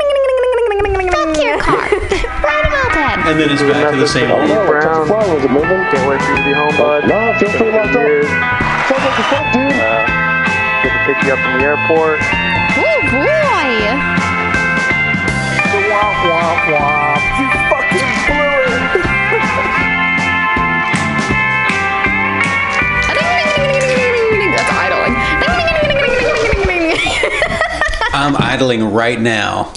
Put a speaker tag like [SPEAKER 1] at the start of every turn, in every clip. [SPEAKER 1] Back to your car. right about then.
[SPEAKER 2] And then it's back to the same
[SPEAKER 3] Oh, no,
[SPEAKER 2] old.
[SPEAKER 3] I cut the flowers, it moving.
[SPEAKER 4] Can't wait for you to be home, bud.
[SPEAKER 3] No, I feel pretty locked
[SPEAKER 4] Years.
[SPEAKER 3] up. Fuck what the fuck, dude.
[SPEAKER 4] Uh, good to pick you up from the airport.
[SPEAKER 1] Oh boy.
[SPEAKER 4] You fucking blew it.
[SPEAKER 1] That's idling.
[SPEAKER 2] I'm idling right now.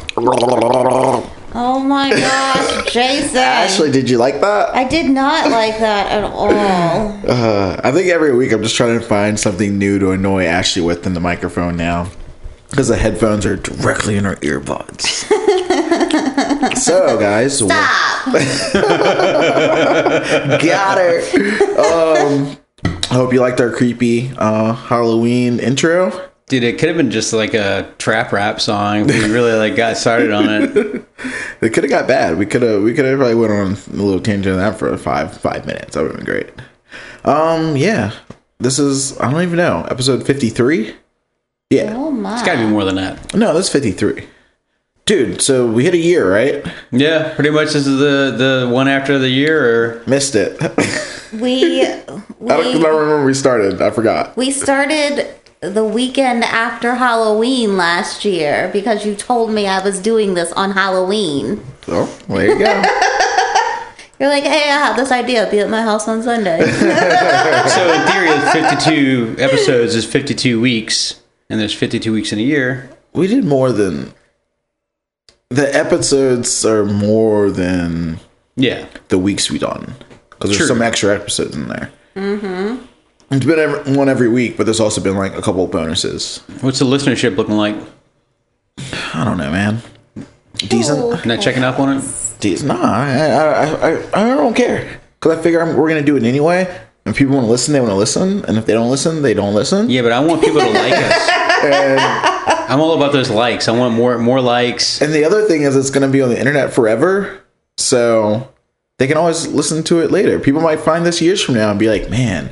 [SPEAKER 5] Oh my gosh, Jason.
[SPEAKER 6] Ashley, did you like that?
[SPEAKER 5] I did not like that at all.
[SPEAKER 6] Uh, I think every week I'm just trying to find something new to annoy Ashley with in the microphone now. Because the headphones are directly in her earbuds. so, guys.
[SPEAKER 5] Stop.
[SPEAKER 6] Got her. Um, I hope you liked our creepy uh, Halloween intro.
[SPEAKER 2] Dude, it could have been just like a trap rap song. We really like got started on it.
[SPEAKER 6] It could have got bad. We could have we could have probably went on a little tangent on that for five five minutes. That would have been great. Um, yeah. This is I don't even know episode fifty three. Yeah,
[SPEAKER 5] Oh my.
[SPEAKER 2] It's got to be more than that.
[SPEAKER 6] no, that's fifty three. Dude, so we hit a year, right?
[SPEAKER 2] Yeah, pretty much this is the the one after the year. Or
[SPEAKER 6] Missed it. I
[SPEAKER 5] We
[SPEAKER 6] don't, I don't
[SPEAKER 5] we,
[SPEAKER 6] remember we started. I forgot.
[SPEAKER 5] we started the weekend after Halloween last year because you told me I was doing this on Halloween.
[SPEAKER 6] So there you go.
[SPEAKER 5] You're like, hey, I have this idea. Be at my house on Sunday.
[SPEAKER 2] so in theory, fifty two episodes is fifty two weeks, and there's fifty two weeks in a year.
[SPEAKER 6] we did more than the episodes are more than
[SPEAKER 2] Yeah,
[SPEAKER 6] the weeks we done because there's
[SPEAKER 2] True.
[SPEAKER 6] some extra episodes in there. Mm-hmm. It's been every, one every week, but there's also been like a couple of bonuses.
[SPEAKER 2] what's the listenership looking like?
[SPEAKER 6] I don't know, man. Decent,
[SPEAKER 2] Not checking up on it.
[SPEAKER 6] decent. Nah, I, I, I, I, I don't care because I figure I'm, we're gonna do it anyway. If people want to listen, they want to listen, and if they don't listen, they don't listen.
[SPEAKER 2] Yeah, but I want people to like us. I'm all about those likes. I want more more likes.
[SPEAKER 6] And the other thing is, it's going to be on the internet forever. So they can always listen to it later. People might find this years from now and be like, man,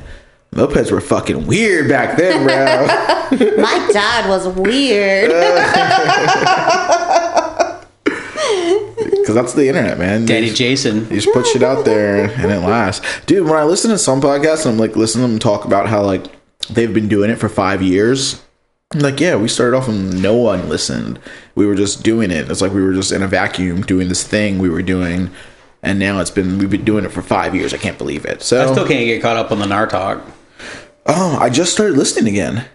[SPEAKER 6] mopeds were fucking weird back then, bro.
[SPEAKER 5] my dad was weird.
[SPEAKER 6] Because that's the internet, man.
[SPEAKER 2] Daddy
[SPEAKER 6] you, just,
[SPEAKER 2] Jason.
[SPEAKER 6] you just put shit out there and it lasts. Dude, when I listen to some podcasts and I'm like, listening to them talk about how, like, they've been doing it for five years. I'm like, yeah, we started off and no one listened. We were just doing it. It's like we were just in a vacuum doing this thing we were doing. And now it's been, we've been doing it for five years. I can't believe it. So
[SPEAKER 2] I still can't get caught up on the Nartalk.
[SPEAKER 6] Oh, I just started listening again.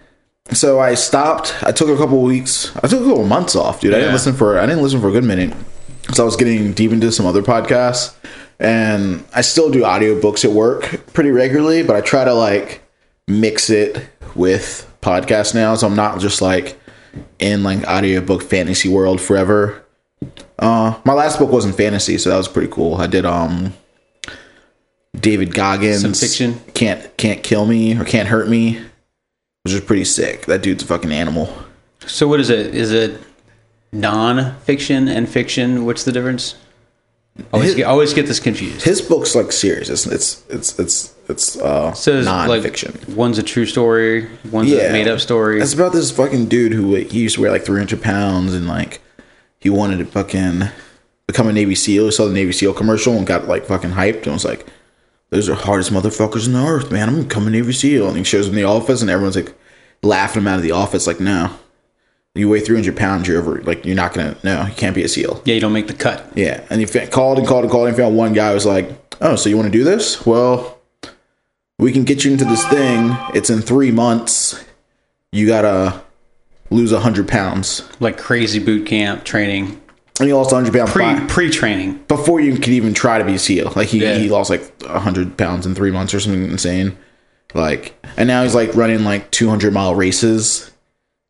[SPEAKER 6] So I stopped. I took a couple weeks. I took a couple months off, dude. I didn't
[SPEAKER 2] Yeah.
[SPEAKER 6] listen for. I didn't listen for a good minute because I was getting deep into some other podcasts, and I still do audiobooks at work pretty regularly. But I try to like mix it with podcasts now, so I'm not just like in like audiobook fantasy world forever. Uh, my last book wasn't fantasy, so that was pretty cool. I did um David Goggins
[SPEAKER 2] Some fiction.
[SPEAKER 6] can't can't kill me or can't hurt me, which is pretty sick. That dude's a fucking animal.
[SPEAKER 2] So what is it? Is it non-fiction and fiction? What's the difference? Always get, always get this confused.
[SPEAKER 6] His book's like serious. It's it's it's it's it's uh
[SPEAKER 2] So it's like
[SPEAKER 6] nonfiction.
[SPEAKER 2] one's a true story, one's
[SPEAKER 6] yeah,
[SPEAKER 2] a made-up story.
[SPEAKER 6] It's about this fucking dude who like, he used to weigh like 300 pounds and like he wanted to fucking become a Navy SEAL. He saw the Navy SEAL commercial and got like fucking hyped and was like, "Those are the hardest motherfuckers on the earth, man. I'm gonna become a Navy SEAL." And he shows him the office and everyone's like laughing him out of the office, like, "No, you weigh 300 pounds. You're over. Like you're not gonna. No, you can't be a SEAL."
[SPEAKER 2] yeah, you don't make the cut.
[SPEAKER 6] Yeah, and he fa- called and called and called and found one guy who was like, "Oh, so you want to do this? Well, we can get you into this thing. It's in three months. You gotta lose hundred pounds,
[SPEAKER 2] Like crazy boot camp training,
[SPEAKER 6] and he lost hundred pounds
[SPEAKER 2] pre
[SPEAKER 6] pri-
[SPEAKER 2] pre-training.
[SPEAKER 6] before you could even try to be SEAL. Like he,
[SPEAKER 2] Yeah.
[SPEAKER 6] he lost like hundred pounds in three months or something insane. Like, and now he's like running like two hundred mile races.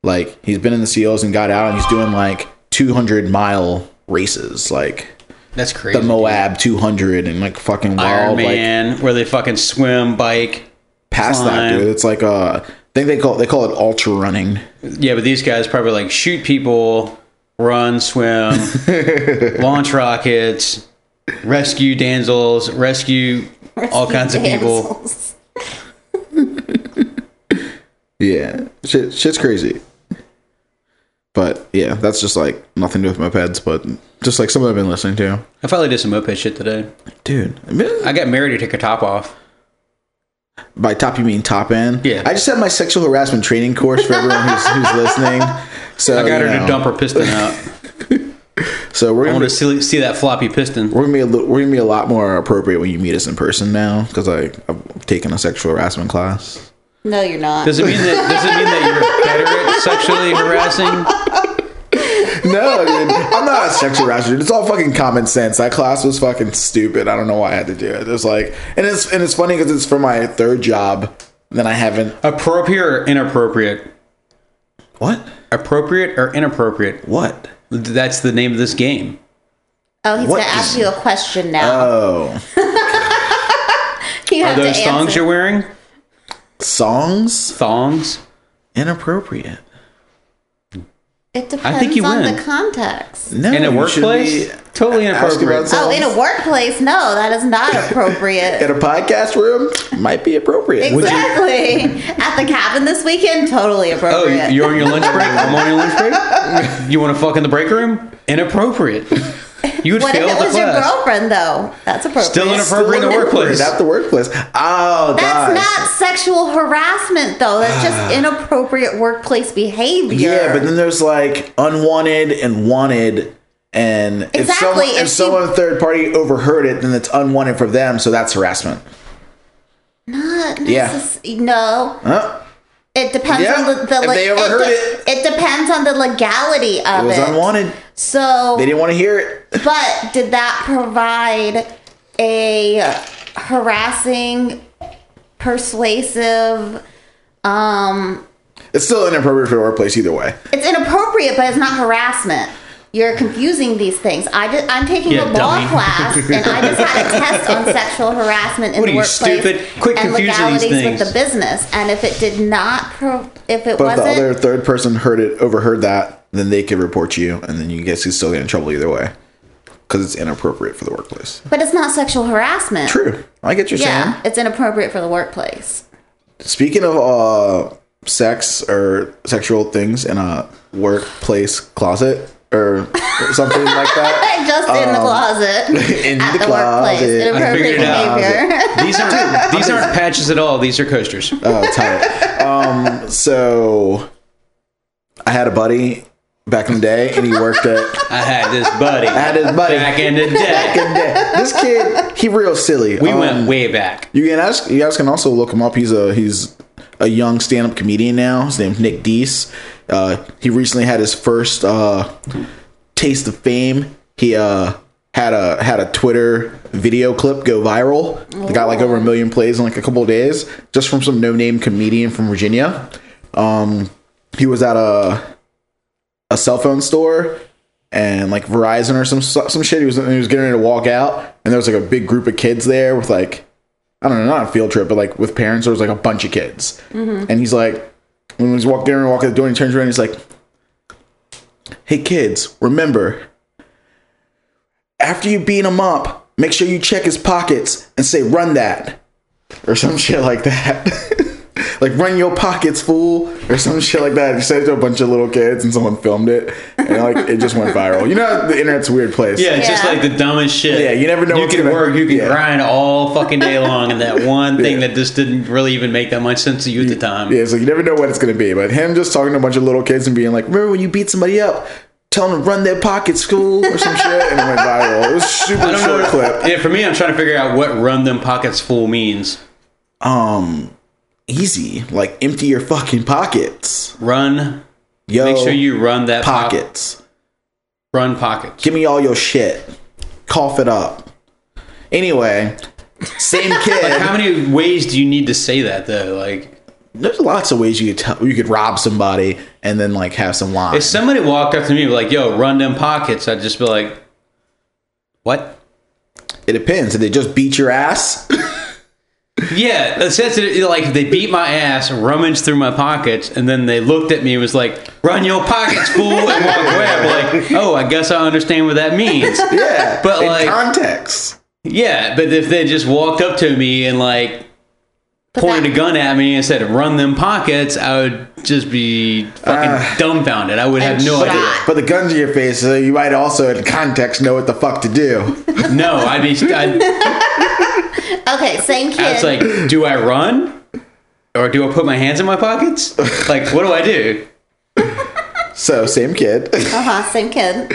[SPEAKER 6] Like he's been in the SEALs and got out, and he's doing like two hundred mile races. Like.
[SPEAKER 2] That's crazy.
[SPEAKER 6] The Moab 200 and like fucking
[SPEAKER 2] Iron
[SPEAKER 6] wild, like
[SPEAKER 2] Man, where they fucking swim, bike.
[SPEAKER 6] past that,
[SPEAKER 2] Climb.
[SPEAKER 6] dude. It's like uh, I think they call they call it ultra running.
[SPEAKER 2] Yeah, but these guys probably like shoot people, run, swim, launch rockets, rescue damsels, rescue, all kinds of people.
[SPEAKER 5] Damsels.
[SPEAKER 6] Yeah, shit, shit's crazy. But yeah, that's just like nothing to do with mopeds, but just like something I've been listening to.
[SPEAKER 2] I finally did some moped shit today.
[SPEAKER 6] Dude, I mean,
[SPEAKER 2] I got Mary to take her top off.
[SPEAKER 6] by top you mean top end?
[SPEAKER 2] Yeah.
[SPEAKER 6] I just had my sexual harassment training course for everyone who's, who's listening. So
[SPEAKER 2] I got
[SPEAKER 6] you
[SPEAKER 2] her
[SPEAKER 6] know,
[SPEAKER 2] to dump her piston out.
[SPEAKER 6] So we're
[SPEAKER 2] I
[SPEAKER 6] gonna
[SPEAKER 2] want
[SPEAKER 6] be,
[SPEAKER 2] to see, see that floppy piston.
[SPEAKER 6] we're gonna be a little, we're gonna be a lot more appropriate when you meet us in person now because I I've taken a sexual harassment class.
[SPEAKER 5] No, you're not.
[SPEAKER 2] Does it mean that? Does it mean that you're better at sexually harassing?
[SPEAKER 6] No, dude, I'm not a sexual harasser. dude. It's all fucking common sense. That class was fucking stupid. I don't know why I had to do it. It's like, and it's and it's funny because it's for my third job. Then I haven't.
[SPEAKER 2] Appropriate or inappropriate?
[SPEAKER 6] What?
[SPEAKER 2] Appropriate or inappropriate?
[SPEAKER 6] What?
[SPEAKER 2] That's the name of this game.
[SPEAKER 5] oh, he's
[SPEAKER 6] what
[SPEAKER 5] gonna ask
[SPEAKER 6] is-
[SPEAKER 5] you a question now.
[SPEAKER 6] Oh,
[SPEAKER 5] you
[SPEAKER 2] Uh, Are
[SPEAKER 5] have
[SPEAKER 2] those
[SPEAKER 5] to
[SPEAKER 2] thongs
[SPEAKER 5] answer.
[SPEAKER 2] you're wearing?
[SPEAKER 6] songs
[SPEAKER 2] Thongs?
[SPEAKER 6] inappropriate.
[SPEAKER 5] It depends
[SPEAKER 2] I think you
[SPEAKER 5] on
[SPEAKER 2] win.
[SPEAKER 5] the context.
[SPEAKER 6] No,
[SPEAKER 2] in a
[SPEAKER 6] you should
[SPEAKER 2] workplace?
[SPEAKER 6] be-
[SPEAKER 2] Totally
[SPEAKER 6] ask about
[SPEAKER 2] inappropriate.
[SPEAKER 6] some-
[SPEAKER 5] Oh, in a workplace, no, that is not appropriate.
[SPEAKER 6] in a podcast room might be appropriate.
[SPEAKER 2] you-
[SPEAKER 5] exactly. At the cabin this weekend, totally
[SPEAKER 2] Oh,
[SPEAKER 5] appropriate.
[SPEAKER 2] you- you're on your lunch break? I'm on your lunch break? You want to fuck in the break room? Inappropriate. You would
[SPEAKER 5] what if
[SPEAKER 2] fail
[SPEAKER 5] it
[SPEAKER 2] the
[SPEAKER 5] was your
[SPEAKER 2] class.
[SPEAKER 5] girlfriend though? That's appropriate.
[SPEAKER 2] Still inappropriate in the workplace.
[SPEAKER 6] At the workplace. Oh,
[SPEAKER 5] That's
[SPEAKER 6] gosh.
[SPEAKER 5] not sexual harassment though. That's just inappropriate workplace behavior.
[SPEAKER 6] Ah. Yeah, but then there's like unwanted and wanted. And if
[SPEAKER 5] Exactly,
[SPEAKER 6] someone,
[SPEAKER 5] if
[SPEAKER 6] if
[SPEAKER 5] you-
[SPEAKER 6] someone third party overheard it, then it's unwanted for them, so that's harassment.
[SPEAKER 5] Not
[SPEAKER 6] Yeah.
[SPEAKER 5] necess- No.
[SPEAKER 6] Huh?
[SPEAKER 5] It depends
[SPEAKER 6] Yeah,
[SPEAKER 5] on the, the
[SPEAKER 6] if
[SPEAKER 5] like,
[SPEAKER 6] they overheard
[SPEAKER 5] it, de- it depends on the legality of
[SPEAKER 6] It
[SPEAKER 5] it.
[SPEAKER 6] was unwanted.
[SPEAKER 5] So
[SPEAKER 6] They didn't want to hear it.
[SPEAKER 5] But did that provide a harassing, persuasive? Um,
[SPEAKER 6] It's still inappropriate for the workplace either way.
[SPEAKER 5] it's inappropriate, but it's not harassment. You're confusing these things. I just, I'm taking
[SPEAKER 2] Yeah,
[SPEAKER 5] a law
[SPEAKER 2] dummy.
[SPEAKER 5] class, and I just had a test on sexual harassment in
[SPEAKER 2] What
[SPEAKER 5] the
[SPEAKER 2] are you,
[SPEAKER 5] workplace
[SPEAKER 2] stupid? Quit
[SPEAKER 5] and
[SPEAKER 2] confusing these
[SPEAKER 5] legalities
[SPEAKER 2] things.
[SPEAKER 5] with the business. And if it did not, pro- if it
[SPEAKER 6] But if the
[SPEAKER 5] wasn't,
[SPEAKER 6] other third person heard it, overheard that, then they could report you, and then you guess you still get in trouble either way because it's inappropriate for the workplace.
[SPEAKER 5] but it's not sexual harassment.
[SPEAKER 6] True. I get your saying.
[SPEAKER 5] Yeah, it's inappropriate for the workplace.
[SPEAKER 6] Speaking of uh, sex or sexual things in a workplace closet or something like that,
[SPEAKER 5] just in the closet
[SPEAKER 6] Um, in
[SPEAKER 5] at
[SPEAKER 6] the
[SPEAKER 5] the, workplace.
[SPEAKER 6] closet.
[SPEAKER 2] I
[SPEAKER 5] Inappropriate
[SPEAKER 2] figured it out.
[SPEAKER 5] behavior.
[SPEAKER 2] These aren't, these aren't patches at all. These are coasters.
[SPEAKER 6] oh, tight. Um, so I had a buddy back in the day, and he worked at.
[SPEAKER 2] I had this buddy
[SPEAKER 6] I had his buddy.
[SPEAKER 2] back in the
[SPEAKER 6] Back
[SPEAKER 2] day.
[SPEAKER 6] in the day. This kid, he real silly.
[SPEAKER 2] We
[SPEAKER 6] Um,
[SPEAKER 2] went way back.
[SPEAKER 6] You can ask. You guys can also look him up. He's a he's a young stand up comedian now. His name's Nick Deese. Uh, he recently had his first uh, taste of fame. He uh, had a had a Twitter video clip go viral. It got like over a million plays in like a couple of days, just from some no name comedian from Virginia. Um, he was at a a cell phone store and like Verizon or some some shit. He was he was getting ready to walk out, and there was like a big group of kids there with like I don't know, not a field trip, but like with parents. There was like a bunch of kids, and he's like, when he's walking around, walking the door, and he turns around, and he's like, "Hey kids, remember, after you beat him up, make sure you check his pockets and say run that, or some shit like that." Like run your pockets, fool, or some shit like that. He said it to a bunch of little kids, and someone filmed it, and like it just went viral. You know, how the internet's a weird place.
[SPEAKER 2] Yeah, it's just
[SPEAKER 5] Yeah.
[SPEAKER 2] like the dumbest shit.
[SPEAKER 6] Yeah, you never know
[SPEAKER 2] You
[SPEAKER 6] what's
[SPEAKER 2] can
[SPEAKER 6] gonna-
[SPEAKER 2] work, you can
[SPEAKER 6] yeah.
[SPEAKER 2] grind all fucking day long, and that one thing
[SPEAKER 6] Yeah.
[SPEAKER 2] that just didn't really even make that much sense to you at the time.
[SPEAKER 6] Yeah, it's like you never know what it's gonna be. But him just talking to a bunch of little kids and being like, "Remember when you beat somebody up? Tell them to run their pockets, school or some shit," and it went viral. It was a
[SPEAKER 2] I
[SPEAKER 6] super
[SPEAKER 2] don't know.
[SPEAKER 6] short clip.
[SPEAKER 2] Yeah, for me, I'm trying to figure out what "run them pockets full" means.
[SPEAKER 6] Um, easy, like empty your fucking pockets,
[SPEAKER 2] Run.
[SPEAKER 6] yo.
[SPEAKER 2] Make sure you run that poc-
[SPEAKER 6] pockets.
[SPEAKER 2] run pockets.
[SPEAKER 6] Give me all your shit. Cough it up. Anyway, same kid.
[SPEAKER 2] How many ways do you need to say that though? Like,
[SPEAKER 6] There's lots of ways you could tell you could rob somebody and then like have some
[SPEAKER 2] if
[SPEAKER 6] lines.
[SPEAKER 2] somebody walked up to me and was like, "Yo, run them pockets," I'd just be like, "What?"
[SPEAKER 6] It depends. Did they just beat your ass?
[SPEAKER 2] Yeah, that's that's it. Like they beat my ass, rummaged through my pockets, and then they looked at me and was like, "Run your pockets, fool!" and walked away. I'm like, "Oh, I guess I understand what that means."
[SPEAKER 6] Yeah,
[SPEAKER 2] But,
[SPEAKER 6] in
[SPEAKER 2] like-
[SPEAKER 6] context.
[SPEAKER 2] Yeah, but if they just walked up to me and like pointed
[SPEAKER 5] that-
[SPEAKER 2] a gun at me and said, "Run them pockets," I would just be fucking dumbfounded. I would have
[SPEAKER 5] And
[SPEAKER 2] no
[SPEAKER 5] shot.
[SPEAKER 2] idea.
[SPEAKER 6] But the gun's in your face, so you might also, in context, know what the fuck to do.
[SPEAKER 2] No, I'd be. I'd,
[SPEAKER 5] Okay, same
[SPEAKER 2] I
[SPEAKER 5] kid.
[SPEAKER 2] was like, "Do I run, or do I put my hands in my pockets? Like, what do I do?"
[SPEAKER 6] So, same kid.
[SPEAKER 5] uh huh, same kid.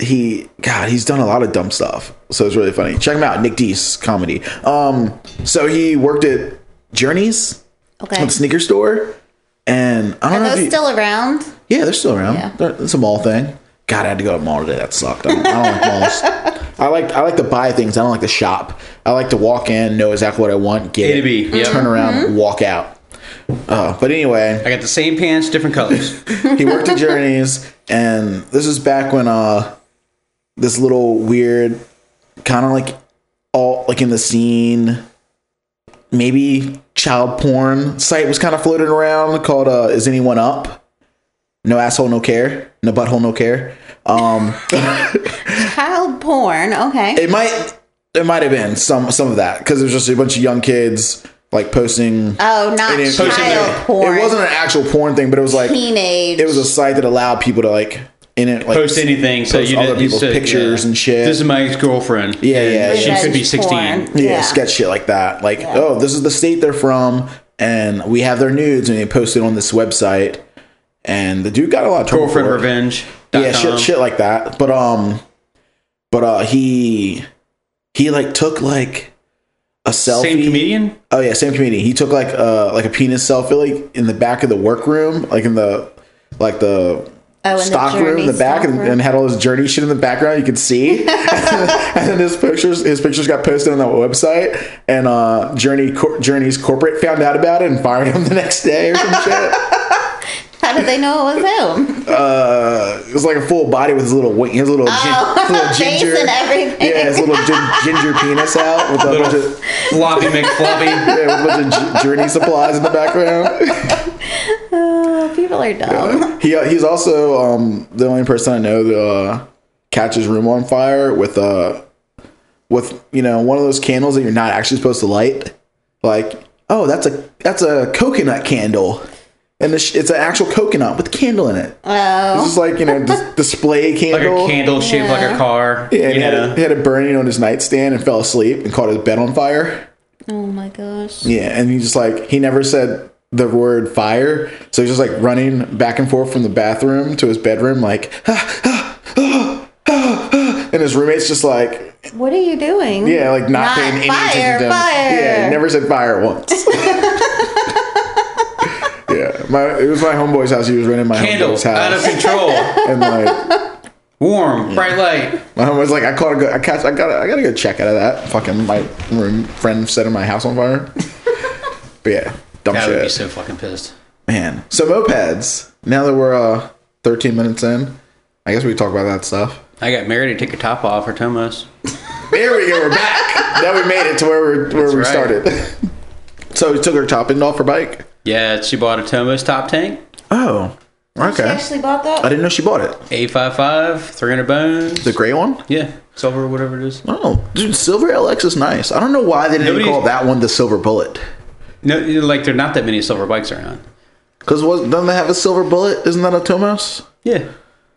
[SPEAKER 6] he god he's done a lot of dumb stuff so it's really funny check him out nick dees comedy um so he worked at journeys
[SPEAKER 5] Okay.
[SPEAKER 6] at the sneaker store and i don't
[SPEAKER 5] Are
[SPEAKER 6] know if
[SPEAKER 5] those
[SPEAKER 6] you,
[SPEAKER 5] still around?
[SPEAKER 6] yeah they're still around
[SPEAKER 5] Yeah.
[SPEAKER 6] They're- it's a mall thing god i had to go to the mall today that sucked i don't, I don't like malls i like i like to buy things i don't like to shop i like to walk in know exactly what i want get
[SPEAKER 2] A to
[SPEAKER 6] it,
[SPEAKER 5] Mm-hmm.
[SPEAKER 2] B, yep.
[SPEAKER 6] turn around walk out uh, but anyway
[SPEAKER 2] I got the same pants, different colors.
[SPEAKER 6] he worked at Journeys, and this is back when uh this little weird kind of like all like in the scene maybe child porn site was kind of floating around called uh is anyone up no asshole no care no butthole no care um
[SPEAKER 5] Child porn. Okay.
[SPEAKER 6] it might it might have been some some of that because there's just a bunch of young kids like posting
[SPEAKER 5] oh, not
[SPEAKER 6] it-
[SPEAKER 5] child
[SPEAKER 2] Posting-
[SPEAKER 5] porn.
[SPEAKER 6] it wasn't an actual porn thing but it was like
[SPEAKER 5] teenage.
[SPEAKER 6] it was a site that allowed people to like in it like
[SPEAKER 2] Post anything, so
[SPEAKER 6] post
[SPEAKER 2] you
[SPEAKER 6] other
[SPEAKER 2] didn't- you
[SPEAKER 6] people's
[SPEAKER 2] said,
[SPEAKER 6] pictures
[SPEAKER 2] yeah,
[SPEAKER 6] and shit.
[SPEAKER 2] This is my ex girlfriend.
[SPEAKER 6] Yeah, yeah,
[SPEAKER 2] She
[SPEAKER 6] yeah.
[SPEAKER 2] could be
[SPEAKER 5] Revenge
[SPEAKER 2] sixteen.
[SPEAKER 5] porn. Oh,
[SPEAKER 6] yeah, sketch shit like that. Like, oh, this is the state they're from, and we have their nudes, and they post it on this website. And the dude got a lot of trouble
[SPEAKER 2] Girlfriend
[SPEAKER 6] for it.
[SPEAKER 2] revenge.
[SPEAKER 6] Yeah, shit, shit like that. But um, but uh, he he like took like a selfie.
[SPEAKER 2] Same comedian.
[SPEAKER 6] Oh yeah, same comedian. He took like uh like a penis selfie like in the back of the workroom, like in the like the
[SPEAKER 5] in the
[SPEAKER 6] stock room in
[SPEAKER 5] Journey
[SPEAKER 6] the back,
[SPEAKER 5] stock
[SPEAKER 6] and,
[SPEAKER 5] room.
[SPEAKER 6] and had all his journey shit in the background. You could see, and then his pictures his pictures got posted on that website, and uh Journey cor- Journey's corporate found out about it and fired him the next day or some shit.
[SPEAKER 5] How did they know it was him?
[SPEAKER 6] Uh, it was like a full body with his little wing, his little, gin-
[SPEAKER 5] Oh,
[SPEAKER 6] little
[SPEAKER 5] face
[SPEAKER 6] ginger,
[SPEAKER 5] and everything.
[SPEAKER 6] yeah, his little gin- ginger penis out with a bunch of.
[SPEAKER 2] Floppy McFloppy.
[SPEAKER 6] Yeah, with a bunch of j- journey supplies in the background.
[SPEAKER 5] Oh, people are dumb.
[SPEAKER 6] He uh, he's also um, the only person I know that uh, catches room on fire with uh with you know one of those candles that you're not actually supposed to light. Like oh that's a that's a coconut candle, and it's, it's an actual coconut with a candle in it. It's
[SPEAKER 5] Oh,
[SPEAKER 6] just like you know dis- display
[SPEAKER 2] Like
[SPEAKER 6] candle.
[SPEAKER 2] a candle shaped like a car.
[SPEAKER 6] Yeah, and
[SPEAKER 2] you
[SPEAKER 6] he, had
[SPEAKER 2] know.
[SPEAKER 6] it, he had it burning on his nightstand and fell asleep and caught his bed on fire.
[SPEAKER 5] oh my gosh.
[SPEAKER 6] Yeah, and he just like he never said the word fire, so he's just like running back and forth from the bathroom to his bedroom, like, "Ah, ah, ah, ah, ah," and his roommate's just like,
[SPEAKER 5] What are you doing?
[SPEAKER 6] yeah, like not,
[SPEAKER 5] Not
[SPEAKER 6] paying any
[SPEAKER 5] fire,
[SPEAKER 6] attention to him.
[SPEAKER 5] fire.
[SPEAKER 6] Yeah, he never said fire once. yeah, my it was my homeboy's house. He was renting my
[SPEAKER 2] Candle
[SPEAKER 6] homeboy's
[SPEAKER 2] out of
[SPEAKER 6] house,
[SPEAKER 2] control.
[SPEAKER 6] and like
[SPEAKER 2] Warm, bright light.
[SPEAKER 6] my homeboy's like, I caught a good, I catch, I got, I gotta go check out of that. Fucking my room friend setting my house on fire. but yeah, dumb
[SPEAKER 2] I
[SPEAKER 6] shit.
[SPEAKER 2] would be so fucking pissed.
[SPEAKER 6] Man. So mopeds. Now that we're uh 13 minutes in, I guess we can talk about that stuff.
[SPEAKER 2] I got married to take a top off for Tomos.
[SPEAKER 6] There we go. We're back. now we made it to where we where we
[SPEAKER 2] right.
[SPEAKER 6] started. so we took her top end off her bike.
[SPEAKER 2] Yeah, she bought a Tomos top tank.
[SPEAKER 6] Oh.
[SPEAKER 5] She
[SPEAKER 6] Okay.
[SPEAKER 5] actually bought
[SPEAKER 6] I
[SPEAKER 5] that.
[SPEAKER 6] didn't know she bought it.
[SPEAKER 2] 855, 300 bones.
[SPEAKER 6] The gray one.
[SPEAKER 2] yeah, silver, whatever it is.
[SPEAKER 6] Oh, dude, silver LX is nice. I don't know why they didn't
[SPEAKER 2] Nobody-
[SPEAKER 6] call that one the silver bullet.
[SPEAKER 2] No, you know, like there are not that many silver bikes around.
[SPEAKER 6] Cause was doesn't they have a silver bullet? Isn't that a Tomos?
[SPEAKER 2] Yeah.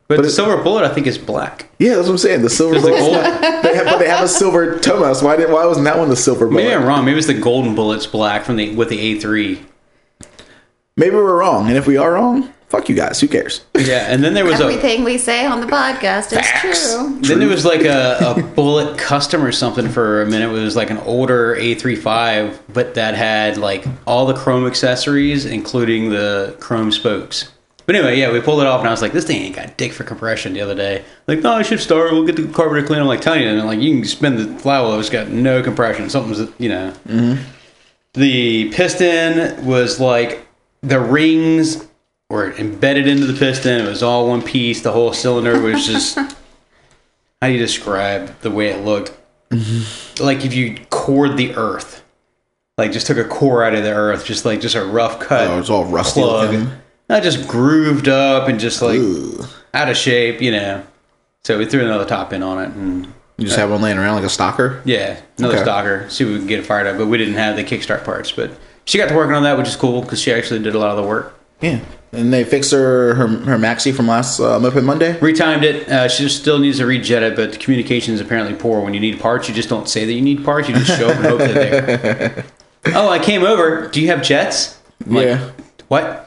[SPEAKER 2] But, the
[SPEAKER 6] it-
[SPEAKER 2] silver bullet, I think, is black.
[SPEAKER 6] Yeah, that's what I'm saying. The silver
[SPEAKER 2] There's the
[SPEAKER 6] bullet.
[SPEAKER 2] gold.
[SPEAKER 6] They have, but they have a silver Tomos. Why did? Why wasn't that one the silver bullet?
[SPEAKER 2] Maybe I'm wrong. Maybe it's the golden bullet's black from the with the A3.
[SPEAKER 6] Maybe we're wrong, and if we are wrong, fuck you guys. Who cares?
[SPEAKER 2] Yeah, and then there was a
[SPEAKER 5] Everything we say on the podcast is true.
[SPEAKER 2] Then there was like a, a bullet custom or something for a minute. It was like an older A35, but that had like all the chrome accessories, including the chrome spokes. But anyway, yeah, we pulled it off, and I was like, this thing ain't got dick for compression the other day. Like, no, I should start. We'll get the carburetor clean. I'm like, telling you, and like, you can spin the flywheel. It's got no compression. Something's, you know. The piston was like the rings were embedded into the piston. It was all one piece. The whole cylinder was just. how do you describe the way it looked? like if you cored the earth, like just took a core out of the earth, just like just a rough cut.
[SPEAKER 6] Oh, it's all rusty looking.
[SPEAKER 2] Not just grooved up and just like
[SPEAKER 6] Ugh.
[SPEAKER 2] out of shape, you know. So we threw another top in on it, and
[SPEAKER 6] You just have one laying around like a stalker.
[SPEAKER 2] Yeah, another
[SPEAKER 6] Okay.
[SPEAKER 2] stalker. See if we can get it fired up. But we didn't have the kickstart parts. But she got to working on that, which is cool because she actually did a lot of the work.
[SPEAKER 6] Yeah. And they fixed her her, her maxi from last uh, Muppet Monday.
[SPEAKER 2] Retimed it. Uh, she just still needs to rejet it, but the communication is apparently poor. When you need parts, you just don't say that you need parts. You just show up and hope they're there. Oh, I came over. Do you have jets? I'm like,
[SPEAKER 6] Yeah.
[SPEAKER 2] What?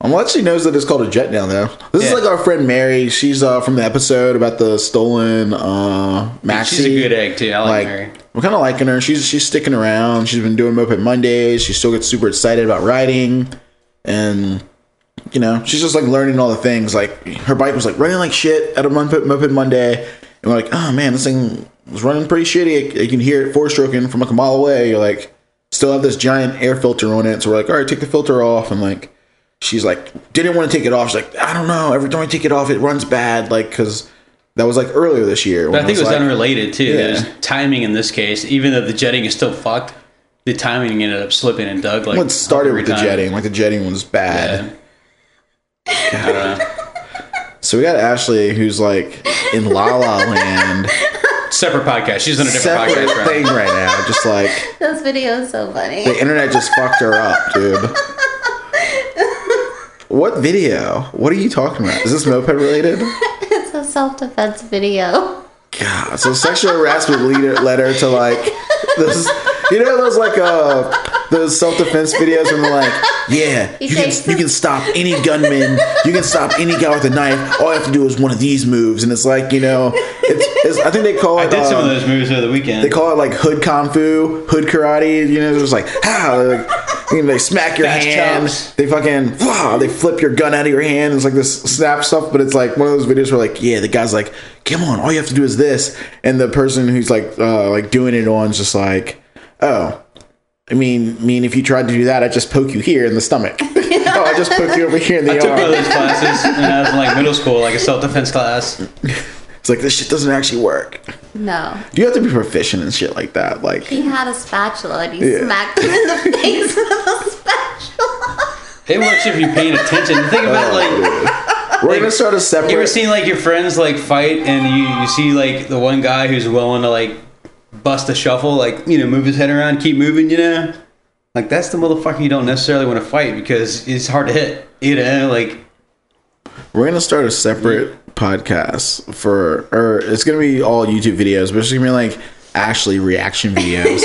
[SPEAKER 6] Unless she Um, knows that it's called a jet now, though. This
[SPEAKER 2] Yeah.
[SPEAKER 6] is like our friend Mary. She's uh, from the episode about the stolen uh, maxi.
[SPEAKER 2] She's a good egg too. I like,
[SPEAKER 6] like
[SPEAKER 2] Mary.
[SPEAKER 6] we're kind of liking her. She's she's sticking around. She's been doing Moped Mondays. She still gets super excited about riding, and you know she's just like learning all the things. Like her bike was like running like shit at a Moped Moped Monday, and we're like, oh man, this thing was running pretty shitty. You can hear it four stroking from like a mile away. You're like, still have this giant air filter on it. So we're like, all right, take the filter off, and like. She's like, didn't want to take it off. She's like, I don't know. Every time I take it off, it runs bad. Like, cause that was like earlier this year.
[SPEAKER 2] But I think it was
[SPEAKER 6] like,
[SPEAKER 2] unrelated too. There's
[SPEAKER 6] Yeah.
[SPEAKER 2] timing in this case, even though the jetting is still fucked. The timing ended up slipping and Doug like
[SPEAKER 6] What started
[SPEAKER 2] every
[SPEAKER 6] with the
[SPEAKER 2] time.
[SPEAKER 6] jetting? Like the jetting was bad.
[SPEAKER 2] Yeah. I don't know.
[SPEAKER 6] So we got Ashley, who's like in La La Land,
[SPEAKER 2] Separate podcast. She's on a different
[SPEAKER 6] separate
[SPEAKER 2] podcast right
[SPEAKER 6] thing right now. Just like
[SPEAKER 5] This video is so funny.
[SPEAKER 6] the internet just fucked her up, dude. What video? What are you talking about? Is this moped related?
[SPEAKER 5] It's a self-defense video.
[SPEAKER 6] God, so sexual harassment leader, led her to like those. You know those like uh those self defense videos when they're like, yeah, you can
[SPEAKER 5] takes
[SPEAKER 6] you
[SPEAKER 5] the-
[SPEAKER 6] can stop any gunman, you can stop any guy with a knife. All you have to do is one of these moves, and it's like you know, it's, it's I think they call it.
[SPEAKER 2] I did some of
[SPEAKER 6] um,
[SPEAKER 2] those movies over the weekend.
[SPEAKER 6] They call it like hood kung fu, hood karate. You know, they're just like how like, you know, they smack your
[SPEAKER 2] Fast
[SPEAKER 6] hand,
[SPEAKER 2] chops.
[SPEAKER 6] they fucking wow, they flip your gun out of your hand. It's like this snap stuff, but it's like one of those videos where like yeah, the guy's like, come on, all you have to do is this, and the person who's like uh, like doing it on is just like oh. I mean, mean, if you tried to do that, I'd just poke you here in the stomach. oh, I just poke you over here in the
[SPEAKER 2] I took one of
[SPEAKER 6] arm.
[SPEAKER 2] those classes and I was in like middle school, like a self defense class.
[SPEAKER 6] It's like this shit doesn't actually work.
[SPEAKER 5] No,
[SPEAKER 6] You have to be proficient in shit like that. Like,
[SPEAKER 5] he had a spatula and he
[SPEAKER 6] Yeah.
[SPEAKER 5] smacked him in the face with a spatula.
[SPEAKER 2] It works if you're paying attention. Think
[SPEAKER 6] Oh,
[SPEAKER 2] about like
[SPEAKER 6] we're gonna start a separate.
[SPEAKER 2] you ever seen like your friends like fight and you, you see like the one guy who's willing to like bust a shuffle, like, you know, move his head around, keep moving, you know? Like that's the motherfucker you don't necessarily want to fight because it's hard to hit. You know, like
[SPEAKER 6] We're gonna start a separate podcast for, or it's gonna be all YouTube videos, but it's gonna be like Ashley reaction videos.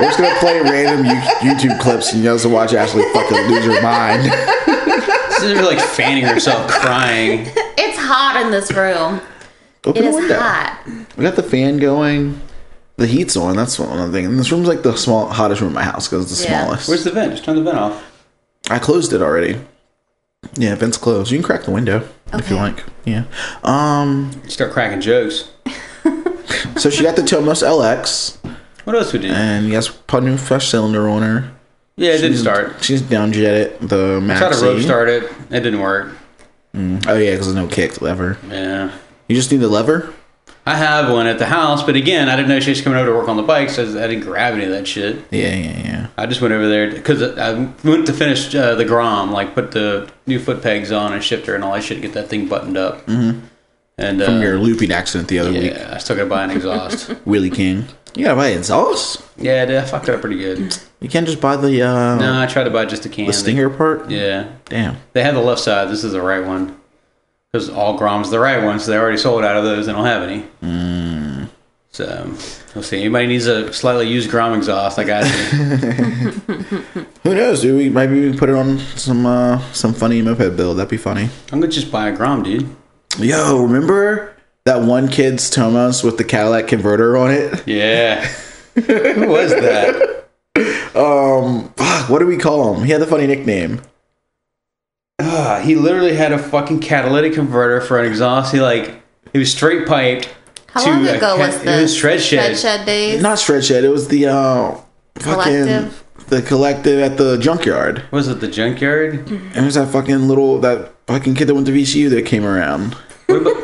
[SPEAKER 6] We're just gonna play random you- YouTube clips, and you guys will watch Ashley fucking lose her mind.
[SPEAKER 2] this is like fanning herself, crying.
[SPEAKER 5] It's hot in this room.
[SPEAKER 6] Open
[SPEAKER 5] It
[SPEAKER 6] the
[SPEAKER 5] is
[SPEAKER 6] window.
[SPEAKER 5] hot.
[SPEAKER 6] We got the fan going. The heat's on. That's one other thing. And this room's like the small, hottest room in my house because it's the
[SPEAKER 5] Yeah.
[SPEAKER 6] smallest.
[SPEAKER 2] Where's the vent? Just turn the vent off.
[SPEAKER 6] I closed it already. Yeah, vent's closed. You can crack the window if you
[SPEAKER 5] Okay.
[SPEAKER 6] like. Yeah. Um.
[SPEAKER 2] Start cracking jokes.
[SPEAKER 6] So she got the Tomos LX,
[SPEAKER 2] What else we do?
[SPEAKER 6] and yes, put a new fresh cylinder on her.
[SPEAKER 2] Yeah, it didn't
[SPEAKER 6] She's-
[SPEAKER 2] start.
[SPEAKER 6] She's down jet it. The maxi.
[SPEAKER 2] Tried to rope start it. It didn't work.
[SPEAKER 6] Oh yeah, because there's no kick lever.
[SPEAKER 2] Yeah.
[SPEAKER 6] You just need the lever.
[SPEAKER 2] I have one at the house, but again, I didn't know she was coming over to work on the bike, so I didn't grab any of that shit.
[SPEAKER 6] Yeah, yeah, yeah.
[SPEAKER 2] I just went over there because I went to finish uh, the Grom, like put the new foot pegs on and shifter and all that shit, get that thing buttoned up. Mm-hmm. And uh,
[SPEAKER 6] From your looping accident the other week,
[SPEAKER 2] yeah, I still gotta buy an exhaust.
[SPEAKER 6] Willie King. You gotta buy an exhaust.
[SPEAKER 2] yeah, I did- I fucked it up pretty good.
[SPEAKER 6] You can't just buy the uh,
[SPEAKER 2] No, I tried to buy just a can.
[SPEAKER 6] the stinger part.
[SPEAKER 2] Yeah,
[SPEAKER 6] Damn.
[SPEAKER 2] they had the left side. This is the right one because all Grom's the right one, so they already sold out of those. They don't have any. Mm. So we'll see. Anybody needs a slightly used Grom exhaust? I got you.
[SPEAKER 6] Who knows? Dude, we maybe we can put it on some uh, some funny moped build. That'd be funny.
[SPEAKER 2] I'm gonna just buy a Grom, dude.
[SPEAKER 6] Yo, remember that one kid's Tomos with the Cadillac converter on it?
[SPEAKER 2] Yeah. Who was that?
[SPEAKER 6] Um, Fuck, what do we call him? He had the funny nickname.
[SPEAKER 2] Uh, he literally had a fucking catalytic converter for an exhaust. He like he was straight piped.
[SPEAKER 5] How
[SPEAKER 2] to uh,
[SPEAKER 5] long
[SPEAKER 2] a
[SPEAKER 5] ago
[SPEAKER 2] ca-
[SPEAKER 5] was
[SPEAKER 2] It
[SPEAKER 5] this?
[SPEAKER 2] was shred shed.
[SPEAKER 5] Shred shed days.
[SPEAKER 6] Not stretch it. It was the uh, fucking
[SPEAKER 5] Collective?
[SPEAKER 6] the collective at the junkyard.
[SPEAKER 2] Was it the junkyard?
[SPEAKER 6] And there's that fucking little that fucking kid that went to VCU that came around.
[SPEAKER 2] What about-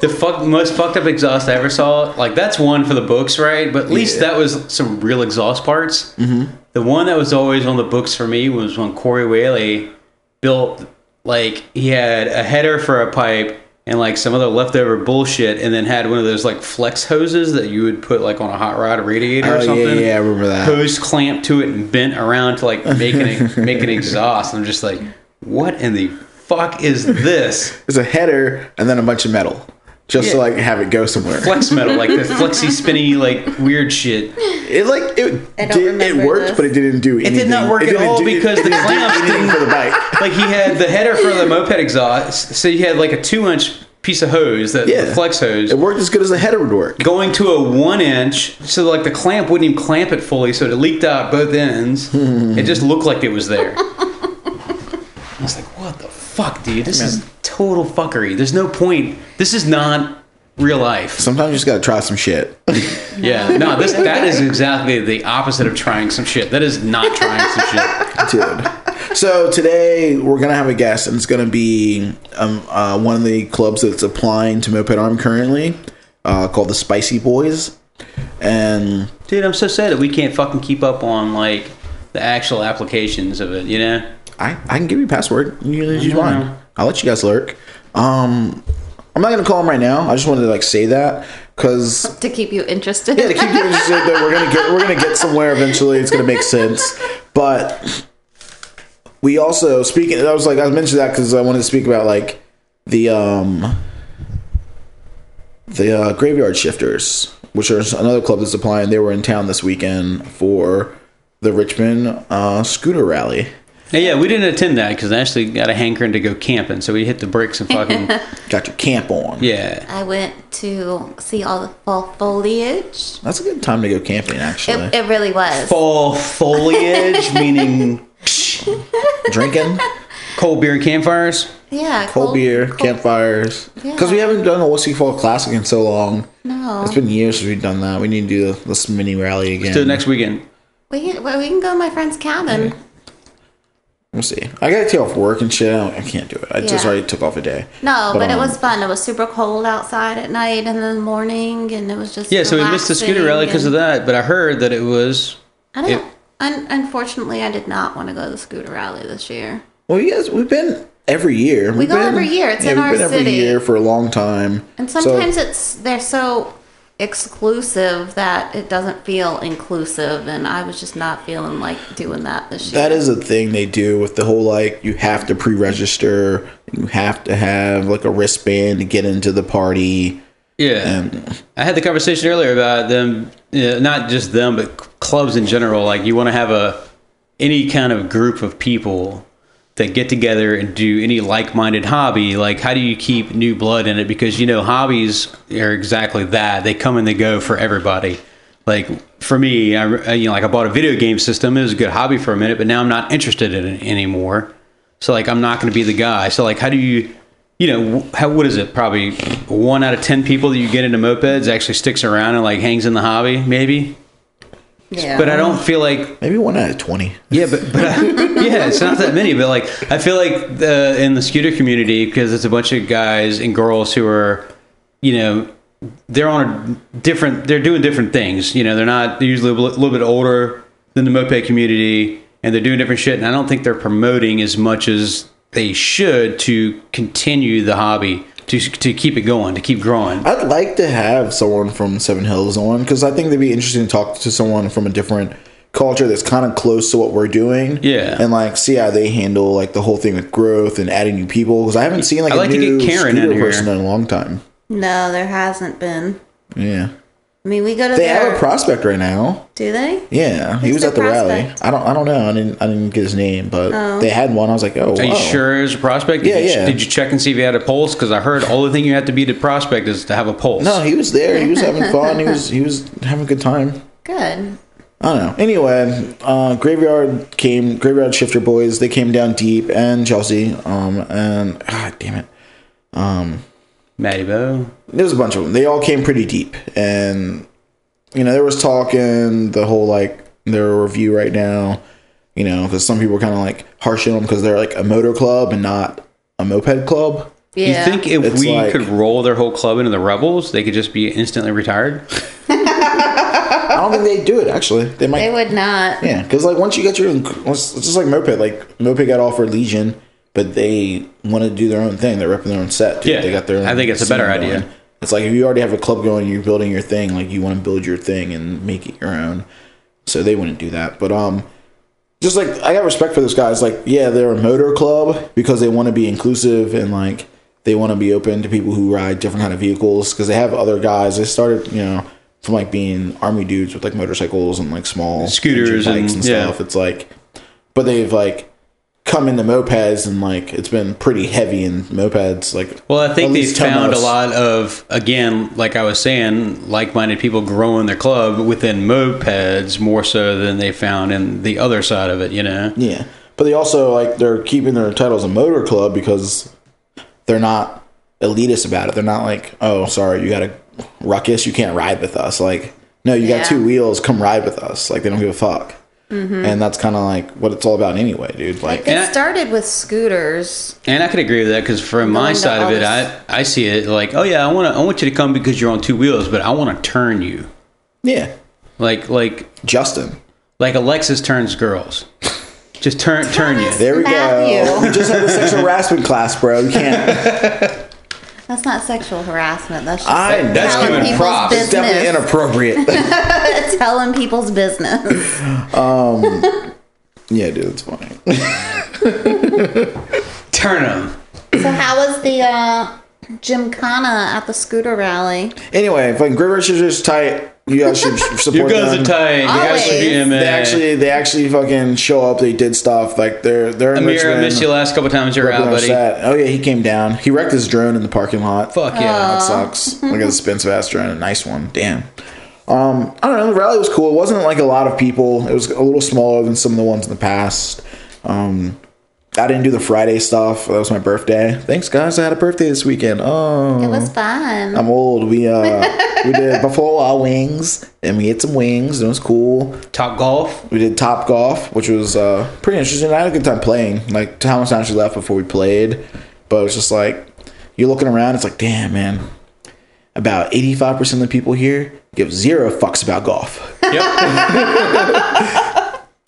[SPEAKER 2] the fuck most fucked up exhaust I ever saw. Like that's one for the books, right? But at least
[SPEAKER 6] Yeah.
[SPEAKER 2] that was some real exhaust parts. Mm-hmm. The one that was always on the books for me was when Corey Whaley built. Like he had a header for a pipe, and like some other leftover bullshit, and then had one of those like flex hoses that you would put like on a hot rod radiator
[SPEAKER 6] Oh,
[SPEAKER 2] or
[SPEAKER 6] yeah,
[SPEAKER 2] something.
[SPEAKER 6] yeah, I remember that.
[SPEAKER 2] Hose clamped to it and bent around to like make an make an exhaust. I'm just like, what in the fuck is this?
[SPEAKER 6] It's a header and then a bunch of metal, just to
[SPEAKER 2] Yeah.
[SPEAKER 6] like have it go somewhere.
[SPEAKER 2] Flex metal, like the flexy, spinny, like weird shit.
[SPEAKER 6] It like it
[SPEAKER 5] I don't
[SPEAKER 6] did, it
[SPEAKER 5] remember
[SPEAKER 6] worked,
[SPEAKER 5] this.
[SPEAKER 6] but it didn't do anything.
[SPEAKER 2] did not work at
[SPEAKER 6] didn't
[SPEAKER 2] all
[SPEAKER 6] do-
[SPEAKER 2] because the
[SPEAKER 6] it didn't do
[SPEAKER 2] clamps
[SPEAKER 6] anything
[SPEAKER 2] didn't-
[SPEAKER 6] for the bike.
[SPEAKER 2] like he had the header for the moped exhaust, so he had like a two inch piece of hose, that
[SPEAKER 6] Yeah,
[SPEAKER 2] the flex hose,
[SPEAKER 6] It worked as good as the header would work.
[SPEAKER 2] going to a one inch, so like the clamp wouldn't even clamp it fully, so it leaked out both ends.
[SPEAKER 6] Hmm.
[SPEAKER 2] it just looked like it was there. I was like, what the fuck, dude? This is total fuckery. There's no point. This is not real life.
[SPEAKER 6] Sometimes you just gotta try some shit.
[SPEAKER 2] Yeah, no, this that is exactly the opposite of trying some shit. That is not trying some shit.
[SPEAKER 6] dude. So today we're gonna have a guest, and it's gonna be um, uh, one of the clubs that's applying to Moped Arm currently, uh, called the Spicy Boys, and
[SPEAKER 2] Dude, I'm so sad that we can't fucking keep up on like the actual applications of it, you know?
[SPEAKER 6] I, I can give you a password. You can use
[SPEAKER 2] don't
[SPEAKER 6] mine.
[SPEAKER 2] know.
[SPEAKER 6] I'll let you guys lurk. Um, I'm not gonna call him right now. I just wanted to like say that because
[SPEAKER 5] to keep you interested.
[SPEAKER 6] yeah, to keep you interested that we're gonna get we're gonna get somewhere eventually. It's gonna make sense, but we also speaking. I was like I mentioned that because I wanted to speak about like the um the uh, graveyard shifters, which are another club that's applying. They were in town this weekend for the Richmond uh, scooter rally.
[SPEAKER 2] Yeah, yeah, we didn't attend that because Ashley got a hankering to go camping, so we hit the bricks and fucking
[SPEAKER 6] Got your camp on.
[SPEAKER 2] yeah.
[SPEAKER 5] I went to see all the fall foliage.
[SPEAKER 6] that's a good time to go camping. Actually,
[SPEAKER 5] It, it really was.
[SPEAKER 2] Fall foliage, meaning
[SPEAKER 6] drinking.
[SPEAKER 2] cold beer and campfires.
[SPEAKER 5] yeah,
[SPEAKER 6] cold, beer, campfires. Because we
[SPEAKER 5] Yeah.
[SPEAKER 6] haven't done a Whiskey Fall Classic in so long.
[SPEAKER 5] No.
[SPEAKER 6] It's been years since we've done that. We need to do this mini rally again.
[SPEAKER 2] To the next weekend.
[SPEAKER 5] We can, well, we can go to my friend's cabin.
[SPEAKER 6] We'll see. I gotta take off work and shit. I, don't- I can't do it. I just
[SPEAKER 5] Yeah.
[SPEAKER 6] already took off a day.
[SPEAKER 5] No, but, it
[SPEAKER 6] um,
[SPEAKER 5] was fun. It was super cold outside at night and in the morning, and it was just
[SPEAKER 2] Yeah, so we missed the scooter
[SPEAKER 5] relaxing
[SPEAKER 2] rally because of
[SPEAKER 5] and-
[SPEAKER 2] that, but I heard that it was.
[SPEAKER 5] I don't.
[SPEAKER 2] It-
[SPEAKER 5] un- unfortunately, I did not want to go to the scooter rally this year.
[SPEAKER 6] Well, you guys, we've been every year. We
[SPEAKER 5] go every year. It's in our
[SPEAKER 6] every
[SPEAKER 5] city.
[SPEAKER 6] year for a long time.
[SPEAKER 5] And sometimes it's they're so exclusive that it doesn't feel inclusive, and I was just not feeling like doing that this year.
[SPEAKER 6] That is a thing they do with the whole like you have to pre-register, you have to have like a wristband to get into the party.
[SPEAKER 2] Yeah,
[SPEAKER 6] And
[SPEAKER 2] I had the conversation earlier about them, uh, not just them, but c- clubs in general. Like you want to have a any kind of group of people that get together and do any like-minded hobby. Like how do you keep new blood in it? Because you know hobbies are exactly that. They come and they go for everybody. Like for me, I re- uh, you know like I bought a video game system. It was a good hobby for a minute, but now I'm not interested in it anymore. So like I'm not going to be the guy. So like how do you you know wh- how what is it probably one out of ten people that you get into mopeds actually sticks around and like hangs in the hobby maybe
[SPEAKER 5] yeah.
[SPEAKER 2] but i don't feel like
[SPEAKER 6] maybe one out of twenty.
[SPEAKER 2] yeah but, but I, yeah it's not that many but like i feel like the, in the scooter community because it's a bunch of guys and girls who are you know they're on a different they're doing different things you know they're not they're usually a li- little bit older than the moped community and they're doing different shit and i don't think they're promoting as much as they should to continue the hobby to, to keep it going to keep growing
[SPEAKER 6] I'd like to have someone from Seven Hills on because I think it'd be interesting to talk to someone from a different culture that's kind of close to what we're doing.
[SPEAKER 2] Yeah.
[SPEAKER 6] and like see how they handle like the whole thing with growth and adding new people because I haven't seen like
[SPEAKER 2] I'd
[SPEAKER 6] a
[SPEAKER 2] like to
[SPEAKER 6] new
[SPEAKER 2] get Karen
[SPEAKER 6] scooter
[SPEAKER 2] in here.
[SPEAKER 6] person in a long time.
[SPEAKER 5] no, there hasn't been.
[SPEAKER 6] Yeah,
[SPEAKER 5] I mean, we go to
[SPEAKER 6] they
[SPEAKER 5] their,
[SPEAKER 6] have a prospect right now.
[SPEAKER 5] do they?
[SPEAKER 6] Yeah, he was
[SPEAKER 5] Who's their
[SPEAKER 6] at the rally.
[SPEAKER 5] prospect?
[SPEAKER 6] I don't, I don't know. I didn't, I didn't get his name, but they had one. I was like, oh,
[SPEAKER 2] Are you sure it was a prospect? Did
[SPEAKER 6] Yeah,
[SPEAKER 2] you,
[SPEAKER 6] yeah.
[SPEAKER 2] Did you check and see if he had a pulse? Because I heard all the thing you have to be to prospect is to have a pulse.
[SPEAKER 6] No, he was there. He was having fun. He was, he was having a good time.
[SPEAKER 5] Good.
[SPEAKER 6] I don't know. Anyway, uh, Graveyard came, Graveyard Shifter Boys, they came down deep and Chelsea, um, and, god damn it.
[SPEAKER 2] Matty Bo.
[SPEAKER 6] There was a bunch of them. They all came pretty deep. And, you know, there was talk and the whole, like, their review right now, you know, because some people are kind of, like, harsh on them because they're, like, a motor club and not a moped club.
[SPEAKER 5] Yeah.
[SPEAKER 2] You think if
[SPEAKER 6] It's
[SPEAKER 2] we
[SPEAKER 6] like-
[SPEAKER 2] could roll their whole club into the Rebels, they could just be instantly retired?
[SPEAKER 6] I don't think they do it, actually. They might.
[SPEAKER 5] they would not?
[SPEAKER 6] Yeah, because like once you get your own, once, it's just like moped. Like moped got offered Legion, but they want to do their own thing. They're repping their own set. Dude.
[SPEAKER 2] Yeah.
[SPEAKER 6] they got their. Own
[SPEAKER 2] I think it's a
[SPEAKER 6] scene
[SPEAKER 2] better idea.
[SPEAKER 6] going. It's like if you already have a club going, you're building your thing. Like you want to build your thing and make it your own. So they wouldn't do that. But um, just like I got respect for those guys. Like yeah, they're a motor club because they want to be inclusive and like they want to be open to people who ride different kind of vehicles because they have other guys. They started you know from like being army dudes with like motorcycles and like small
[SPEAKER 2] Scooters
[SPEAKER 6] bikes
[SPEAKER 2] and-
[SPEAKER 6] and
[SPEAKER 2] yeah.
[SPEAKER 6] stuff. It's like but they've like come into mopeds and like it's been pretty heavy in mopeds like
[SPEAKER 2] Well, I
[SPEAKER 6] at
[SPEAKER 2] think they
[SPEAKER 6] least 10
[SPEAKER 2] found a
[SPEAKER 6] us.
[SPEAKER 2] lot of again, like I was saying, like-minded people growing their club within mopeds more so than they found in the other side of it. You know,
[SPEAKER 6] yeah but they also like they're keeping their titles a motor club because they're not elitist about it they're not like oh sorry you got a ruckus you can't ride with us like no you
[SPEAKER 5] Yeah.
[SPEAKER 6] got two wheels come ride with us like they don't give a fuck
[SPEAKER 5] Mm-hmm.
[SPEAKER 6] and that's kind of like what it's all about anyway dude like
[SPEAKER 5] It
[SPEAKER 2] And I-
[SPEAKER 5] started with scooters.
[SPEAKER 2] and I could agree with that because from my
[SPEAKER 5] Going to
[SPEAKER 2] side of it,
[SPEAKER 5] others.
[SPEAKER 2] I I see it like, oh yeah, I want to, I want you to come because you're on two wheels, but I want to turn you,
[SPEAKER 6] yeah
[SPEAKER 2] like like
[SPEAKER 6] justin
[SPEAKER 2] like Alexis turns girls, just turn turn you.
[SPEAKER 6] there we go
[SPEAKER 5] Matthew.
[SPEAKER 6] we just had a sexual harassment class bro you can't
[SPEAKER 5] That's not sexual harassment. That's just
[SPEAKER 6] I know.
[SPEAKER 2] That's
[SPEAKER 5] telling
[SPEAKER 2] giving
[SPEAKER 5] people's
[SPEAKER 2] props.
[SPEAKER 5] business.
[SPEAKER 6] definitely inappropriate.
[SPEAKER 5] telling people's business.
[SPEAKER 6] yeah, dude, it's funny.
[SPEAKER 2] Turn them.
[SPEAKER 5] so how was the uh, gymkhana at the scooter rally?
[SPEAKER 6] Anyway, fucking Great Richards is tight. You guys should support
[SPEAKER 2] You guys
[SPEAKER 6] them.
[SPEAKER 2] are tight. You guys should be
[SPEAKER 5] Always.
[SPEAKER 2] in
[SPEAKER 6] They
[SPEAKER 2] it.
[SPEAKER 6] actually, they actually fucking show up. They did stuff like they're they're in
[SPEAKER 2] Amir, I
[SPEAKER 6] Richmond.
[SPEAKER 2] missed you last couple times you were
[SPEAKER 6] They're
[SPEAKER 2] out, buddy.
[SPEAKER 6] upset. Oh yeah, he came down. He wrecked his drone in the parking lot.
[SPEAKER 2] Fuck yeah.
[SPEAKER 5] Oh.
[SPEAKER 6] That sucks. Look at the expensive ass drone, a nice one. Damn. Um, I don't know. The rally was cool. It wasn't like a lot of people. It was a little smaller than some of the ones in the past. Um, I didn't do the Friday stuff. That was my birthday. Thanks, guys. I had a birthday this weekend. Oh,
[SPEAKER 5] It was fun.
[SPEAKER 6] I'm old. We uh we did Buffalo Wild Wings and we ate some wings and it was cool.
[SPEAKER 2] Top golf.
[SPEAKER 6] We did Top Golf, which was uh pretty interesting. I had a good time playing. Like Thomas actually left before we played, but it was just like you're looking around, it's like, damn man, about 85% of the people here give zero fucks about golf.
[SPEAKER 2] Yep.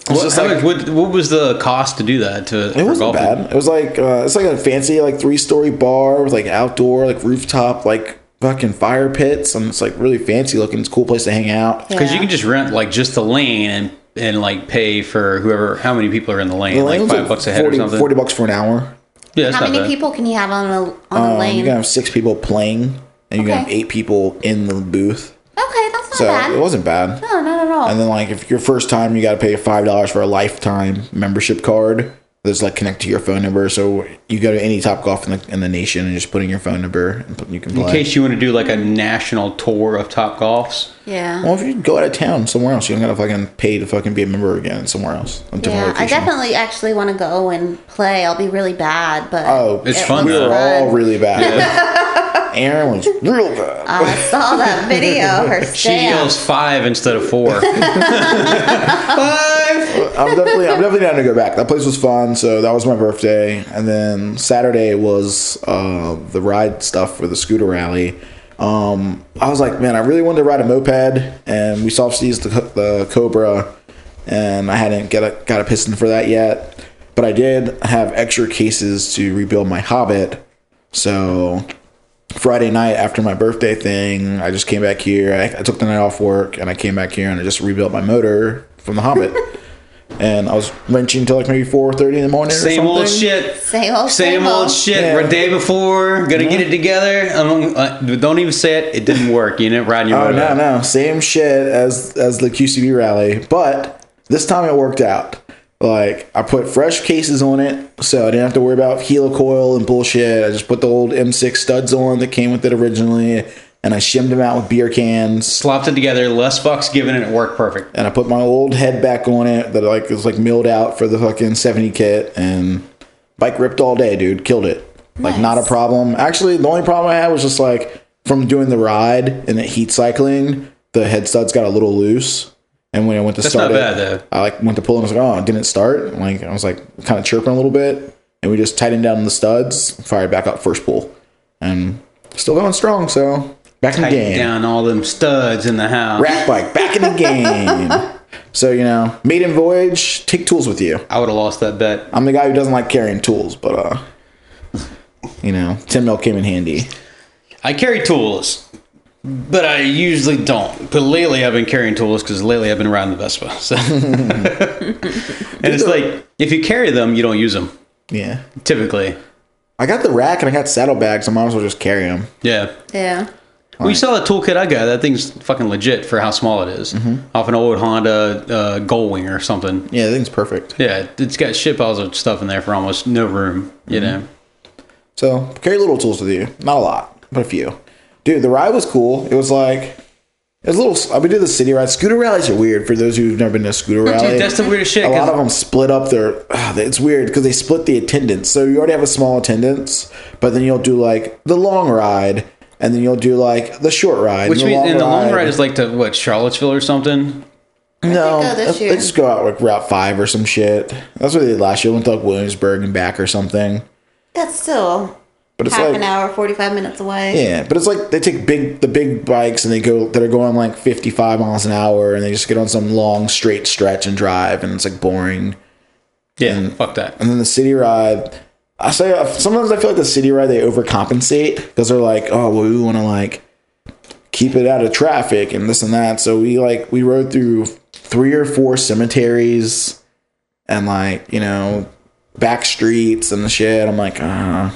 [SPEAKER 2] what,
[SPEAKER 6] just
[SPEAKER 2] how
[SPEAKER 6] like-
[SPEAKER 2] much- what, what was the cost to do that? To
[SPEAKER 6] It wasn't bad. It was like uh, it's like a fancy like three story bar with like outdoor like rooftop like fucking fire pits and it's like really fancy looking. It's a cool place to hang out.
[SPEAKER 2] because
[SPEAKER 5] Yeah.
[SPEAKER 2] you can just rent like just the lane and and like pay for whoever how many people are in the lane,
[SPEAKER 6] The
[SPEAKER 2] like
[SPEAKER 6] lanes
[SPEAKER 2] five
[SPEAKER 6] are
[SPEAKER 2] bucks a head
[SPEAKER 6] 40
[SPEAKER 2] or something.
[SPEAKER 6] 40 bucks for an hour.
[SPEAKER 2] yeah, it's
[SPEAKER 5] how
[SPEAKER 2] not
[SPEAKER 5] many
[SPEAKER 2] bad.
[SPEAKER 5] people can you have on the on the
[SPEAKER 6] Um,
[SPEAKER 5] lane?
[SPEAKER 6] you can have six people playing, and you can have
[SPEAKER 5] Okay.
[SPEAKER 6] eight people in the booth.
[SPEAKER 5] Okay, that's not
[SPEAKER 6] So
[SPEAKER 5] bad.
[SPEAKER 6] it wasn't bad.
[SPEAKER 5] no, not at all.
[SPEAKER 6] And then like if your first time, you got to pay five dollars for a lifetime membership card that's like connected to your phone number. So you go to any Top Golf in the in the nation and just put in your phone number and put, you can play.
[SPEAKER 2] In case you want to do like a national tour of Top Golfs,
[SPEAKER 5] yeah.
[SPEAKER 6] well, if you go out of town somewhere else, you don't gotta fucking pay to fucking be a member again somewhere else. A different
[SPEAKER 5] Yeah, I
[SPEAKER 6] location.
[SPEAKER 5] definitely actually want to go and play. I'll be really bad, but
[SPEAKER 6] Oh,
[SPEAKER 2] It's fun,
[SPEAKER 6] We
[SPEAKER 5] was
[SPEAKER 2] though.
[SPEAKER 6] were all
[SPEAKER 5] fun.
[SPEAKER 6] really bad. Aaron was real bad.
[SPEAKER 5] I saw that video. Her
[SPEAKER 2] she yells
[SPEAKER 5] stance.
[SPEAKER 2] five instead of four. five.
[SPEAKER 6] I'm definitely I'm definitely down to go back. That place was fun, so that was my birthday. And then Saturday was uh, the ride stuff for the scooter rally. Um, I was like, man, I really wanted to ride a moped, and we soft seized the, co- the Cobra, and I hadn't get a, got a piston for that yet, but I did have extra cases to rebuild my Hobbit. So Friday night after my birthday thing, I just came back here. I, I took the night off work, and I came back here and I just rebuilt my motor from the Hobbit. and I was wrenching until like maybe four thirty in the morning. or
[SPEAKER 2] Same
[SPEAKER 6] something.
[SPEAKER 2] old shit.
[SPEAKER 5] Same old,
[SPEAKER 2] Same old shit.
[SPEAKER 6] Yeah.
[SPEAKER 2] We're day before. Gonna get it together. Um, uh, don't even say it. It didn't work. You didn't ride your
[SPEAKER 6] Oh
[SPEAKER 2] motor.
[SPEAKER 6] no, no, same shit as as the QCB rally, but this time it worked out. Like I put fresh cases on it, so I didn't have to worry about helicoil and bullshit. I just put the old M6 studs on that came with it originally, and I shimmed them out with beer cans.
[SPEAKER 2] Slopped it together. Less fucks given, and it worked perfect.
[SPEAKER 6] And I put my old head back on it that like was like milled out for the fucking seventy kit, and bike ripped all day, dude. Killed it. Like not a
[SPEAKER 5] Nice.
[SPEAKER 6] problem. Actually, the only problem I had was just like from doing the ride and the heat cycling, the head studs got a little loose. And when I went to
[SPEAKER 2] That's
[SPEAKER 6] start
[SPEAKER 2] not
[SPEAKER 6] it,
[SPEAKER 2] bad, though.
[SPEAKER 6] I like went to pull and I was like, oh, it didn't start. And, Like I was like kind of chirping a little bit, and we just tightened down the studs, fired back up first pull, and still going strong. So back in the
[SPEAKER 2] Tighten
[SPEAKER 6] game,
[SPEAKER 2] down all them studs in the house.
[SPEAKER 6] rack bike, back in the game. So you know, maiden voyage, take tools with you.
[SPEAKER 2] I would have lost that bet.
[SPEAKER 6] I'm the guy who doesn't like carrying tools, but uh, you know, ten mil came in handy.
[SPEAKER 2] I carry tools, but I usually don't. But lately, I've been carrying tools because lately I've been riding the Vespa. So. and it's like if you carry them, you don't use them
[SPEAKER 6] Yeah,
[SPEAKER 2] typically.
[SPEAKER 6] I got the rack and I got saddlebags. I might as well just carry them.
[SPEAKER 2] Yeah.
[SPEAKER 5] Yeah.
[SPEAKER 2] We saw the toolkit I got. That thing's fucking legit for how small it is. Off an old Honda uh, Goldwing or something.
[SPEAKER 6] Yeah, that thing's perfect.
[SPEAKER 2] Yeah, it's got shit piles of stuff in there for almost no room. You know.
[SPEAKER 6] So carry little tools with you, not a lot, but a few. Dude, the ride was cool. It was like it was a little. I mean, did the city ride. Scooter rallies are weird for those who've never been to a scooter rally.
[SPEAKER 2] Dude, that's the weirdest shit.
[SPEAKER 6] a
[SPEAKER 2] 'cause-
[SPEAKER 6] lot of them split up their. ugh, it's weird because they split the attendance. So you already have a small attendance, but then you'll do like the long ride, and then you'll do like the short ride.
[SPEAKER 2] which means in the long ride is like to what Charlottesville or something.
[SPEAKER 6] no,
[SPEAKER 5] go uh, this
[SPEAKER 6] they
[SPEAKER 5] year.
[SPEAKER 6] just go out like Route Five or some shit. That's what they did last year. Went to like Williamsburg and back or something.
[SPEAKER 5] That's still
[SPEAKER 6] But it's
[SPEAKER 5] half
[SPEAKER 6] like
[SPEAKER 5] an hour, 45 minutes away.
[SPEAKER 6] yeah, but it's like they take big the big bikes and they go that are going like fifty five miles an hour, and they just get on some long straight stretch and drive, and it's like boring.
[SPEAKER 2] Yeah, fuck that.
[SPEAKER 6] and then the city ride. I say uh, sometimes I feel like the city ride they overcompensate because they're like, oh, well, we want to like keep it out of traffic and this and that. So we like we rode through three or four cemeteries and like you know back streets and the shit. I'm like, uh, I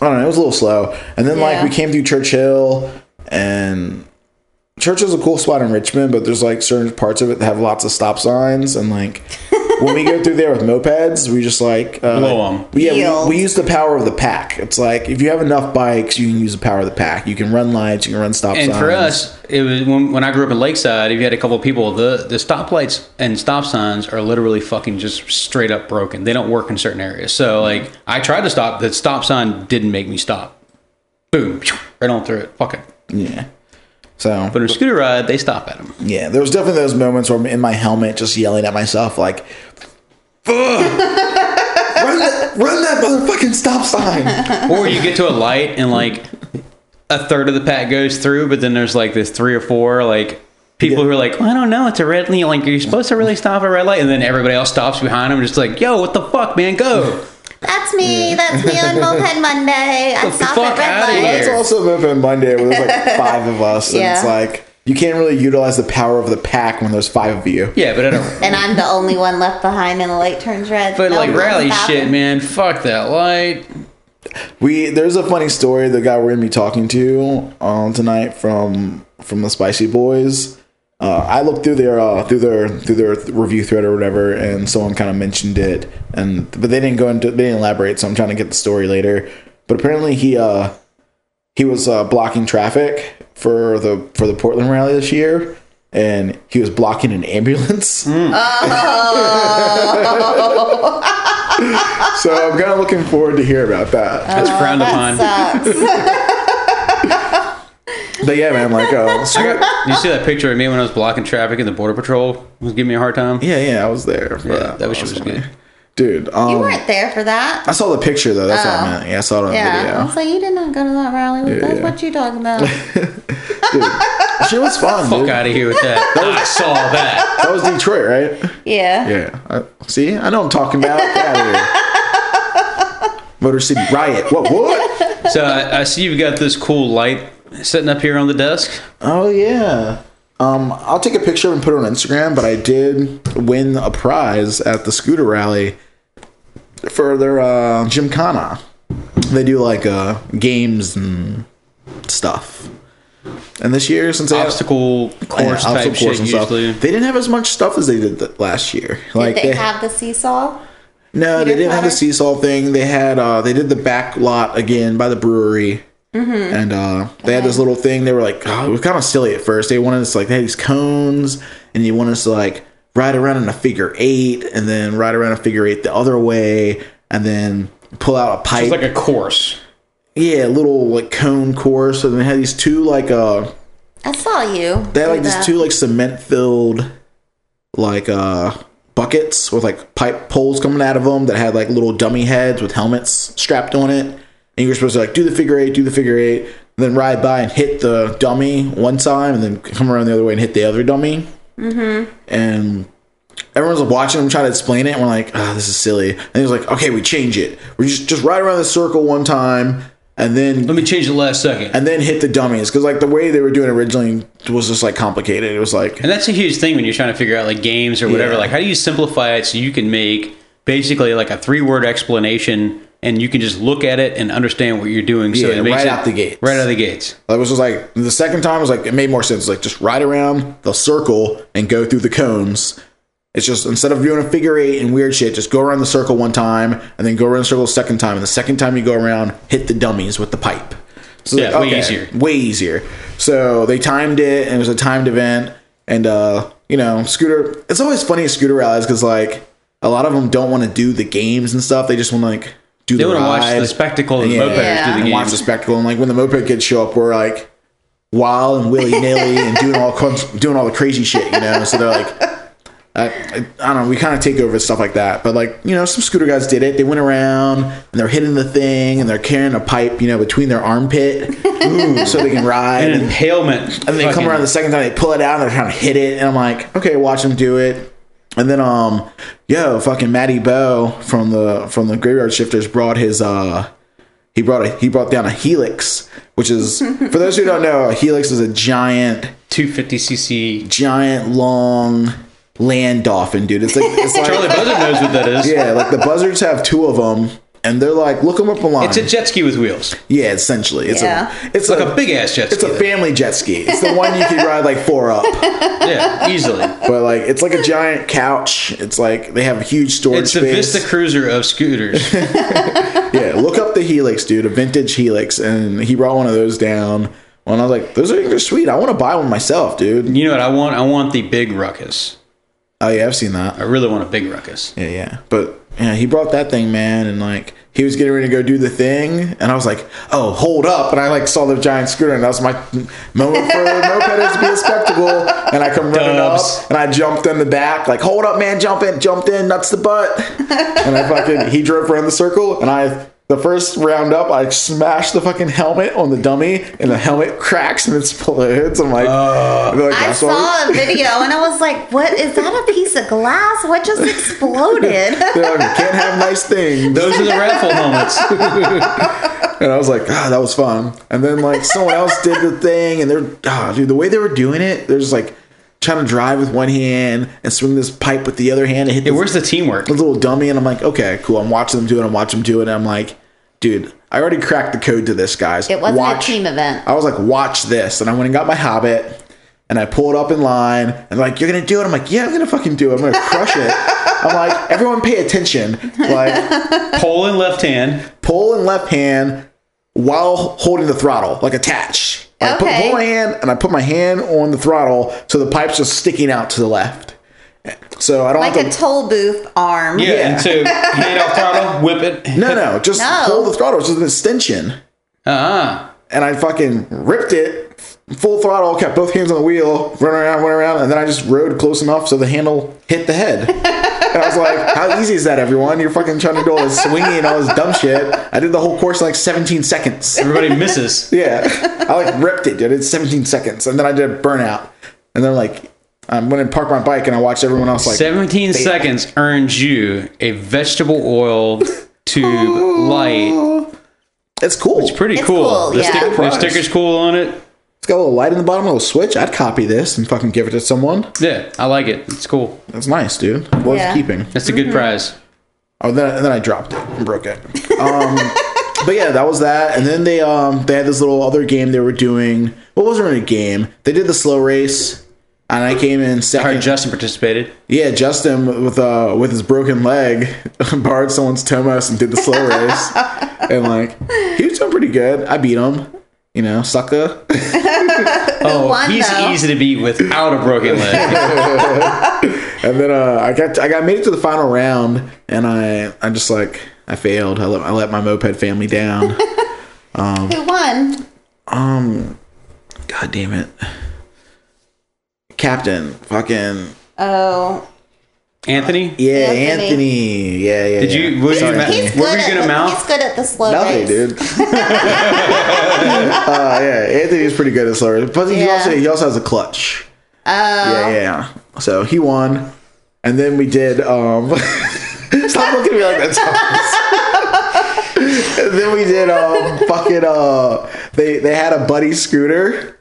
[SPEAKER 6] don't know, it was a little slow. And then like
[SPEAKER 5] Yeah.
[SPEAKER 6] we came through Churchill and Churchill's a cool spot in Richmond, but there's like certain parts of it that have lots of stop signs and like when we go through there with mopeds, we just like uh,
[SPEAKER 2] Blow 'em.
[SPEAKER 6] Yeah,
[SPEAKER 5] Yield.
[SPEAKER 6] we, we use the power of the pack. It's like if you have enough bikes, you can use the power of the pack. You can run lights, you can run stop
[SPEAKER 2] And
[SPEAKER 6] signs.
[SPEAKER 2] for us, it was when, when I grew up in Lakeside. If you had a couple of people, the the stoplights and stop signs are literally fucking just straight up broken. They don't work in certain areas. So like, I tried to stop. The stop sign didn't make me stop. Boom, right on through it. Fuck it.
[SPEAKER 6] yeah. So
[SPEAKER 2] But in a scooter ride, they stop at them.
[SPEAKER 6] yeah, there was definitely those moments where I'm in my helmet just yelling at myself like, "Ugh, run, that, run that motherfucking stop sign."
[SPEAKER 2] or you get to a light and like a third of the pack goes through, but then there's like this three or four like people who are like, I don't know, it's a red light. Like you're supposed to really stop at red light, and then everybody else stops behind them, just like, yo, what the fuck, man, go.
[SPEAKER 5] That's me. That's me on Moped Monday. I
[SPEAKER 2] the
[SPEAKER 5] stop
[SPEAKER 2] fuck
[SPEAKER 5] at
[SPEAKER 2] outta
[SPEAKER 5] Red Light.
[SPEAKER 2] here.
[SPEAKER 6] That's also Moped Monday where there's like five of us, and it's
[SPEAKER 5] Yeah.
[SPEAKER 6] like you can't really utilize the power of the pack when there's five of you.
[SPEAKER 2] Yeah, but I don't.
[SPEAKER 5] And I'm the only one left behind, and the light turns red.
[SPEAKER 2] But
[SPEAKER 5] No
[SPEAKER 2] like
[SPEAKER 5] one's
[SPEAKER 2] rally
[SPEAKER 5] stopping.
[SPEAKER 2] shit, man, fuck that light.
[SPEAKER 6] We there's a funny story the guy we're gonna be talking to um, tonight from from the Spicy Boys. Uh, I looked through their uh, through their through their th- review thread or whatever, and someone kind of mentioned it, and but they didn't go into they didn't elaborate, so I'm trying to get the story later. But apparently he uh he was uh, blocking traffic for the for the Portland rally this year, and he was blocking an ambulance. so I'm kind of looking forward to hear about that.
[SPEAKER 2] Oh, That's frowned upon.
[SPEAKER 5] That sucks.
[SPEAKER 6] But yeah, man, like uh, screw-
[SPEAKER 2] You see that picture of me when I was blocking traffic and the border patrol was giving me a hard time.
[SPEAKER 6] Yeah, yeah, I was there. For
[SPEAKER 2] Yeah, that was- was
[SPEAKER 6] funny.
[SPEAKER 2] good.
[SPEAKER 6] Dude, um,
[SPEAKER 5] You weren't there for that.
[SPEAKER 6] I saw the picture though. That's what
[SPEAKER 5] Oh.
[SPEAKER 6] I meant. Yeah, I saw it on
[SPEAKER 5] Yeah. I
[SPEAKER 6] video.
[SPEAKER 5] was like, you did not go to that rally with
[SPEAKER 6] Yeah,
[SPEAKER 5] us.
[SPEAKER 6] yeah.
[SPEAKER 5] What you talking about?
[SPEAKER 6] Shit was fun,
[SPEAKER 2] Fuck
[SPEAKER 6] dude.
[SPEAKER 2] out of here with that. I saw that.
[SPEAKER 6] That was Detroit, right?
[SPEAKER 5] yeah.
[SPEAKER 6] Yeah. I, see, I know what I'm talking about. Get out of here. Motor City Riot. What? What?
[SPEAKER 2] So I, I see you've got this cool light sitting up here on the desk.
[SPEAKER 6] Oh yeah. Um, I'll take a picture and put it on Instagram. But I did win a prize at the scooter rally for their uh, Gymkhana. They do like uh, games and stuff. And this year, since I
[SPEAKER 2] obstacle course
[SPEAKER 6] Yeah,
[SPEAKER 2] type
[SPEAKER 6] obstacle course
[SPEAKER 2] shit
[SPEAKER 6] and stuff.
[SPEAKER 2] usually.
[SPEAKER 6] They didn't have as much stuff as they did th- last year. Like
[SPEAKER 5] Did they have the seesaw?
[SPEAKER 6] no, they
[SPEAKER 5] Peter
[SPEAKER 6] didn't have the
[SPEAKER 5] Pan?
[SPEAKER 6] seesaw thing. They had uh they did the back lot again by the brewery. And uh, they had this little thing. They were like, oh, it was kind of silly at first. They wanted us to, like they had these cones, and they wanted us to like ride around in a figure eight, and then ride around a figure eight the other way, and then pull out a pipe.
[SPEAKER 2] It's like a course.
[SPEAKER 6] yeah, little like cone course. And they had these two like uh
[SPEAKER 5] I saw you.
[SPEAKER 6] They had
[SPEAKER 5] do
[SPEAKER 6] like these
[SPEAKER 5] that.
[SPEAKER 6] two like cement filled like uh buckets with like pipe poles coming out of them that had like little dummy heads with helmets strapped on it. And you were supposed to like do the figure eight, do the figure eight, and then ride by and hit the dummy one time and then come around the other way and hit the other dummy. Mm-hmm. And everyone's watching him try to explain it, and we're like, oh, this is silly. And he was like, okay, we change it. We just just ride around the circle one time, and then
[SPEAKER 2] Let me change the last second.
[SPEAKER 6] and then hit the dummies because like the way they were doing it originally was just like complicated. It was like
[SPEAKER 2] And that's a huge thing when you're trying to figure out like games or whatever.
[SPEAKER 6] Yeah.
[SPEAKER 2] Like, how do you simplify it so you can make basically like a three word explanation and you can just look at it and understand what you're doing? so
[SPEAKER 6] Yeah,
[SPEAKER 2] it makes
[SPEAKER 6] right
[SPEAKER 2] it,
[SPEAKER 6] out the gates.
[SPEAKER 2] Right out of the gates.
[SPEAKER 6] That was just like the second time was like it made more sense. Like just ride around the circle and go through the cones. It's just instead of doing a figure eight and weird shit, just go around the circle one time and then go around the circle a second time. And the second time you go around, hit the dummies with the pipe. So
[SPEAKER 2] Yeah, way easier.
[SPEAKER 6] Way easier. So they timed it and it was a timed event. And uh, you know, scooter. It's always funny at scooter rallies because like a lot of them don't want to do the games and stuff. They just want to like do
[SPEAKER 2] They
[SPEAKER 6] the
[SPEAKER 2] want to watch the
[SPEAKER 6] ride
[SPEAKER 2] spectacle of the
[SPEAKER 6] Yeah.
[SPEAKER 2] mopeds
[SPEAKER 5] Yeah.
[SPEAKER 2] do the
[SPEAKER 6] and watch the
[SPEAKER 2] games.
[SPEAKER 6] spectacle. And like when the moped kids show up, we're like wild and willy nilly and doing all doing all the crazy shit, you know. So they're like, I, I, I don't know. We kind of take over stuff like that. But like you know, some scooter guys did it. They went around and they're hitting the thing and they're carrying a pipe, you know, between their armpit, so they can ride.
[SPEAKER 2] An
[SPEAKER 6] And,
[SPEAKER 2] impalement.
[SPEAKER 6] and they come around the second time, they pull it out, and they're trying to hit it. And I'm like, okay, watch them do it. And then, um, yo, fucking Matty Bo from the from the Graveyard Shifters brought his uh, he brought a he brought down a helix, which is for those who don't know, a helix is a giant,
[SPEAKER 2] 250cc.
[SPEAKER 6] giant long land dolphin, dude. It's like it's
[SPEAKER 2] Charlie
[SPEAKER 6] like
[SPEAKER 2] Buzzard knows what that is.
[SPEAKER 6] yeah, like the buzzards have two of them, and they're like, look them up online.
[SPEAKER 2] It's a jet ski with wheels.
[SPEAKER 6] yeah, essentially, it's
[SPEAKER 5] Yeah.
[SPEAKER 6] a
[SPEAKER 2] It's
[SPEAKER 6] it's
[SPEAKER 2] like a big ass jet
[SPEAKER 6] It's
[SPEAKER 2] ski.
[SPEAKER 6] a family jet ski. It's the one you can ride like four up.
[SPEAKER 2] yeah, easily.
[SPEAKER 6] but like it's like a giant couch. It's like they have a huge storage
[SPEAKER 2] It's the
[SPEAKER 6] space.
[SPEAKER 2] Vista Cruiser of scooters.
[SPEAKER 6] yeah, look up the Helix, dude, a vintage Helix, and he brought one of those down. And I was like, those are sweet. I want to buy one myself, dude.
[SPEAKER 2] You know what I want? I want the big ruckus.
[SPEAKER 6] Oh yeah, I've seen that.
[SPEAKER 2] I really want a big ruckus.
[SPEAKER 6] Yeah, yeah. But yeah, he brought that thing, man, and like he was getting ready to go do the thing, and I was like, oh, hold up, and I like saw the giant scooter, and that was my moment for mopeds to be a spectacle, and I come running
[SPEAKER 2] Dubs.
[SPEAKER 6] up, and I jumped in the back, like, hold up, man, jump in, jumped in, nuts the butt, and I fucking he drove around the circle, and I. The first round up, I smashed the fucking helmet on the dummy, and the helmet cracks and explodes. I'm like, I'm like,
[SPEAKER 5] I
[SPEAKER 6] "That's why we-
[SPEAKER 5] saw a video and I was like, "What is that? A piece of glass? What just exploded?"
[SPEAKER 6] They're like, can't have nice things.
[SPEAKER 2] Those are the raffle moments.
[SPEAKER 6] And I was like, ah, that was fun. And then like someone else did the thing, and they're ah, dude, the way they were doing it, they're just like trying to drive with one hand and swing this pipe with the other hand and hit
[SPEAKER 2] Yeah,
[SPEAKER 6] this,
[SPEAKER 2] where's the teamwork?
[SPEAKER 6] this little dummy. And I'm like, okay, cool. I'm watching them do it. I'm watching them do it. And I'm like, dude, I already cracked the code to this, guys.
[SPEAKER 5] It wasn't
[SPEAKER 6] Watch-
[SPEAKER 5] a team event.
[SPEAKER 6] I was like, watch this. And I went and got my Hobbit and I pulled up in line and like, you're going to do it. I'm like, yeah, I'm going to fucking do it. I'm going to crush it. I'm like, everyone pay attention. Like,
[SPEAKER 2] Pole in left hand.
[SPEAKER 6] pull in left hand while holding the throttle, like attach. Like, I put,
[SPEAKER 5] Okay.
[SPEAKER 6] pull my hand and I put my hand on the throttle, so the pipe's just sticking out to the left. So I don't
[SPEAKER 5] Like
[SPEAKER 6] have
[SPEAKER 5] a
[SPEAKER 6] to.
[SPEAKER 5] toll booth arm.
[SPEAKER 2] Yeah, and so hand off throttle, whip it.
[SPEAKER 6] no, no, just
[SPEAKER 5] No.
[SPEAKER 6] hold the throttle. It's just an extension.
[SPEAKER 2] Ah,
[SPEAKER 6] And I fucking ripped it full throttle, kept both hands on the wheel, run around, run around, and then I just rode close enough so the handle hit the head. and I was like, how easy is that, everyone? You're fucking trying to do all this swinging and all this dumb shit. I did the whole course in like 17 seconds.
[SPEAKER 2] everybody misses.
[SPEAKER 6] Yeah. I like ripped it, dude. It's 17 seconds. And then I did a burnout. And then like I went and parked my bike and I watched everyone else like
[SPEAKER 2] 17 seconds earns you a vegetable oil tube light.
[SPEAKER 6] it's cool. It's,
[SPEAKER 2] Pretty
[SPEAKER 5] It's
[SPEAKER 2] cool.
[SPEAKER 5] cool,
[SPEAKER 2] the,
[SPEAKER 5] yeah.
[SPEAKER 2] sticker- the
[SPEAKER 6] Prize.
[SPEAKER 2] sticker's cool on it.
[SPEAKER 6] got a little light in the bottom, a little switch. I'd copy this and fucking give it to someone.
[SPEAKER 2] Yeah, I like it. It's cool.
[SPEAKER 6] That's nice, dude. Worth
[SPEAKER 5] Yeah.
[SPEAKER 6] keeping.
[SPEAKER 2] That's a good prize.
[SPEAKER 6] Oh, then and then I dropped it and broke it. Um But yeah, that was that. And then they um they had this little other game they were doing. Well, it wasn't really a game. They did the slow race, and I came in
[SPEAKER 2] I
[SPEAKER 6] second.
[SPEAKER 2] heard Justin participated.
[SPEAKER 6] Yeah, Justin with uh with his broken leg borrowed someone's Tomos and did the slow race, and like he was doing pretty good. I beat him, you know, sucker.
[SPEAKER 2] Oh,
[SPEAKER 5] won,
[SPEAKER 2] he's
[SPEAKER 5] though?
[SPEAKER 2] easy to beat without a broken leg.
[SPEAKER 6] And then uh, I got I got made it to the final round, and I I just like I failed. I let I let my moped family down.
[SPEAKER 5] Who won?
[SPEAKER 6] Um, God damn it, Captain, fucking
[SPEAKER 5] Oh,
[SPEAKER 2] Anthony?
[SPEAKER 6] yeah,
[SPEAKER 5] Anthony.
[SPEAKER 6] Anthony, yeah, yeah.
[SPEAKER 2] Did
[SPEAKER 6] yeah.
[SPEAKER 2] you? What,
[SPEAKER 6] Sorry.
[SPEAKER 2] you,
[SPEAKER 5] he's
[SPEAKER 2] what were
[SPEAKER 5] good.
[SPEAKER 2] you
[SPEAKER 5] At
[SPEAKER 2] gonna
[SPEAKER 5] the,
[SPEAKER 2] mouth?
[SPEAKER 5] He's good at the slow
[SPEAKER 6] Nothing,
[SPEAKER 5] race.
[SPEAKER 6] dude. uh, yeah, Anthony is pretty good at slow race, but he
[SPEAKER 5] Yeah.
[SPEAKER 6] also he also has a clutch.
[SPEAKER 5] Oh,
[SPEAKER 6] Yeah, yeah. So he won, And then we did. Um, stop looking at me like that. Thomas. and then we did um, fucking. Uh, they they had a buddy scooter.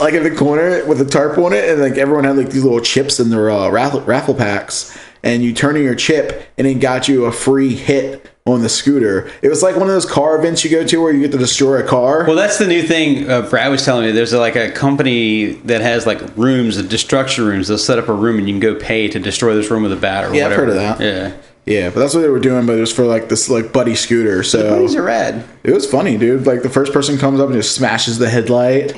[SPEAKER 6] Like in the corner with a tarp on it, and like everyone had like these little chips in their uh, raffle, raffle packs, and you turn in your chip, and it got you a free hit on the scooter. It was like one of those car events you go to where you get to destroy a car.
[SPEAKER 2] Well, that's the new thing. Uh, Brad was telling me there's like a company that has like rooms, destruction rooms. They'll set up a room and you can go pay to destroy this room with a bat or
[SPEAKER 6] Yeah, I've
[SPEAKER 2] whatever.
[SPEAKER 6] heard of that.
[SPEAKER 2] Yeah,
[SPEAKER 6] Yeah, but that's what they were doing, but it was for like this like buddy scooter. So
[SPEAKER 2] these are rad.
[SPEAKER 6] it was funny, dude. Like the first person comes up and just smashes the headlight.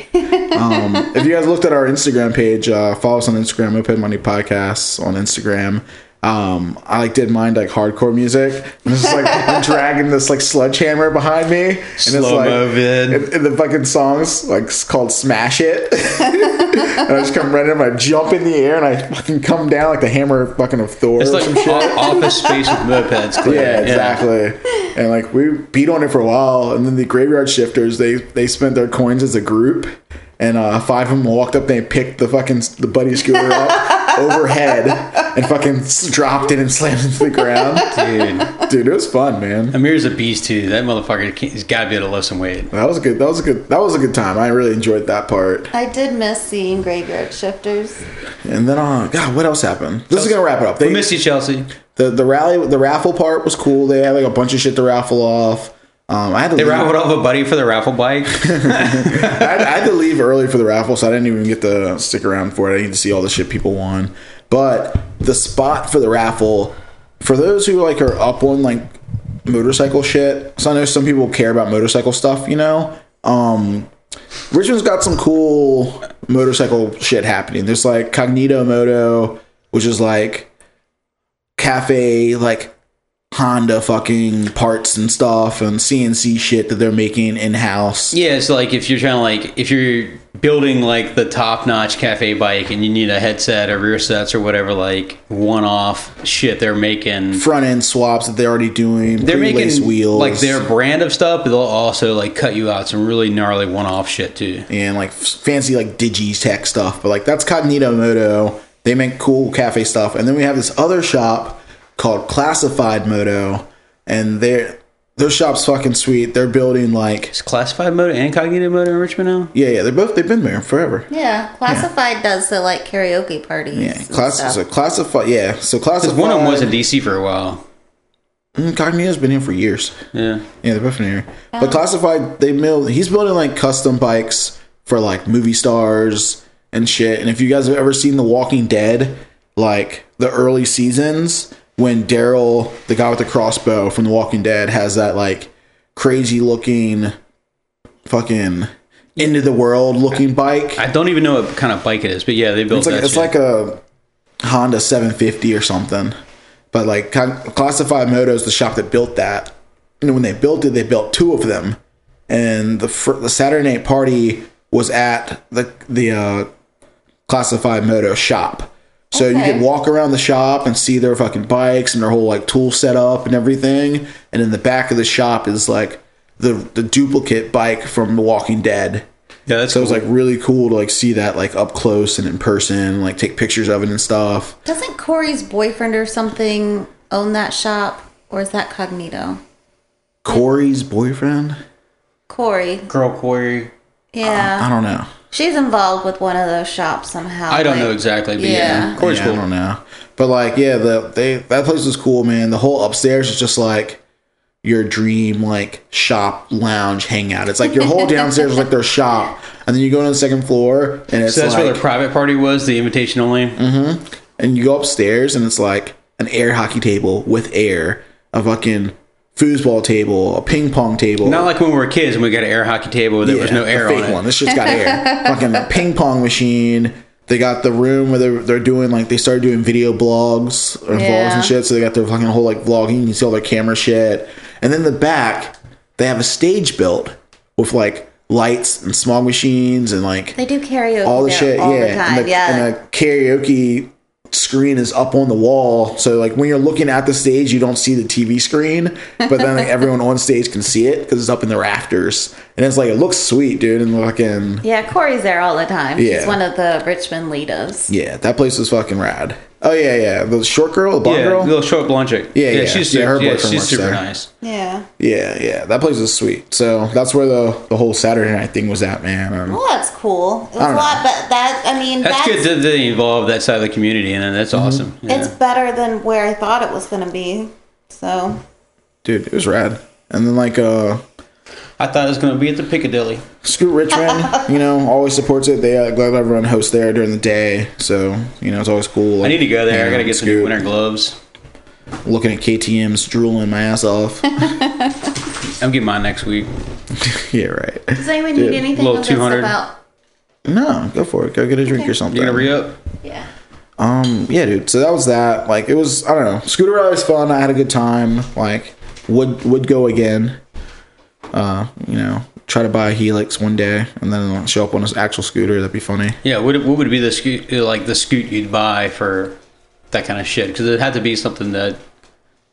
[SPEAKER 6] Um, if you guys looked at our Instagram page, uh, follow us on Instagram, Open Money Podcasts on Instagram. Um, I like did mine like hardcore music. And it's just, like I'm dragging this like sledgehammer behind me, and it's like
[SPEAKER 2] Slow-mo vid.
[SPEAKER 6] and, and the fucking songs like it's called "Smash It." and I just come running, and I jump in the air, and I fucking come down like the hammer fucking of Thor.
[SPEAKER 2] It's
[SPEAKER 6] or
[SPEAKER 2] like
[SPEAKER 6] some shit.
[SPEAKER 2] o- office space with mopeds. clearly.
[SPEAKER 6] Yeah, exactly. And like we beat on it for a while, and then the graveyard shifters they they spent their coins as a group, and uh, five of them walked up. They picked the fucking the buddy scooter up overhead and fucking s- dropped it and slammed into the ground.
[SPEAKER 2] Dude,
[SPEAKER 6] Dude, it was fun, man.
[SPEAKER 2] Amir's a beast too. That motherfucker, can't- he's got to be able to lose some weight.
[SPEAKER 6] That was a good. That was a good. That was a good time. I really enjoyed that part.
[SPEAKER 5] I did miss seeing graveyard shifters.
[SPEAKER 6] And then uh, God, what else happened? This is gonna wrap it up.
[SPEAKER 2] We
[SPEAKER 6] They,
[SPEAKER 2] miss you, Chelsea.
[SPEAKER 6] the the rally, the raffle part was cool. They had like a bunch of shit to raffle off. Um, I had to
[SPEAKER 2] They
[SPEAKER 6] leave-
[SPEAKER 2] raffled off a buddy for the raffle bike.
[SPEAKER 6] I, I had to leave early for the raffle, so I didn't even get to stick around for it. I need to see all the shit people won. But the spot for the raffle, for those who like are up on like motorcycle shit, so I know some people care about motorcycle stuff, you know. Um Richmond's got some cool motorcycle shit happening. There's like Cognito Moto, which is like cafe like Honda fucking parts and stuff and CNC shit that they're making in house.
[SPEAKER 2] Yeah, it's like if you're trying to like if you're building like the top notch cafe bike and you need a headset or rear sets or whatever like one off shit they're making.
[SPEAKER 6] front end swaps that they're already doing.
[SPEAKER 2] They're
[SPEAKER 6] pre-laced
[SPEAKER 2] making
[SPEAKER 6] wheels,
[SPEAKER 2] like their brand of stuff, but they'll also like cut you out some really gnarly one off shit too.
[SPEAKER 6] and like f- fancy like digitech stuff. But like that's Cognito Moto. They make cool cafe stuff, and then we have this other shop called Classified Moto, and they're their shop's fucking sweet. They're building like
[SPEAKER 2] Is classified mode and cognitive mode in Richmond now?
[SPEAKER 6] yeah, yeah. They're both they've been there forever.
[SPEAKER 5] Yeah, classified does the like karaoke parties.
[SPEAKER 6] Yeah, class, so classified. Yeah, so classified.
[SPEAKER 2] One of them was in DC for a while.
[SPEAKER 6] Mm, Cognito's been here for years.
[SPEAKER 2] Yeah.
[SPEAKER 6] Yeah, they're both from here. But classified, they build. He's building like custom bikes for like movie stars and shit. And if you guys have ever seen The Walking Dead, like the early seasons when Daryl, the guy with the crossbow from The Walking Dead, has that like crazy looking, fucking end of the world looking bike.
[SPEAKER 2] I don't even know what kind of bike it is, but yeah, they built
[SPEAKER 6] It's like
[SPEAKER 2] that
[SPEAKER 6] it's
[SPEAKER 2] shit.
[SPEAKER 6] like a Honda 750 or something. But like con- Classified Moto is the shop that built that. And when they built it, they built two of them. And the fr- the Saturday night party was at the the uh, Classified Moto shop. So you
[SPEAKER 5] Okay.
[SPEAKER 6] could walk around the shop and see their fucking bikes and their whole like tool setup and everything. And in the back of the shop is like the the duplicate bike from The Walking Dead.
[SPEAKER 2] yeah, that's
[SPEAKER 6] So it was
[SPEAKER 2] cool.
[SPEAKER 6] like really cool to like see that like up close and in person, like take pictures of it and stuff.
[SPEAKER 5] Doesn't Corey's boyfriend or something own that shop, or is that Cognito?
[SPEAKER 6] Corey's boyfriend?
[SPEAKER 5] Corey.
[SPEAKER 2] girl quarry.
[SPEAKER 5] Yeah,
[SPEAKER 6] I don't know.
[SPEAKER 5] she's involved with one of those shops somehow.
[SPEAKER 2] I don't
[SPEAKER 5] like-
[SPEAKER 2] know exactly, but yeah,
[SPEAKER 5] Yeah.
[SPEAKER 2] Quarry's
[SPEAKER 6] Yeah, I
[SPEAKER 2] cool.
[SPEAKER 6] don't know. But like, yeah, the they that place was cool, man. The whole upstairs is just like your dream like shop lounge hangout. It's like your whole downstairs is like their shop, and then you go to the second floor and it's
[SPEAKER 2] So that's
[SPEAKER 6] like,
[SPEAKER 2] where their private party was, the invitation only.
[SPEAKER 6] and you go upstairs and it's like an air hockey table with air, a fucking foosball table, a ping pong table,
[SPEAKER 2] Not like when we were kids and we got an air hockey table. There was
[SPEAKER 6] Yeah,
[SPEAKER 2] no
[SPEAKER 6] the
[SPEAKER 2] air
[SPEAKER 6] fake
[SPEAKER 2] on it.
[SPEAKER 6] One. This shit's got air. Fucking a ping pong machine. They got the room where they're, they're doing like they started doing video blogs or vlogs
[SPEAKER 5] Yeah.
[SPEAKER 6] and shit. So they got their fucking whole like vlogging. You can see all their camera shit. And then the back, they have a stage built with like lights and smog machines and like
[SPEAKER 5] They do karaoke
[SPEAKER 6] all the
[SPEAKER 5] there
[SPEAKER 6] shit.
[SPEAKER 5] all
[SPEAKER 6] yeah,
[SPEAKER 5] the time.
[SPEAKER 6] and, the,
[SPEAKER 5] yeah,
[SPEAKER 6] and the karaoke screen is up on the wall. So like when you're looking at the stage, you don't see the TV screen, but then like everyone on stage can see it because it's up in the rafters. And it's like it looks sweet, dude. And fucking
[SPEAKER 5] yeah. Corey's there all the time.
[SPEAKER 6] Yeah.
[SPEAKER 5] He's one of the Richmond leaders.
[SPEAKER 6] yeah, that place was fucking rad. Oh yeah, yeah. The short girl, the blonde
[SPEAKER 2] yeah,
[SPEAKER 6] girl.
[SPEAKER 2] little short blonde chick.
[SPEAKER 6] Yeah, yeah.
[SPEAKER 2] she's
[SPEAKER 6] Yeah,
[SPEAKER 2] super,
[SPEAKER 6] her
[SPEAKER 2] yeah,
[SPEAKER 6] boyfriend
[SPEAKER 2] she's
[SPEAKER 6] works
[SPEAKER 2] super
[SPEAKER 6] there.
[SPEAKER 2] nice.
[SPEAKER 5] Yeah.
[SPEAKER 6] yeah, yeah. That place is sweet. So that's where the the whole Saturday night thing was at, man. Um,
[SPEAKER 5] Well, that's cool. It was
[SPEAKER 6] don't
[SPEAKER 5] a lot, but that I mean,
[SPEAKER 2] That's, good that they involve that side of the community, and that's
[SPEAKER 6] Mm-hmm.
[SPEAKER 2] awesome. Yeah.
[SPEAKER 5] It's better than where I thought it was going to be. So
[SPEAKER 6] dude, it was rad. And then like uh
[SPEAKER 2] I thought it was going to be at the Piccadilly.
[SPEAKER 6] Scoot Richmond, you know, always supports it. They uh, glad everyone hosts there during the day, so you know it's always cool.
[SPEAKER 2] I need to go there. I got to get some new
[SPEAKER 6] Scoot.
[SPEAKER 2] winter gloves.
[SPEAKER 6] Looking at KTM's, drooling my ass off.
[SPEAKER 2] I'm getting mine next week.
[SPEAKER 6] yeah, right.
[SPEAKER 5] does anyone need anything
[SPEAKER 2] Little
[SPEAKER 5] of this
[SPEAKER 2] 200.
[SPEAKER 5] about?
[SPEAKER 6] No, go for it. Go get a drink or something.
[SPEAKER 2] You gonna re up?
[SPEAKER 5] Yeah.
[SPEAKER 6] Um, yeah, dude. So that was that. Like, it was. I don't know. Scooter ride was fun. I had a good time. Like, would would go again. Uh, you know, try to buy a Helix one day, and then I'll show up on this actual scooter. That'd be funny.
[SPEAKER 2] Yeah. What, what would be the scoot like the scoot you'd buy for that kind of shit? Because it had to be something that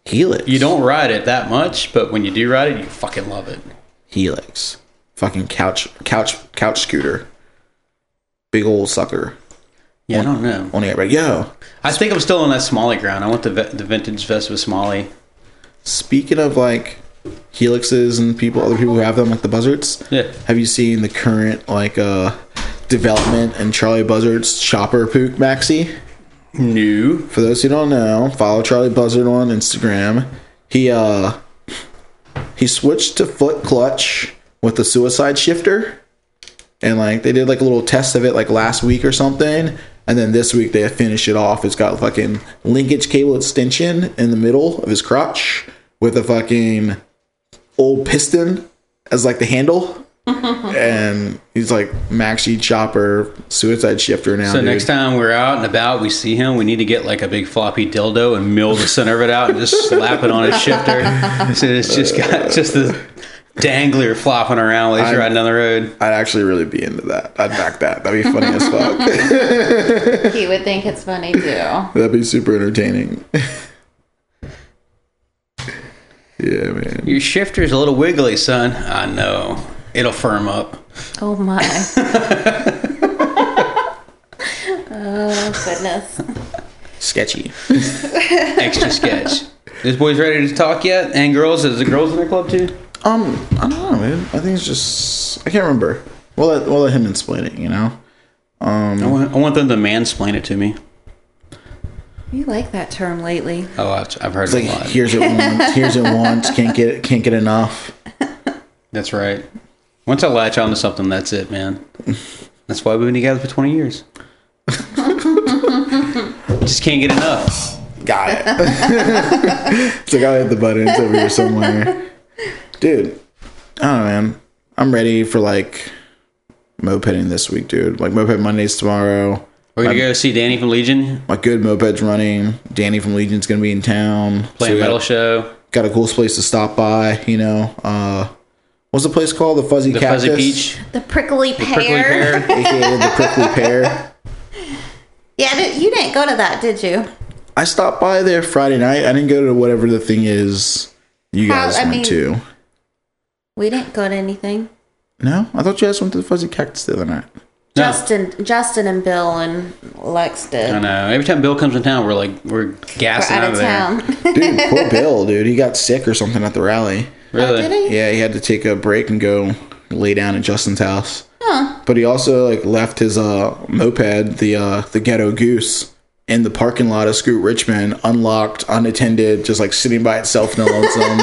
[SPEAKER 6] Helix.
[SPEAKER 2] you don't ride it that much, but when you do ride it, you fucking love it.
[SPEAKER 6] Helix. Fucking couch, couch, couch scooter. Big old sucker.
[SPEAKER 2] Yeah, I don't know.
[SPEAKER 6] On everybody. Yo.
[SPEAKER 2] I think I'm still on that Smalley ground. I want the ve- the vintage Vespa Smalley.
[SPEAKER 6] Speaking of like Helixes and people, other people who have them, like the buzzards.
[SPEAKER 2] Yeah.
[SPEAKER 6] Have you seen the current like uh development in Charlie Buzzard's Chopper Pook Maxi?
[SPEAKER 2] New.
[SPEAKER 6] For those who don't know, follow Charlie Buzzard on Instagram. He uh he switched to foot clutch with the suicide shifter. And like they did like a little test of it like last week or something. And then this week they finished it off. It's got fucking linkage cable extension in the middle of his crotch with a fucking old piston as like the handle. and he's like maxi chopper suicide shifter now.
[SPEAKER 2] So
[SPEAKER 6] dude.
[SPEAKER 2] next time we're out and about, we see him, we need to get like a big floppy dildo and mill the center of it out and just slap it on his shifter. So it's just got just the dangler flopping around while he's
[SPEAKER 6] I'm-
[SPEAKER 2] riding down the road.
[SPEAKER 6] I'd actually really be into that. I'd back that. That'd be funny as fuck.
[SPEAKER 5] He would think it's funny too.
[SPEAKER 6] That'd be super entertaining. yeah, man.
[SPEAKER 2] Your shifter's a little wiggly, son. I know. It'll firm up.
[SPEAKER 5] Oh my. oh goodness.
[SPEAKER 6] Sketchy.
[SPEAKER 2] Extra sketch. This boy's ready to talk yet? And girls? Is the girls in the club too?
[SPEAKER 6] Um, I don't know, man. I think it's just I can't remember. We'll let we'll let him explain it. You know.
[SPEAKER 2] I want, I want them to mansplain it to me.
[SPEAKER 5] You like that term lately?
[SPEAKER 2] Oh, I've, I've heard
[SPEAKER 6] It's like
[SPEAKER 2] it a lot.
[SPEAKER 6] here's it once, here's it once. Can't get can't get enough.
[SPEAKER 2] That's right. Once I latch onto something, that's it, man. That's why we've been together for 20 years. Just can't get enough.
[SPEAKER 6] Got it. it's like I hit the buttons over here somewhere, dude. I don't know, man. I'm ready for like mopeding this week, dude. Like moped Mondays tomorrow.
[SPEAKER 2] We're gonna go see Danny from Legion
[SPEAKER 6] My good moped's running. Danny from Legion's gonna be in town.
[SPEAKER 2] play a
[SPEAKER 6] we
[SPEAKER 2] metal
[SPEAKER 6] got,
[SPEAKER 2] show.
[SPEAKER 6] got a cool place to stop by. You know, uh, what's the place called? The Fuzzy
[SPEAKER 2] The
[SPEAKER 6] Cactus,
[SPEAKER 2] Fuzzy Peach,
[SPEAKER 5] The prickly pear.
[SPEAKER 2] Prickly Pear.
[SPEAKER 6] aka the Prickly Pear.
[SPEAKER 5] Yeah, did- you didn't go to that, did you?
[SPEAKER 6] I stopped by there Friday night. I didn't go to whatever the thing is you
[SPEAKER 5] How-
[SPEAKER 6] guys
[SPEAKER 5] I
[SPEAKER 6] went
[SPEAKER 5] mean-
[SPEAKER 6] to.
[SPEAKER 5] We didn't go to anything.
[SPEAKER 6] No, I thought you guys went to the Fuzzy Cactus the other night.
[SPEAKER 2] No.
[SPEAKER 5] Justin, Justin, and Bill and Lex did.
[SPEAKER 2] I know. Every time Bill comes in town, we're like we're
[SPEAKER 5] We're
[SPEAKER 2] gassing
[SPEAKER 5] out of
[SPEAKER 2] there.
[SPEAKER 5] town.
[SPEAKER 6] Dude, poor Bill, dude. He got sick or something at the rally.
[SPEAKER 2] Really?
[SPEAKER 5] Did he?
[SPEAKER 6] Yeah, he had to take a break and go lay down at Justin's house. But he also like left his uh moped, the uh the ghetto goose, in the parking lot of Scoot Richmond, unlocked, unattended, just like sitting by itself in a lonesome.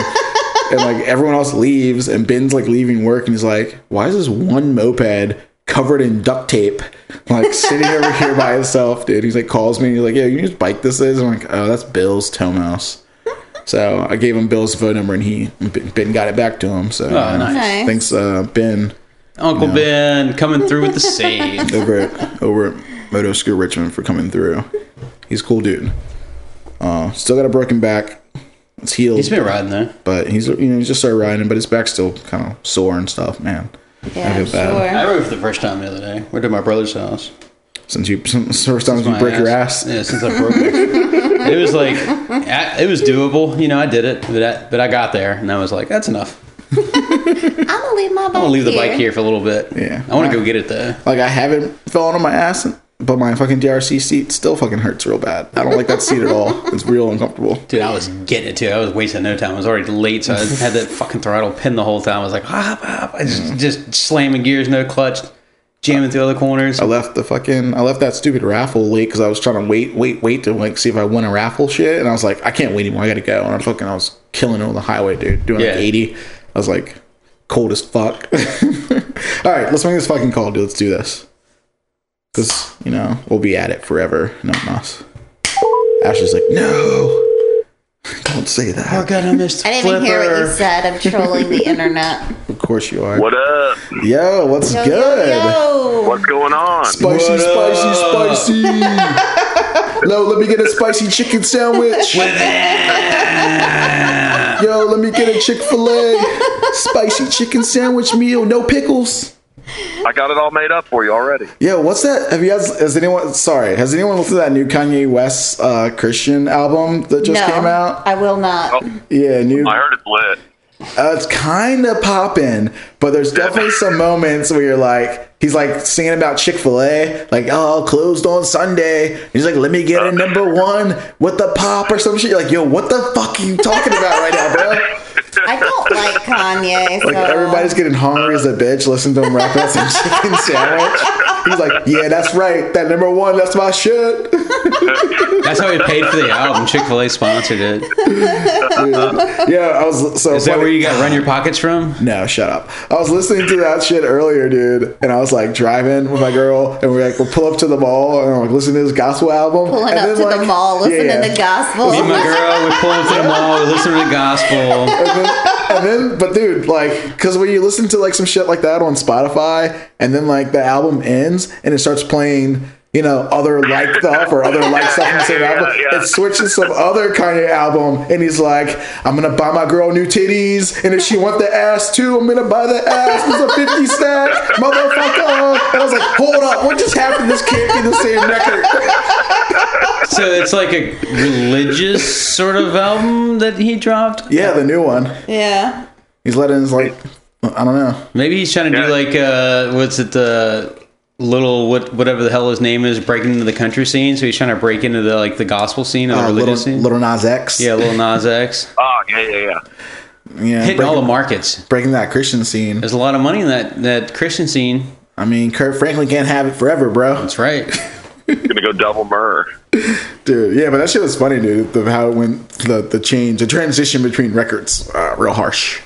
[SPEAKER 6] and like everyone else leaves and Ben's like leaving work and he's like, Why is this one moped covered in duct tape? Like sitting over here by itself, dude. He's like calls me and he's like, Yeah, you can just bike this is? I'm like, Oh, that's Bill's tow mouse. So I gave him Bill's phone number, and he Ben got it back to him. So uh,
[SPEAKER 2] nice.
[SPEAKER 5] Nice.
[SPEAKER 6] thanks, uh, Ben,
[SPEAKER 2] Uncle Ben coming through with the save.
[SPEAKER 6] over at, over at Moto School Richmond for coming through. He's a cool dude. Uh, still got a broken back. It's healed,
[SPEAKER 2] He's been riding there.
[SPEAKER 6] but he's you know he just started riding, but his back's still kind of sore and stuff, man.
[SPEAKER 5] Yeah,
[SPEAKER 6] feel
[SPEAKER 5] I'm
[SPEAKER 6] bad.
[SPEAKER 2] I
[SPEAKER 5] sure.
[SPEAKER 2] rode for the first time the other day. We're at my brother's house.
[SPEAKER 6] Since you since the first time you
[SPEAKER 2] my
[SPEAKER 6] break your ass,
[SPEAKER 2] Yeah, since I broke it. it was like, I, it was doable. You know, I did it, but I, but I got there and I was like, that's enough.
[SPEAKER 5] I'm gonna leave my bike.
[SPEAKER 2] I'm gonna leave the bike here for a little bit.
[SPEAKER 6] Yeah.
[SPEAKER 2] I want to go get it though.
[SPEAKER 6] like I haven't fallen on my ass in but my fucking DRC seat still fucking hurts real bad. I don't like that seat at all. It's real uncomfortable.
[SPEAKER 2] Dude, I was getting it too. I was wasting no time. I was already late, so I had that fucking throttle pin the whole time. I was like, hop, hop. I just, just slamming gears, no clutch, jamming through other corners.
[SPEAKER 6] I left the fucking I left that stupid raffle late because I was trying to wait, wait, wait to like see if I win a raffle shit, and I was like, I can't wait anymore. I gotta go. And I fucking I was killing it on the highway, dude, doing
[SPEAKER 2] Yeah.
[SPEAKER 6] like eighty. I was like, cold as fuck. all right, let's make this fucking call, dude. Let's do this because you know we'll be at it forever. No us. Ashley's like, no, don't say
[SPEAKER 2] Oh
[SPEAKER 6] that.
[SPEAKER 2] god, I missed.
[SPEAKER 5] I didn't even hear what you
[SPEAKER 2] Flipper.
[SPEAKER 5] said. I'm trolling the internet.
[SPEAKER 6] Of course you are.
[SPEAKER 7] What up?
[SPEAKER 6] Yo, what's
[SPEAKER 5] Yo, yo,
[SPEAKER 6] good?
[SPEAKER 5] yo.
[SPEAKER 7] What's going on?
[SPEAKER 6] Spicy,
[SPEAKER 2] What
[SPEAKER 6] spicy,
[SPEAKER 2] up?
[SPEAKER 6] spicy. No, let me get a spicy chicken sandwich. Yo, let me get a Chick fil A spicy chicken sandwich meal, no pickles.
[SPEAKER 7] I got it all made up for you already.
[SPEAKER 6] Yo, what's that? Have you guys, has anyone, sorry, has anyone listened to that new Kanye West uh, Christian album that just
[SPEAKER 5] no,
[SPEAKER 6] came out?
[SPEAKER 5] I will not.
[SPEAKER 6] Yeah, new.
[SPEAKER 7] I heard it's lit.
[SPEAKER 6] Uh, it's kind of popping, but there's definitely some moments where you're like, he's like singing about Chick fil A, like, oh, closed on Sunday. He's like, let me get a number one with the pop or some shit. You're like, yo, what the fuck are you talking about right now, bro?
[SPEAKER 5] I don't like Kanye. So
[SPEAKER 6] Like, everybody's getting hungry as a bitch. Listen to him rap about some chicken sandwich. He's like, yeah, that's right. That number one, that's my shit.
[SPEAKER 2] That's how he paid for the album. Chick Fil A sponsored it.
[SPEAKER 6] yeah, I was so.
[SPEAKER 2] Is that
[SPEAKER 6] funny.
[SPEAKER 2] where you got run your pockets from?
[SPEAKER 6] No, shut up. I was listening to that shit earlier, dude, and I was like driving with my girl, and we're like, we'll pull up to the mall, and I'm like, listen to this gospel album.
[SPEAKER 5] pulling
[SPEAKER 6] and
[SPEAKER 5] up
[SPEAKER 6] then,
[SPEAKER 5] to the
[SPEAKER 6] like-
[SPEAKER 5] mall, listening
[SPEAKER 6] yeah, yeah.
[SPEAKER 5] to gospel.
[SPEAKER 2] Me and my girl would pull up to the mall, we listen to the gospel.
[SPEAKER 6] And then, and then, but dude, like, because when you listen to like some shit like that on Spotify, and then like the album ends, and it starts playing. You know, other like stuff or other like stuff from the same
[SPEAKER 7] Yeah,
[SPEAKER 6] album.
[SPEAKER 7] yeah.
[SPEAKER 6] It switches some other Kanye album, and he's like, "I'm gonna buy my girl new titties, and if she want the ass too, I'm gonna buy the ass. It's a fifty stack, motherfucker." And I was like, "Hold up, what just happened? This can't be the same record."
[SPEAKER 2] So it's like a religious sort of album that he dropped.
[SPEAKER 6] Yeah, the new one.
[SPEAKER 5] yeah.
[SPEAKER 6] He's letting his like, I don't know.
[SPEAKER 2] Maybe he's trying to
[SPEAKER 7] Yeah.
[SPEAKER 2] do like uh, what's it the little what whatever the hell his name is breaking into the country scene. So he's trying to break into the like the gospel scene or the
[SPEAKER 6] Uh, little,
[SPEAKER 2] religious scene.
[SPEAKER 6] little Nas X.
[SPEAKER 2] yeah, little Nas X
[SPEAKER 7] Oh, yeah, yeah, yeah.
[SPEAKER 6] yeah.
[SPEAKER 2] hitting
[SPEAKER 6] breaking-
[SPEAKER 2] all the markets.
[SPEAKER 6] breaking that Christian scene.
[SPEAKER 2] There's a lot of money in that that Christian scene.
[SPEAKER 6] I mean, Kurt Franklin can't have it forever, bro.
[SPEAKER 2] That's right.
[SPEAKER 7] Gonna go double myrrh.
[SPEAKER 6] Dude, yeah, but that shit was funny, dude. The, how it went, the, the change, the transition between records, uh, real harsh.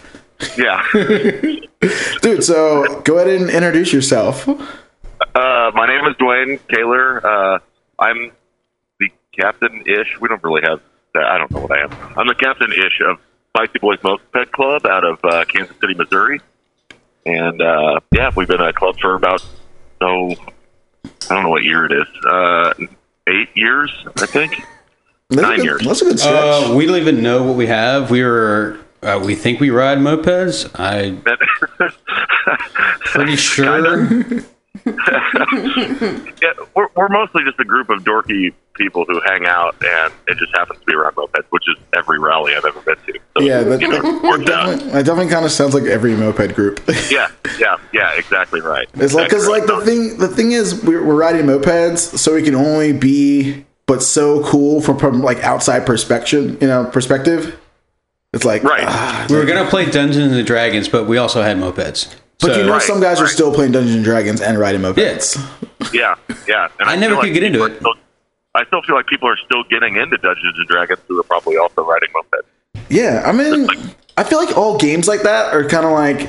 [SPEAKER 7] Yeah.
[SPEAKER 6] Dude, so go ahead and introduce yourself.
[SPEAKER 7] Uh, my name is Dwayne Taylor. Uh, I'm the captain ish. We don't really have that. I don't know what I am. I'm the captain ish of Spicy Boys Moped Club out of uh, Kansas City, Missouri. And uh, yeah, we've been a club for about, oh, I don't know what year it is. Uh, eight years, I think.
[SPEAKER 6] That's a
[SPEAKER 7] Nine
[SPEAKER 6] good-
[SPEAKER 7] years.
[SPEAKER 6] That's a good stretch.
[SPEAKER 2] Uh, we don't even know what we have. We were. Uh, we think we ride mopeds. I'm pretty sure.
[SPEAKER 7] yeah, we're, we're mostly just a group of dorky people who hang out, and it just happens to be around mopeds, which is every rally I've ever been to. So,
[SPEAKER 6] yeah, that,
[SPEAKER 7] you know,
[SPEAKER 6] that,
[SPEAKER 7] we're done.
[SPEAKER 6] definitely, that definitely kind of sounds like every moped group.
[SPEAKER 7] yeah, yeah, yeah, exactly right.
[SPEAKER 6] It's like because
[SPEAKER 7] Exactly
[SPEAKER 6] like the
[SPEAKER 7] right.
[SPEAKER 6] thing the thing is we're, we're riding mopeds, so we can only be but so cool from, from like outside perspective. You know, perspective. It's like
[SPEAKER 7] Right.
[SPEAKER 6] ah,
[SPEAKER 2] We were gonna play Dungeons and Dragons, but we also had mopeds.
[SPEAKER 6] but
[SPEAKER 2] So-
[SPEAKER 6] you know,
[SPEAKER 7] Right,
[SPEAKER 6] some guys are
[SPEAKER 7] right.
[SPEAKER 6] still playing Dungeons and Dragons and riding mopeds.
[SPEAKER 7] Yeah, yeah. And
[SPEAKER 2] I never
[SPEAKER 7] feel
[SPEAKER 2] could get into
[SPEAKER 7] people are
[SPEAKER 2] it.
[SPEAKER 7] Still, I still feel like people are still getting into Dungeons and Dragons who are probably also riding mopeds.
[SPEAKER 6] Yeah, I mean, I feel like all games like that are kind of like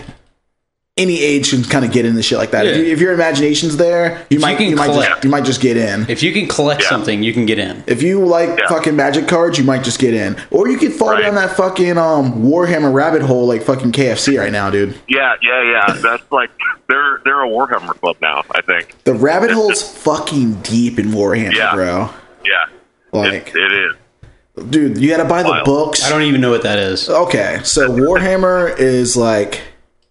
[SPEAKER 6] any age can kind of get into shit like that. If,
[SPEAKER 2] Yeah.
[SPEAKER 6] you, if your imagination's there, you might
[SPEAKER 2] can
[SPEAKER 6] you might, just,
[SPEAKER 2] collect.
[SPEAKER 6] you might just get in.
[SPEAKER 2] If you can collect
[SPEAKER 7] Yeah.
[SPEAKER 2] something, you can get in.
[SPEAKER 6] If you like
[SPEAKER 7] Yeah.
[SPEAKER 6] fucking magic cards, you might just get in, or you could fall
[SPEAKER 7] Right.
[SPEAKER 6] down that fucking um Warhammer rabbit hole like fucking KFC right now, dude.
[SPEAKER 7] Yeah, yeah, yeah. That's like they're they're a Warhammer club now. I think.
[SPEAKER 6] The rabbit hole's fucking deep in Warhammer,
[SPEAKER 7] Yeah.
[SPEAKER 6] bro.
[SPEAKER 7] Yeah,
[SPEAKER 6] Like,
[SPEAKER 7] it, it is.
[SPEAKER 6] dude, you got to buy the
[SPEAKER 7] Wild.
[SPEAKER 6] books.
[SPEAKER 2] I don't even know what that is.
[SPEAKER 6] Okay, so Warhammer is like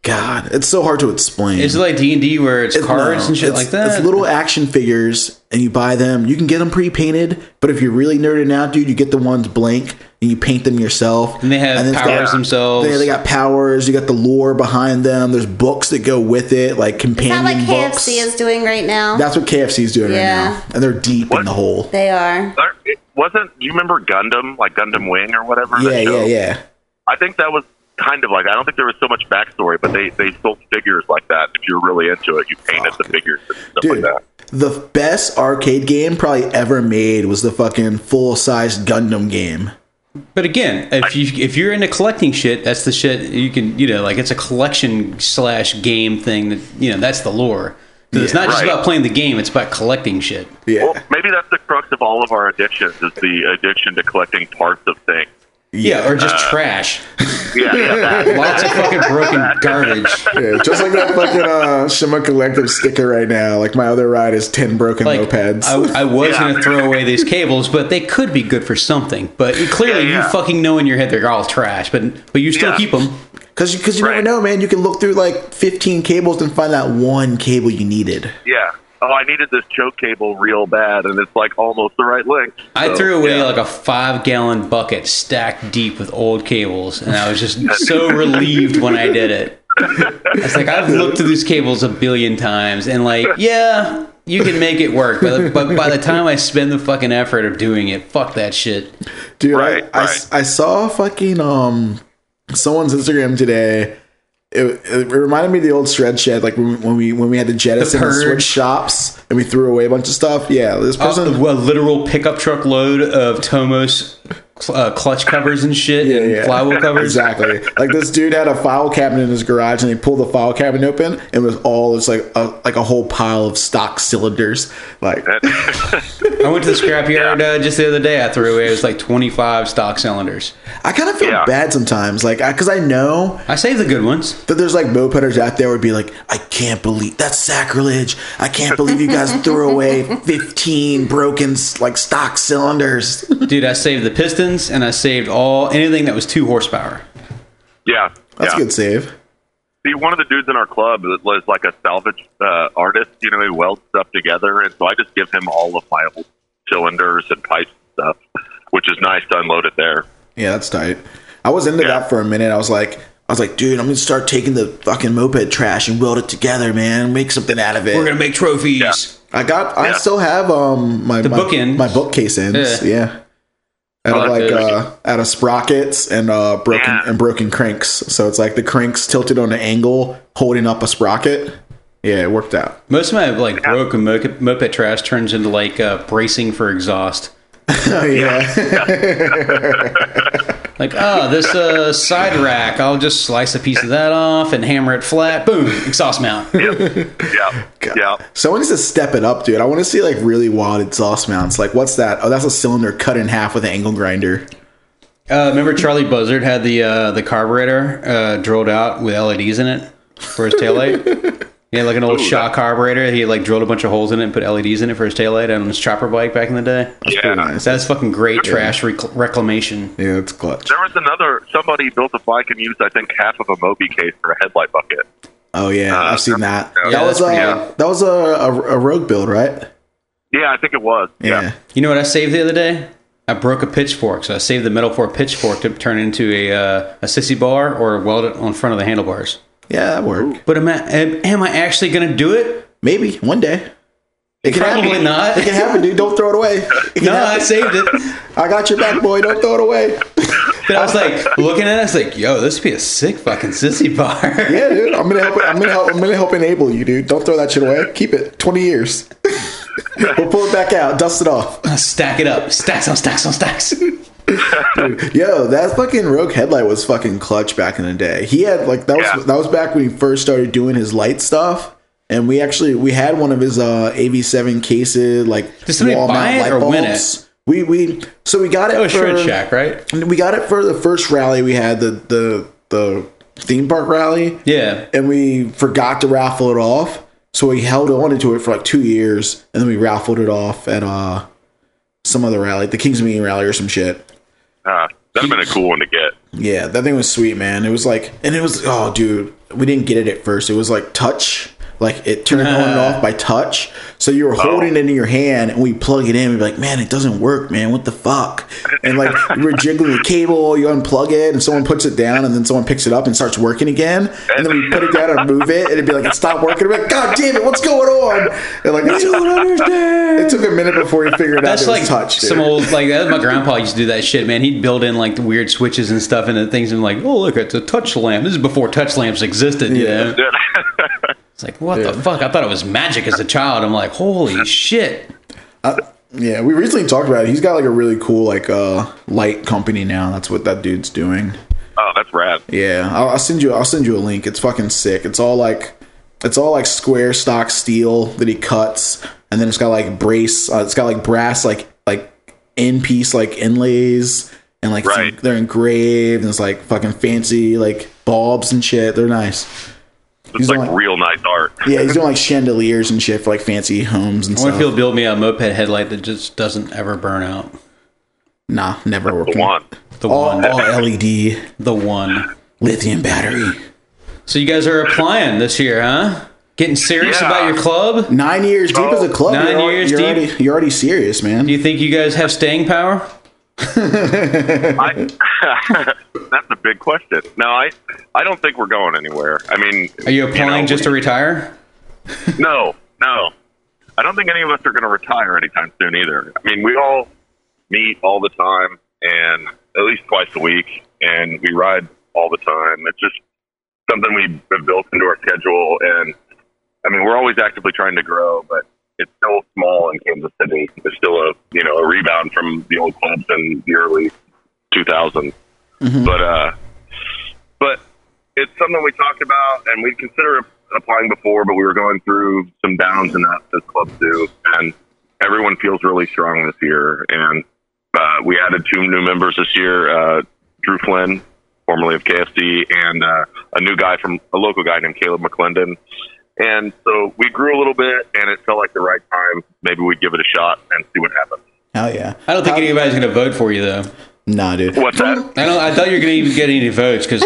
[SPEAKER 6] God, it's so hard to explain.
[SPEAKER 2] Is it like D and D where it's
[SPEAKER 6] It-
[SPEAKER 2] cards
[SPEAKER 6] no,
[SPEAKER 2] and shit
[SPEAKER 6] it's-
[SPEAKER 2] like that?
[SPEAKER 6] It's little action figures, and you buy them. You can get them pre-painted, but if you're really nerding out, dude, you get the ones blank and you paint them yourself.
[SPEAKER 2] and they have
[SPEAKER 6] it's got-
[SPEAKER 2] powers themselves.
[SPEAKER 6] They, they got powers. You got the lore behind them. There's books that go with it, like
[SPEAKER 5] Is
[SPEAKER 6] companion
[SPEAKER 5] that like
[SPEAKER 6] books.
[SPEAKER 5] KFC is doing right now?
[SPEAKER 6] That's what KFC is doing
[SPEAKER 5] Yeah.
[SPEAKER 6] right now, and they're deep in
[SPEAKER 7] What?
[SPEAKER 6] the hole.
[SPEAKER 5] they are.
[SPEAKER 7] There- It wasn't you remember Gundam, like Gundam Wing or whatever?
[SPEAKER 6] Yeah,
[SPEAKER 7] that show?
[SPEAKER 6] yeah, yeah.
[SPEAKER 7] I think that was kind of like I don't think there was so much backstory, but they they sold figures like that. If you're really into it, you painted the figures and stuff like
[SPEAKER 6] Dude,
[SPEAKER 7] that.
[SPEAKER 6] the best arcade game probably ever made was the fucking full-sized Gundam game.
[SPEAKER 2] But again, if you if you're into collecting shit, that's the shit you can you know like it's a collection slash game thing that you know that's the lore. 'Cause it's not just
[SPEAKER 7] Right.
[SPEAKER 2] about playing the game; it's about collecting shit.
[SPEAKER 6] Yeah,
[SPEAKER 7] Well, maybe that's the crux of all of our addictions is the addiction to collecting parts of things.
[SPEAKER 2] Yeah, or just
[SPEAKER 7] Uh.
[SPEAKER 2] trash.
[SPEAKER 7] Yeah, yeah, that.
[SPEAKER 2] Lots of fucking broken garbage.
[SPEAKER 6] yeah. Just like that fucking uh, Shima Collective sticker right now. Like my other ride is ten broken
[SPEAKER 2] Like
[SPEAKER 6] mopeds.
[SPEAKER 2] I, I was
[SPEAKER 7] Yeah.
[SPEAKER 2] gonna throw away these cables, but they could be good for something. But clearly,
[SPEAKER 7] Yeah, yeah.
[SPEAKER 2] you fucking know in your head they're all trash. But but you still
[SPEAKER 7] Yeah.
[SPEAKER 2] keep 'em. keep them.
[SPEAKER 6] Because you, cause you
[SPEAKER 7] Right.
[SPEAKER 6] never know, man. You can look through like 15 cables and find that one cable you needed.
[SPEAKER 7] yeah. Oh, I needed this choke cable real bad, and it's like almost the right length.
[SPEAKER 2] I
[SPEAKER 7] So,
[SPEAKER 2] threw away
[SPEAKER 7] yeah.
[SPEAKER 2] like a five gallon bucket stacked deep with old cables, and I was just so relieved when I did it. It's like I've looked through these cables a billion times, and like, yeah, you can make it work, but but by the time I spend the fucking effort of doing it, fuck that shit.
[SPEAKER 6] Dude, I-
[SPEAKER 7] Right,
[SPEAKER 6] I,
[SPEAKER 7] right.
[SPEAKER 6] I saw fucking um someone's Instagram today. It, it reminded me of the old shred shed, like when when we when we had to jettison and
[SPEAKER 2] purge.
[SPEAKER 6] switch shops and we threw away a bunch of stuff. Yeah, this
[SPEAKER 2] Uh,
[SPEAKER 6] person.
[SPEAKER 2] a literal pickup truck load of Tomos cl- uh, clutch covers and shit, and
[SPEAKER 6] yeah.
[SPEAKER 2] flywheel covers.
[SPEAKER 6] Exactly. Like this dude had a file cabinet in his garage, and he pulled the file cabinet open, and it was all just like a like a whole pile of stock cylinders. Like
[SPEAKER 2] I went to the scrapyard uh, just the other day. I threw away it was like twenty five stock cylinders.
[SPEAKER 6] I kind of feel
[SPEAKER 7] Yeah.
[SPEAKER 6] bad sometimes, like because I know
[SPEAKER 2] I saved the good ones.
[SPEAKER 6] that there's like mopeders out there would be like, I can't believe that's sacrilege. I can't believe you guys threw away 15 broken like stock cylinders.
[SPEAKER 2] Dude, I saved the pistons and I saved all anything that was two horsepower.
[SPEAKER 7] Yeah,
[SPEAKER 6] That's
[SPEAKER 7] yeah.
[SPEAKER 6] a good save.
[SPEAKER 7] See, one of the dudes in our club that was like a salvage uh, artist. You know, he welds stuff together, and so I just give him all of my old cylinders and pipes and stuff, which is nice to unload it there.
[SPEAKER 6] Yeah, that's tight. I was into
[SPEAKER 7] Yeah.
[SPEAKER 6] that for a minute. I was like, I was like, dude, I'm gonna start taking the fucking moped trash and weld it together, man. Make something out of it.
[SPEAKER 2] We're gonna make trophies.
[SPEAKER 6] I got, I
[SPEAKER 7] Yeah.
[SPEAKER 6] still have um my my,
[SPEAKER 2] book ends.
[SPEAKER 6] my bookcase ends.
[SPEAKER 2] Yeah.
[SPEAKER 6] Yeah. Out
[SPEAKER 2] Oh,
[SPEAKER 6] of like
[SPEAKER 2] that's good.
[SPEAKER 6] uh, out of sprockets and uh, broken
[SPEAKER 7] Yeah.
[SPEAKER 6] and broken cranks, so it's like the cranks tilted on an angle, holding up a sprocket. Yeah, it worked out.
[SPEAKER 2] Most of my like broken moped, moped trash turns into like uh, bracing for exhaust.
[SPEAKER 6] Oh yeah,
[SPEAKER 2] Like, oh, this uh, side rack, I'll just slice a piece of that off and hammer it flat. Boom, exhaust mount.
[SPEAKER 7] Yeah, yeah.
[SPEAKER 6] someone needs to step it up, dude. I want to see like really wild exhaust mounts. Like, what's that? Oh, that's a cylinder cut in half with an angle grinder.
[SPEAKER 2] Uh, remember Charlie Buzzard had the uh, the carburetor uh, drilled out with LEDs in it for his taillight? He had like an old Shaw carburetor. He like drilled a bunch of holes in it and put LEDs in it for his taillight on his chopper bike back in the day.
[SPEAKER 7] Yeah.
[SPEAKER 6] nice.
[SPEAKER 2] That's fucking great trash rec- reclamation.
[SPEAKER 6] yeah, that's clutch.
[SPEAKER 7] There was another somebody built a bike and used I think half of a Moby case for a headlight bucket.
[SPEAKER 6] Oh yeah,
[SPEAKER 7] Uh,
[SPEAKER 6] I've seen that.
[SPEAKER 7] yeah,
[SPEAKER 6] that, was,
[SPEAKER 2] that's
[SPEAKER 6] uh,
[SPEAKER 2] pretty
[SPEAKER 6] that was a a a rogue build, right?
[SPEAKER 7] Yeah, I think it was. Yeah.
[SPEAKER 2] You know what I saved the other day? I broke a pitchfork, so I saved the metal for a pitchfork to turn into a uh, a sissy bar or weld it on front of the handlebars.
[SPEAKER 6] yeah, that worked.
[SPEAKER 2] But am I am, am I actually gonna do it?
[SPEAKER 6] Maybe one day. It can
[SPEAKER 2] Probably
[SPEAKER 6] happen.
[SPEAKER 2] not.
[SPEAKER 6] It can happen, dude. Don't throw it away. It can
[SPEAKER 2] No, I
[SPEAKER 6] happen.
[SPEAKER 2] saved it.
[SPEAKER 6] I got your back, boy. Don't throw it away.
[SPEAKER 2] But I was like looking at it, I was like, yo, this would be a sick fucking sissy bar.
[SPEAKER 6] Yeah, dude. I'm gonna help. I'm gonna help. I'm gonna help enable you, dude. Don't throw that shit away. Keep it. Twenty years. we'll pull it back out. Dust it off.
[SPEAKER 2] Stack it up. Stacks on stacks on stacks.
[SPEAKER 6] Yo, that fucking rogue headlight was fucking clutch back in the day. He had like that was
[SPEAKER 7] Yeah.
[SPEAKER 6] that was back when he first started doing his light stuff. And we actually we had one of his uh AV7 cases like
[SPEAKER 2] Did somebody
[SPEAKER 6] wall
[SPEAKER 2] buy
[SPEAKER 6] mount
[SPEAKER 2] it or win it? Oh,
[SPEAKER 6] We we so we got it.
[SPEAKER 2] That was
[SPEAKER 6] for-
[SPEAKER 2] Shred Shack, right?
[SPEAKER 6] And we got it for the first rally we had the the the theme park rally
[SPEAKER 2] Yeah.
[SPEAKER 6] and we forgot to raffle it off so we held on to it for like two years and then we raffled it off at uh some other rally the kings meeting rally or some shit
[SPEAKER 7] Uh, That'd have been a cool one to get.
[SPEAKER 6] Yeah, that thing was sweet, man. It was like, and it was, oh, dude, we didn't get it at first. It was like touch, like it turned on and off by touch. So you were holding it in your hand, and we plug it in. We'd be like, man, it doesn't work, man. What the fuck? And like we're jiggling the cable. You unplug it, and someone puts it down, and then someone picks it up and starts working again. And then we put it down and move it, and it'd be like it stopped working. We're like, god damn it, what's going on? And like, I don't understand. It took a minute before you figured out
[SPEAKER 2] That's
[SPEAKER 6] it was
[SPEAKER 2] like
[SPEAKER 6] touch. Dude.
[SPEAKER 2] some old like that. My grandpa used to do that shit, man. He'd build in like the weird switches and stuff into things, and like, oh look, it's a touch lamp. This is before touch lamps existed, you
[SPEAKER 6] Yeah.
[SPEAKER 2] know. It's like what
[SPEAKER 6] Yeah.
[SPEAKER 2] the fuck? I thought it was magic as a child. I'm like, holy shit.
[SPEAKER 6] Yeah, we recently talked about it. He's got like a really cool like uh light company now. That's what that dude's doing.
[SPEAKER 7] Oh, that's rad.
[SPEAKER 6] Yeah, I'll, I'll send you. I'll send you a link. It's fucking sick. It's all like, it's all like square stock steel that he cuts, and then it's got like brace. Uh, it's got like brass like like in piece like inlays, and like it's-
[SPEAKER 7] Right.
[SPEAKER 6] they're engraved. And it's like fucking fancy like bulbs and shit. They're nice.
[SPEAKER 7] It's like
[SPEAKER 6] on-
[SPEAKER 7] real nice art.
[SPEAKER 6] Yeah, he's doing like chandeliers and shit for like fancy homes and
[SPEAKER 2] I want
[SPEAKER 6] stuff.
[SPEAKER 2] to feel build me a moped headlight that just doesn't ever burn out.
[SPEAKER 6] nah, never worked.
[SPEAKER 7] The one.
[SPEAKER 2] The
[SPEAKER 6] All,
[SPEAKER 2] one,
[SPEAKER 6] all E LED
[SPEAKER 2] the one.
[SPEAKER 6] lithium battery.
[SPEAKER 2] So you guys are applying this year, huh? Getting serious
[SPEAKER 7] Yeah.
[SPEAKER 2] about your club?
[SPEAKER 6] Nine years deep as a club.
[SPEAKER 2] Nine
[SPEAKER 6] you're, al-
[SPEAKER 2] years
[SPEAKER 6] you're
[SPEAKER 2] deep?
[SPEAKER 6] Already, you're already serious, man.
[SPEAKER 2] Do you think you guys have staying power?
[SPEAKER 7] I, that's a big question. No, I, I don't think we're going anywhere. I mean,
[SPEAKER 2] Are you applying
[SPEAKER 7] know,
[SPEAKER 2] just to retire?
[SPEAKER 7] No, no. I don't think any of us are going to retire anytime soon either. I mean, we all meet all the time and at least twice a week, and we ride all the time. It's just something we've built into our schedule. And I mean, we're always actively trying to grow, but it's still small in Kansas City. It's still a you know a rebound from the old clubs in the early 2000s. But uh, but it's something we talked about and we considered applying before, but we were going through some downs and ups as clubs do, and everyone feels really strong this year. And uh, we added two new members this year: uh, Drew Flynn, formerly of KFC, and uh, a new guy from a local guy named Caleb McClendon. And so we grew a little bit, and it felt like the right time. Maybe we'd give it a shot and see what happens.
[SPEAKER 6] Hell yeah.
[SPEAKER 2] I don't think anybody's going to vote for you, though.
[SPEAKER 6] Nah, dude.
[SPEAKER 7] What's that?
[SPEAKER 2] I don't. I thought you were going to even get any votes because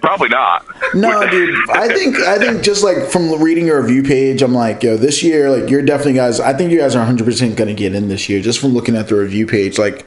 [SPEAKER 7] Probably not.
[SPEAKER 6] No, dude. I think I think just like from reading your review page, I'm like, yo, this year, like you're definitely guys. I think you guys are 100 percent gonna get in this year just from looking at the review page. Like,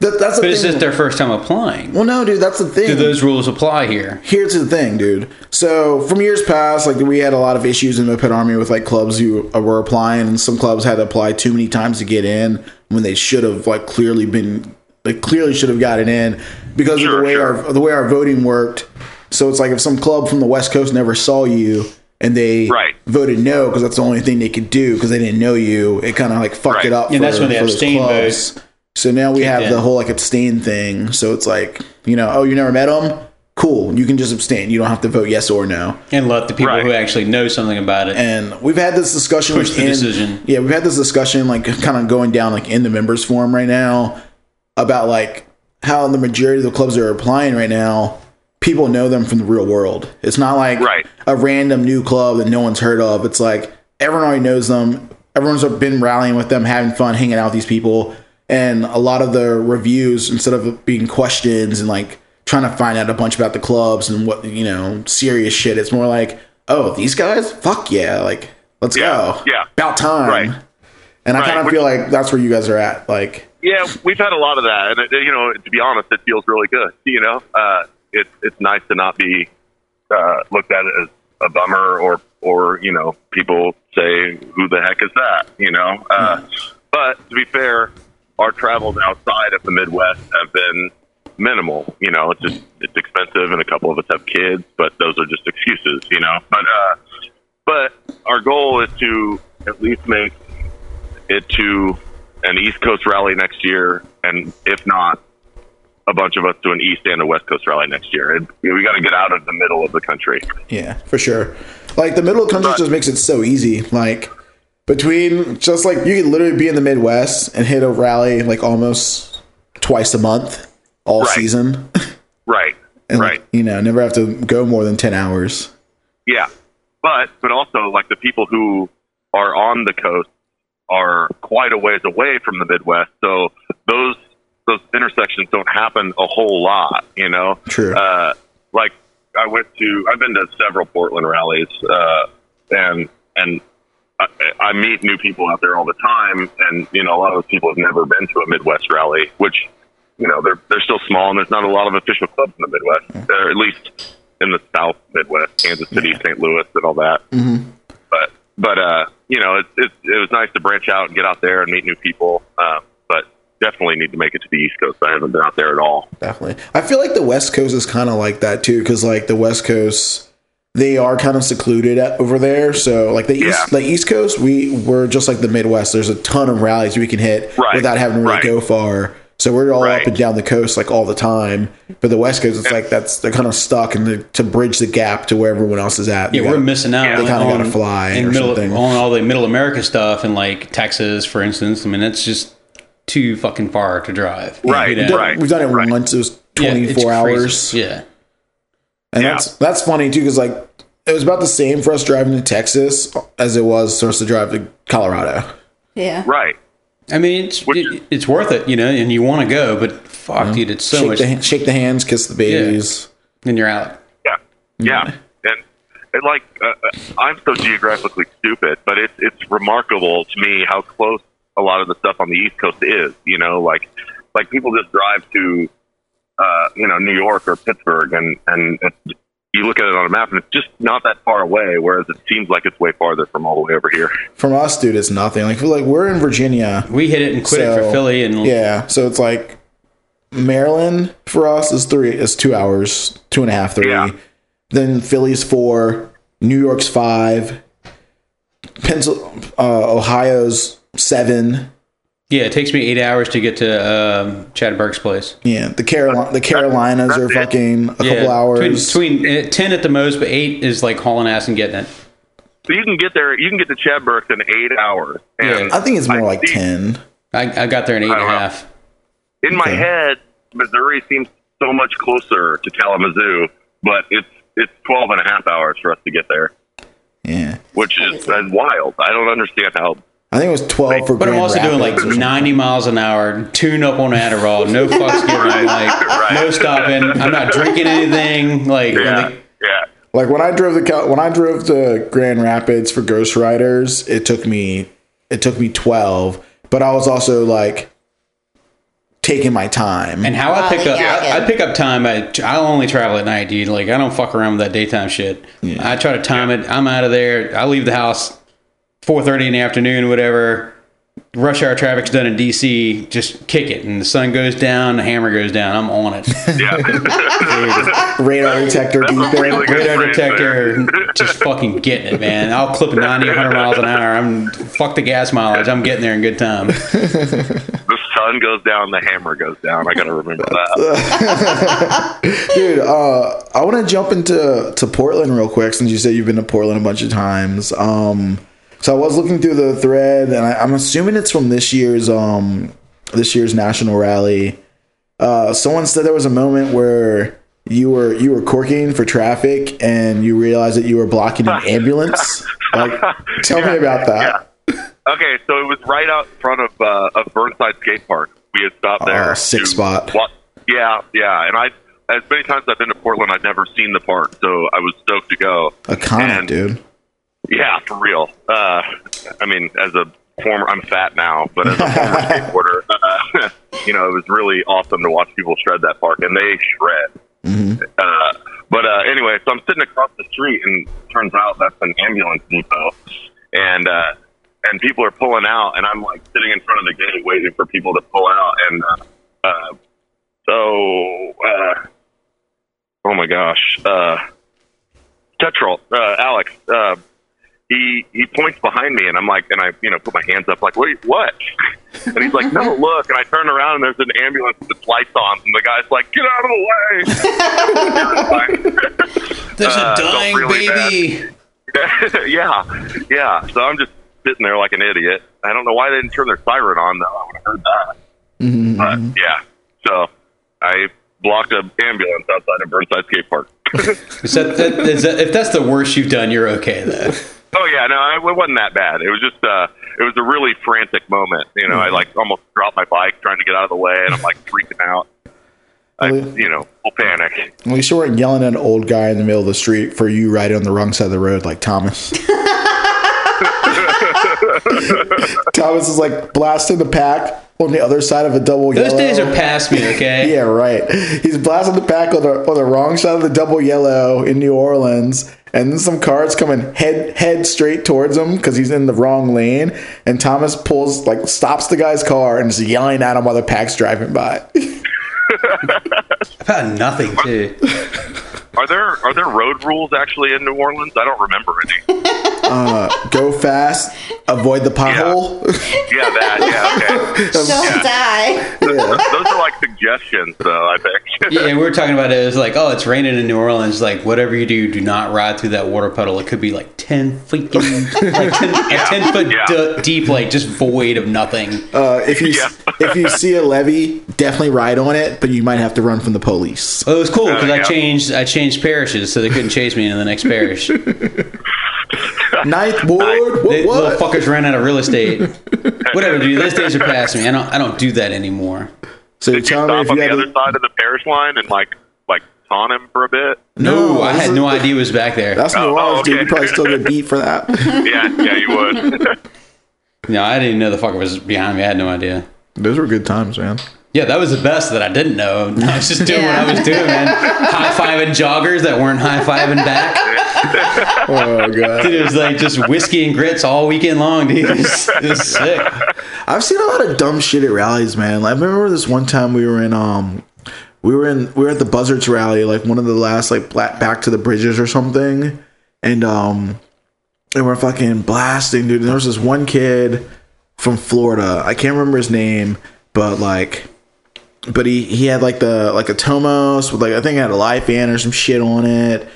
[SPEAKER 6] that, that's the
[SPEAKER 2] but it's
[SPEAKER 6] thing.
[SPEAKER 2] just their first time applying.
[SPEAKER 6] well, no, dude. That's the thing.
[SPEAKER 2] Do those rules apply here?
[SPEAKER 6] here's the thing, dude. So from years past, like we had a lot of issues in Moped Army with like clubs who were applying, and some clubs had to apply too many times to get in when they should have like clearly been like clearly should have gotten in because of the
[SPEAKER 7] Sure,
[SPEAKER 6] way
[SPEAKER 7] sure.
[SPEAKER 6] our the way our voting worked. So it's like if some club from the West Coast never saw you and they
[SPEAKER 7] Right.
[SPEAKER 6] voted no because that's the only thing they could do because they didn't know you, it kind of like fucked
[SPEAKER 7] Right.
[SPEAKER 6] it up.
[SPEAKER 2] And that's when they
[SPEAKER 6] those
[SPEAKER 2] abstain
[SPEAKER 6] clubs. So now we have
[SPEAKER 2] in.
[SPEAKER 6] the whole like abstain thing. So it's like, you know, oh, you never met them? Cool. You can just abstain. You don't have to vote yes or no.
[SPEAKER 2] And let the people
[SPEAKER 7] Right.
[SPEAKER 2] who actually know something about it.
[SPEAKER 6] And we've had this discussion
[SPEAKER 2] Push the decision.
[SPEAKER 6] Yeah, we've had this discussion like kind of going down like in the members forum right now about like how the majority of the clubs that are applying right now, people know them from the real world. It's not like
[SPEAKER 7] Right.
[SPEAKER 6] a random new club that no one's heard of. It's like everyone already knows them. Everyone's been rallying with them, having fun, hanging out with these people. And a lot of the reviews, instead of being questions and like trying to find out a bunch about the clubs and what, you know, serious shit, it's more like, oh, these guys? Fuck yeah. Like, let's
[SPEAKER 7] Yeah,
[SPEAKER 6] go.
[SPEAKER 7] yeah.
[SPEAKER 6] About time.
[SPEAKER 7] Right.
[SPEAKER 6] And I
[SPEAKER 7] Right.
[SPEAKER 6] kind of feel like that's where you guys are at. Like,
[SPEAKER 7] Yeah, we've had a lot of that, and it, you know, to be honest, it feels really good. You know, uh, it's it's nice to not be uh, looked at as a bummer, or or you know, people say, "Who the heck is that?" You know. Uh, But to be fair, our travels outside of the Midwest have been minimal. You know, it's just it's expensive, and a couple of us have kids, but those are just excuses. You know, but uh, but our goal is to at least make it to an East Coast rally next year, and if not, a bunch of us to an East and a West Coast rally next year. And we got to get out of the middle of the country.
[SPEAKER 6] Yeah, for sure. Like the middle of the country just makes it so easy. Like between just like you can literally be in the Midwest and hit a rally like almost twice a month all
[SPEAKER 7] Right.
[SPEAKER 6] season.
[SPEAKER 7] Right.
[SPEAKER 6] And
[SPEAKER 7] right.
[SPEAKER 6] Like, you know, never have to go more than ten hours.
[SPEAKER 7] Yeah, but but also like the people who are on the coast are quite a ways away from the Midwest, so those those inner intersections don't happen a whole lot, you know?
[SPEAKER 6] True.
[SPEAKER 7] Uh, like, I went to, I've been to several Portland rallies, uh, and, and I, I meet new people out there all the time. And, you know, a lot of those people have never been to a Midwest rally, which, you know, they're, they're still small and there's not a lot of official clubs in the Midwest, or at least in the South Midwest, Kansas City, St. Louis, and all that but but uh, you know, it, it it was nice to branch out and get out there and meet new people. Um, but definitely need to make it to the East Coast. I haven't been out there at all.
[SPEAKER 6] Definitely. I feel like the West Coast is kind of like that too, because like the West Coast, they are kind of secluded at, over there. So like the
[SPEAKER 7] Yeah.
[SPEAKER 6] East, the East Coast, we we're just like the Midwest. There's a ton of rallies we can hit
[SPEAKER 7] Right.
[SPEAKER 6] without having to really
[SPEAKER 7] Right.
[SPEAKER 6] go far. So we're all
[SPEAKER 7] Right.
[SPEAKER 6] up and down the coast like all the time. But the West Coast, it's like that's they're kind of stuck and they- to bridge the gap to where everyone else is at.
[SPEAKER 2] Yeah,
[SPEAKER 6] You
[SPEAKER 2] we're
[SPEAKER 6] gotta-
[SPEAKER 2] missing out.
[SPEAKER 6] They kinda
[SPEAKER 2] on-
[SPEAKER 6] gotta fly
[SPEAKER 2] in
[SPEAKER 6] or
[SPEAKER 2] middle,
[SPEAKER 6] something.
[SPEAKER 2] on all the Middle America stuff and like Texas, for instance. I mean, that's just too fucking far to drive.
[SPEAKER 7] Right,
[SPEAKER 2] You
[SPEAKER 6] We've done,
[SPEAKER 2] know?
[SPEAKER 7] right.
[SPEAKER 6] we've done it once. It was
[SPEAKER 2] Yeah,
[SPEAKER 6] twenty
[SPEAKER 2] it's
[SPEAKER 6] four
[SPEAKER 2] crazy.
[SPEAKER 6] hours.
[SPEAKER 2] Yeah,
[SPEAKER 6] And
[SPEAKER 7] Yeah.
[SPEAKER 6] that's that's funny too, because like it was about the same for us driving to Texas as it was for us to drive to Colorado.
[SPEAKER 5] Yeah.
[SPEAKER 7] Right.
[SPEAKER 2] I mean, it's
[SPEAKER 7] Which-
[SPEAKER 2] it, it's worth it, you know, and you want to go, but fuck, dude, it's so
[SPEAKER 6] shake
[SPEAKER 2] much.
[SPEAKER 6] the ha- shake the hands, kiss the babies.
[SPEAKER 2] Then you're out.
[SPEAKER 7] Yeah. Yeah. And and like uh, uh, I'm so geographically stupid, but it's it's remarkable to me how close a lot of the stuff on the East Coast is. You know, like like people just drive to uh, you know New York or Pittsburgh, and and it's, you look at it on a map, and it's just not that far away. Whereas it seems like it's way farther from all the way over here.
[SPEAKER 6] From us, dude, it's nothing. Like we're like we're in Virginia,
[SPEAKER 2] We hit it and quit it for
[SPEAKER 6] So,
[SPEAKER 2] Philly, and
[SPEAKER 6] yeah. So it's like Maryland for us is three is two hours, two and a half, three.
[SPEAKER 7] Yeah.
[SPEAKER 6] Then Philly's four, New York's five, Pencil, uh, Ohio's seven.
[SPEAKER 2] yeah, it takes me eight hours to get to um, Chad Burke's place.
[SPEAKER 6] Yeah, the Carol the Carolinas are
[SPEAKER 7] that's it.
[SPEAKER 6] fucking a
[SPEAKER 2] yeah,
[SPEAKER 6] couple hours.
[SPEAKER 2] between, between uh, ten at the most, but eight is like hauling ass and getting it.
[SPEAKER 7] So you can get there. You can get to Chadburg in eight hours. And
[SPEAKER 2] Yeah.
[SPEAKER 6] I think it's more
[SPEAKER 7] I
[SPEAKER 6] like
[SPEAKER 7] see.
[SPEAKER 6] ten.
[SPEAKER 2] I, I got there in eight and a
[SPEAKER 7] don't know.
[SPEAKER 2] half.
[SPEAKER 7] in my
[SPEAKER 6] Okay.
[SPEAKER 7] head, Missouri seems so much closer to Kalamazoo, but it's it's 12 and a half hours for us to get there,
[SPEAKER 6] Yeah,
[SPEAKER 7] which is that's wild. I don't understand how.
[SPEAKER 6] I think it was twelve for.
[SPEAKER 2] But I'm
[SPEAKER 6] Grand
[SPEAKER 2] also doing
[SPEAKER 6] Rapids
[SPEAKER 2] like
[SPEAKER 6] or something.
[SPEAKER 2] 90 miles an hour, tune up on Adderall, no fucks given, like no stopping. I'm not drinking anything. Like,
[SPEAKER 7] Yeah,
[SPEAKER 2] like,
[SPEAKER 7] yeah,
[SPEAKER 6] Like when I drove the Cal- when I drove to Grand Rapids for Ghost Riders, it took me it took me twelve, but I was also like taking my time.
[SPEAKER 2] and how I
[SPEAKER 5] Wow,
[SPEAKER 2] pick
[SPEAKER 5] they
[SPEAKER 2] up,
[SPEAKER 5] got
[SPEAKER 2] I,
[SPEAKER 5] you.
[SPEAKER 2] I pick up time. I I only travel at night, dude. Like I don't fuck around with that daytime shit. I try to time it. I'm out of there. I leave the house 4:30 in the afternoon, whatever. Rush hour traffic's done in DC. Just kick it, and the sun goes down, the hammer goes down. I'm on it.
[SPEAKER 7] yeah.
[SPEAKER 6] Radar detector
[SPEAKER 7] That's
[SPEAKER 6] deep
[SPEAKER 7] a really
[SPEAKER 6] in.
[SPEAKER 7] good
[SPEAKER 2] radar
[SPEAKER 7] friend there.
[SPEAKER 2] detector, just fucking getting it, man. I'll clip 90, 100 miles an hour. I'm fuck the gas mileage. I'm getting there in good
[SPEAKER 7] Uh,
[SPEAKER 2] time.
[SPEAKER 7] The sun goes down, the hammer goes down. I gotta remember that.
[SPEAKER 6] Dude, uh, I want to jump into to Portland real quick since you said you've been to Portland a bunch of times. Um, so I was looking through the thread, and I, I'm assuming it's from this year's um this year's national rally. Uh, someone said there was a moment where you were you were corking for traffic, and you realized that you were blocking an ambulance. Like, tell me about that.
[SPEAKER 7] Okay, so it was right out front of uh, of Burnside Skate Park. We had stopped there.
[SPEAKER 6] Oh, sick
[SPEAKER 7] to
[SPEAKER 6] spot.
[SPEAKER 7] wa- yeah, yeah. And I, as many times I've been to Portland, I've never seen the park, so I was stoked to go.
[SPEAKER 6] A comment,
[SPEAKER 7] And-
[SPEAKER 6] dude.
[SPEAKER 7] Yeah, for real. Uh, I mean, as a former, I'm fat now, but as a former skateboarder, uh, you know, it was really awesome to watch people shred that park, and they shred. Uh, but uh, anyway, so I'm sitting across the street, and turns out that's an ambulance depot, and uh, and people are pulling out, and I'm like sitting in front of the gate waiting for people to pull out, and uh, uh, so uh, oh my gosh, uh, Tetral, uh, Alex. Uh, he he points behind me and I'm like and I you know put my hands up like what what and he's like no look and I turn around and there's an ambulance with its lights on and the guy's like get out of the way
[SPEAKER 2] There's
[SPEAKER 7] Uh,
[SPEAKER 2] a
[SPEAKER 7] don't
[SPEAKER 2] dying
[SPEAKER 7] really
[SPEAKER 2] baby.
[SPEAKER 7] yeah yeah so I'm just sitting there like an idiot I don't know why they didn't turn their siren on though I would have heard that but yeah so I blocked an ambulance outside of Burnside Skate Park
[SPEAKER 2] Is that, that, is that, if that's the worst you've done, you're okay though.
[SPEAKER 7] Oh yeah, no, I, it wasn't that bad. It was just uh, it was a really frantic moment. You know,
[SPEAKER 6] Hmm.
[SPEAKER 7] I like almost dropped my bike trying to get out of the way, and I'm like freaking out. I,
[SPEAKER 6] Really?
[SPEAKER 7] you know, full panic.
[SPEAKER 6] At least you weren't yelling at an old guy in the middle of the street for you riding on the wrong side of the road like Thomas. Thomas is like blasting the pack on the other side of a double
[SPEAKER 2] Those
[SPEAKER 6] yellow.
[SPEAKER 2] days are past me, okay?
[SPEAKER 6] Yeah, right. He's blasting the pack on the on the wrong side of the double yellow in New Orleans, and then some cars coming head head straight towards him because he's in the wrong lane. And Thomas pulls like stops the guy's car and is yelling at him while the pack's driving by.
[SPEAKER 2] About nothing, too.
[SPEAKER 7] Are there are there road rules actually in New Orleans? I don't remember any.
[SPEAKER 6] Go fast, avoid the pothole.
[SPEAKER 7] Yeah, that. Yeah, okay.
[SPEAKER 5] Don't die.
[SPEAKER 7] Those are like suggestions, though. I think.
[SPEAKER 2] Yeah, we were talking about it. It was like, oh, it's raining in New Orleans. Like, whatever you do, do not ride through that water puddle. It could be like 10 freaking, like 10, a 10 foot
[SPEAKER 7] Yeah.
[SPEAKER 2] du- deep, like just void of nothing.
[SPEAKER 6] Uh, if you
[SPEAKER 7] Yeah.
[SPEAKER 6] if you see a levee, definitely ride on it, but you might have to run from the police.
[SPEAKER 2] Well, it was cool because
[SPEAKER 7] Oh,
[SPEAKER 2] I
[SPEAKER 7] yeah.
[SPEAKER 2] changed I changed parishes, so they couldn't chase me into the next parish. They,
[SPEAKER 6] Ninth ward, what?
[SPEAKER 2] little
[SPEAKER 6] what?
[SPEAKER 2] fuckers ran out of real estate. Whatever, dude. Those days are past me. I don't I don't do that anymore.
[SPEAKER 6] So you're
[SPEAKER 7] Did you
[SPEAKER 6] telling me
[SPEAKER 7] stop
[SPEAKER 6] if
[SPEAKER 7] on
[SPEAKER 6] you
[SPEAKER 7] the
[SPEAKER 6] had
[SPEAKER 7] other
[SPEAKER 6] to-
[SPEAKER 7] side of the parish line and like like taunt him for a bit?
[SPEAKER 2] No, I
[SPEAKER 6] this
[SPEAKER 2] had
[SPEAKER 6] is-
[SPEAKER 2] no idea it was back there.
[SPEAKER 6] That's New
[SPEAKER 7] Oh,
[SPEAKER 6] Orleans, dude.
[SPEAKER 7] okay.
[SPEAKER 6] You probably still get beat for that.
[SPEAKER 7] Yeah, yeah, you would.
[SPEAKER 2] No, I didn't even know the fucker was behind me. I had no idea.
[SPEAKER 6] Those were good times, man.
[SPEAKER 2] Yeah, that was the best that I didn't know. I was just doing
[SPEAKER 5] Yeah.
[SPEAKER 2] what I was doing, man. High fiving joggers that weren't high fiving back.
[SPEAKER 6] Oh god,
[SPEAKER 2] Dude, it was like just whiskey and grits all weekend long, dude. It was, it was sick.
[SPEAKER 6] I've seen a lot of dumb shit at rallies, man. Like, I remember this one time we were in um. We were in we were at the Buzzards rally, like one of the last like black back to the bridges or something, and um, and we're fucking blasting, dude. And there was this one kid from Florida. I can't remember his name, but like, but he he had like the like a Tomos with like I think it had a life fan or some shit on it,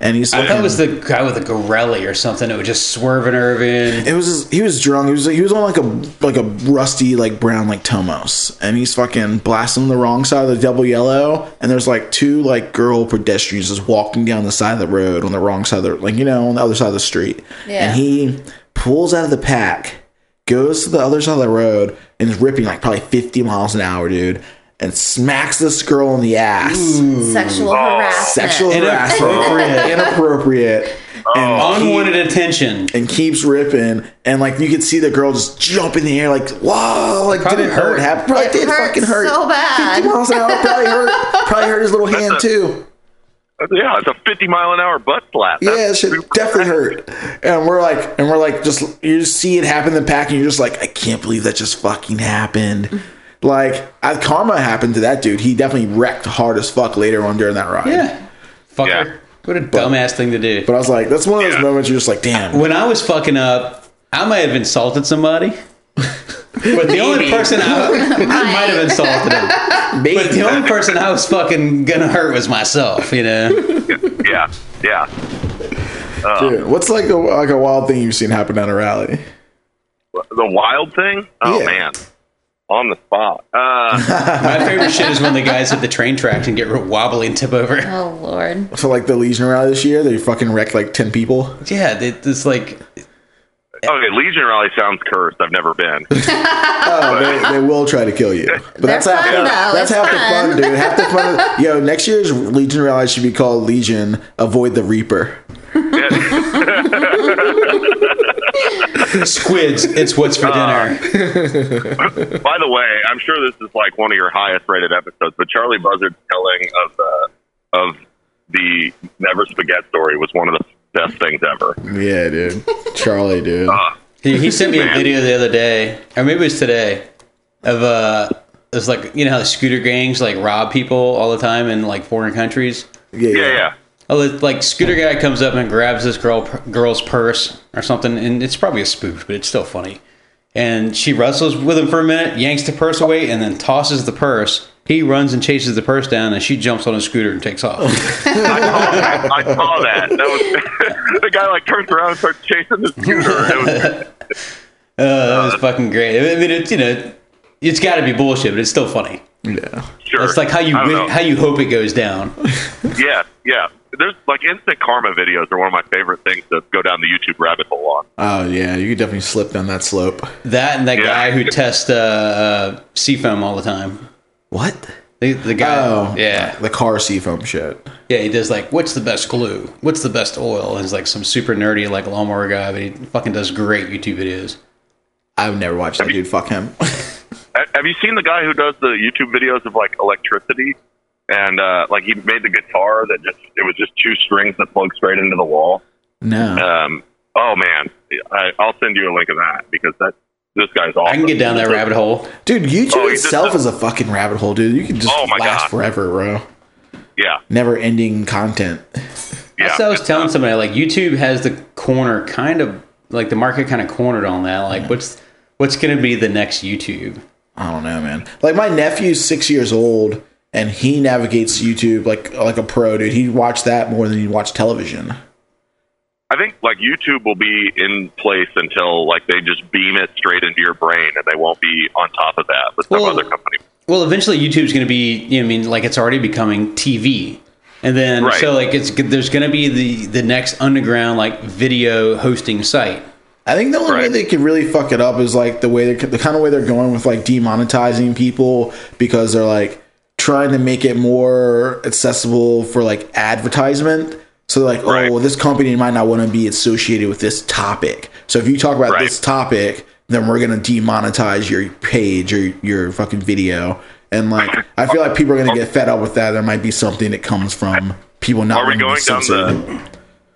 [SPEAKER 6] and he's
[SPEAKER 2] I thought
[SPEAKER 6] looking-
[SPEAKER 2] it was the guy with the Gorelli or something that would just swerve and Irvin.
[SPEAKER 6] it was just, he was drunk. He was he was on like a like a rusty like brown like Tomos, and he's fucking blasting the wrong side of the double yellow. And there's like two like girl pedestrians just walking down the side of the road on the wrong side of the like you know on the other side of the street.
[SPEAKER 5] Yeah.
[SPEAKER 6] And he pulls out of the pack, goes to the other side of the road, and is ripping like probably 50 miles an hour, dude, and smacks this girl in the ass.
[SPEAKER 5] Sexual
[SPEAKER 2] Oh.
[SPEAKER 5] harassment.
[SPEAKER 6] Sexual harassment,
[SPEAKER 2] Inappropriate. Oh.
[SPEAKER 6] inappropriate. and
[SPEAKER 2] Unwanted attention.
[SPEAKER 6] and keeps ripping, and like you could see the girl just jump in the air, like whoa, like
[SPEAKER 2] Probably
[SPEAKER 6] didn't
[SPEAKER 2] hurt.
[SPEAKER 6] hurt. Hap- probably
[SPEAKER 5] It
[SPEAKER 6] did
[SPEAKER 5] hurt
[SPEAKER 6] fucking hurt
[SPEAKER 5] so bad.
[SPEAKER 6] 50 miles an hour "Oh, probably hurt. Probably hurt his little hand too.
[SPEAKER 7] yeah, it's a 50 mile an hour butt slap. That's
[SPEAKER 6] Yeah, it should
[SPEAKER 7] super-
[SPEAKER 6] definitely hurt. And we're like, and we're like, just you just see it happen in the pack, and you're just like, I can't believe that just fucking happened. Like, I, karma happened to that dude. He definitely wrecked hard as fuck later on during that ride.
[SPEAKER 2] Yeah. Fucker.
[SPEAKER 7] Yeah.
[SPEAKER 2] What a dumbass thing to do.
[SPEAKER 6] But I was like, that's one of those
[SPEAKER 7] Yeah.
[SPEAKER 6] moments you're just like, damn.
[SPEAKER 2] when I was fucking up, I might have insulted somebody. But the only person I, I might have insulted him. But the only person I was fucking gonna hurt was myself, you know.
[SPEAKER 7] Yeah, yeah.
[SPEAKER 6] Dude, what's like a, like a wild thing you've seen happen at a rally?
[SPEAKER 7] The wild thing? Oh
[SPEAKER 6] Yeah.
[SPEAKER 7] man, on the spot. Uh,
[SPEAKER 2] My favorite shit is when the guys hit the train tracks and get real wobbly and tip over.
[SPEAKER 5] Oh lord.
[SPEAKER 6] So like the Legion rally this year, they fucking wrecked like ten people.
[SPEAKER 2] Yeah, they- it's like
[SPEAKER 7] okay, Legion Rally sounds cursed. I've never been.
[SPEAKER 6] Oh, they, they will try to kill you. But that's half,
[SPEAKER 5] fun, though.
[SPEAKER 6] that's
[SPEAKER 5] It's
[SPEAKER 6] half
[SPEAKER 5] fun.
[SPEAKER 6] the fun, dude. Half the fun. Yo, next year's Legion rally should be called Legion Avoid the Reaper.
[SPEAKER 7] Yeah.
[SPEAKER 2] squids. It's what's for dinner.
[SPEAKER 7] By the way, I'm sure this is like one of your highest rated episodes, but Charlie Buzzard's telling of the of the Never Spaghetti story was one of the best things ever.
[SPEAKER 6] Yeah, dude. Charlie, dude.
[SPEAKER 7] Uh,
[SPEAKER 2] Dude, he sent me a video the other day, or maybe it was today, of uh, it was like you know how the scooter gangs like rob people all the time in like foreign countries.
[SPEAKER 6] yeah,
[SPEAKER 7] Yeah, yeah.
[SPEAKER 2] Oh, it's like scooter guy comes up and grabs this girl girl's purse or something, and it's probably a spoof, but it's still funny. And she wrestles with him for a minute, yanks the purse away, and then tosses the purse. He runs and chases the purse down, and she jumps on a scooter and takes off.
[SPEAKER 7] I saw that. I saw that. that was, the guy like turns around and starts chasing the scooter. It was,
[SPEAKER 2] Oh, that was fucking great. I mean, it's you know, it's got to be bullshit, but it's still funny.
[SPEAKER 6] yeah.
[SPEAKER 7] sure.
[SPEAKER 2] It's like how you
[SPEAKER 7] I don't
[SPEAKER 2] wi-
[SPEAKER 7] know.
[SPEAKER 2] how you hope it goes down.
[SPEAKER 7] yeah, yeah. there's like instant karma videos are one of my favorite things to go down the YouTube rabbit hole on.
[SPEAKER 6] Oh yeah, you could definitely slip down that slope.
[SPEAKER 2] That and that
[SPEAKER 7] Yeah.
[SPEAKER 2] guy who tests uh, uh, seafoam all the time.
[SPEAKER 6] What?
[SPEAKER 2] The, the guy.
[SPEAKER 6] Oh
[SPEAKER 2] Yeah.
[SPEAKER 6] the car seafoam shit.
[SPEAKER 2] Yeah, he does like, what's the best glue? What's the best oil? And he's like some super nerdy, like lawnmower guy, but he fucking does great YouTube videos.
[SPEAKER 6] I've never watched that dude. Fuck him.
[SPEAKER 7] Ha- Uh, Have you seen the guy who does the YouTube videos of like electricity? And uh, like he made the guitar that just it was just two strings that plugged straight into the wall.
[SPEAKER 6] no.
[SPEAKER 7] Um, oh man, I, I'll send you a link of that because that this guy's awesome.
[SPEAKER 2] I can get down that rabbit hole.
[SPEAKER 6] Dude, YouTube
[SPEAKER 7] Oh, he just-
[SPEAKER 6] itself is a fucking rabbit hole, dude. You can just
[SPEAKER 7] Oh, my
[SPEAKER 6] last
[SPEAKER 7] God.
[SPEAKER 6] forever, bro.
[SPEAKER 7] Yeah,
[SPEAKER 6] Never ending content.
[SPEAKER 7] yeah.
[SPEAKER 2] That's what I was telling somebody. Like YouTube has the corner kind of like the market kind of cornered on that. Like what's what's going to be the next YouTube?
[SPEAKER 6] I don't know, man. Like my nephew's six years old and he navigates YouTube like like a pro, dude. He watched that more than he watched television.
[SPEAKER 7] I think like YouTube will be in place until like they just beam it straight into your brain, and they won't be on top of that with some
[SPEAKER 2] Well-
[SPEAKER 7] other company.
[SPEAKER 2] Well, eventually YouTube's going to be. You know, I mean, like it's already becoming TV, and then
[SPEAKER 7] Right.
[SPEAKER 2] so like it's there's going to be the the next underground like video hosting site.
[SPEAKER 6] I think the only way
[SPEAKER 7] Right.
[SPEAKER 6] they could really fuck it up is like the way they're the kind of way they're going with like demonetizing people because they're like trying to make it more accessible for like advertisement. So they're like,
[SPEAKER 7] Right.
[SPEAKER 6] oh, well, this company might not want to be associated with this topic. So if you talk about
[SPEAKER 7] Right.
[SPEAKER 6] this topic, then we're gonna demonetize your page or your fucking video. And like, I feel like people are gonna get fed up with that. There might be something that comes from people not.
[SPEAKER 7] Are we
[SPEAKER 6] wanting to be
[SPEAKER 7] going down
[SPEAKER 6] censored.
[SPEAKER 7] the?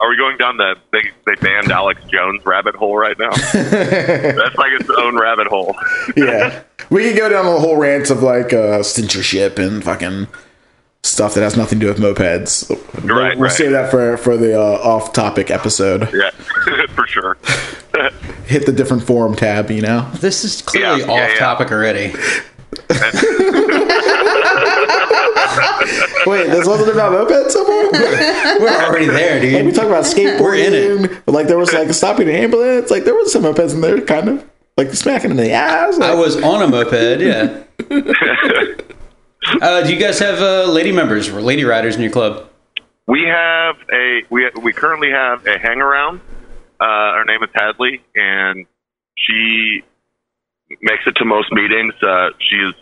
[SPEAKER 7] Are we going down the? They, they banned Alex Jones rabbit hole right now. That's like its own rabbit hole.
[SPEAKER 6] yeah, we could go down the whole rant of like uh, censorship and fucking stuff that has nothing to do with mopeds. We'll,
[SPEAKER 7] Right,
[SPEAKER 6] we'll
[SPEAKER 7] right.
[SPEAKER 6] save that for for the uh, off-topic episode.
[SPEAKER 7] Yeah, for sure.
[SPEAKER 6] Hit the different forum tab, you know.
[SPEAKER 2] This is clearly
[SPEAKER 7] Yeah, yeah,
[SPEAKER 2] off
[SPEAKER 7] yeah.
[SPEAKER 2] topic already.
[SPEAKER 6] Wait, this wasn't about mopeds so far.
[SPEAKER 2] We're already there,
[SPEAKER 6] like we
[SPEAKER 2] dude.
[SPEAKER 6] talked about skateboarding.
[SPEAKER 2] We're in it.
[SPEAKER 6] But like there was like stopping an ambulance. Like there was some mopeds in there, kind of like smacking them in the ass. Like,
[SPEAKER 2] I was on a moped. Yeah. Uh, do you guys have uh, lady members or lady riders in your club?
[SPEAKER 7] We have a we we currently have a hangaround. Uh, her name is Hadley, and she makes it to most meetings. Uh, she's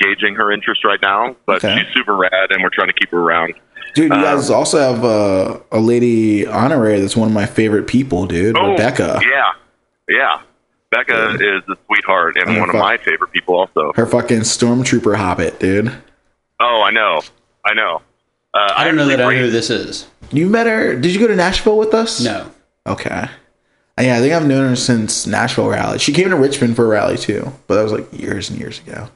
[SPEAKER 7] gauging her interest right now, but
[SPEAKER 6] Okay.
[SPEAKER 7] she's super rad, and we're trying to keep her around.
[SPEAKER 6] dude, you guys also have uh, a lady honorary that's one of my favorite people, dude. Oh. Rebecca.
[SPEAKER 7] Oh, Yeah, yeah. Becca is a sweetheart and
[SPEAKER 6] Oh,
[SPEAKER 7] one of
[SPEAKER 6] fuck.
[SPEAKER 7] my favorite people, also.
[SPEAKER 6] Her fucking stormtrooper hobbit, dude.
[SPEAKER 7] Oh, I know, I know. Uh,
[SPEAKER 2] I don't know
[SPEAKER 7] actually
[SPEAKER 2] that I
[SPEAKER 7] bring-
[SPEAKER 2] know who this is.
[SPEAKER 6] You met her. Did you go to Nashville with us?
[SPEAKER 2] No.
[SPEAKER 6] Okay. Uh, Yeah, I think I've known her since Nashville rally. She came to Richmond for a rally too, but that was like years and years ago.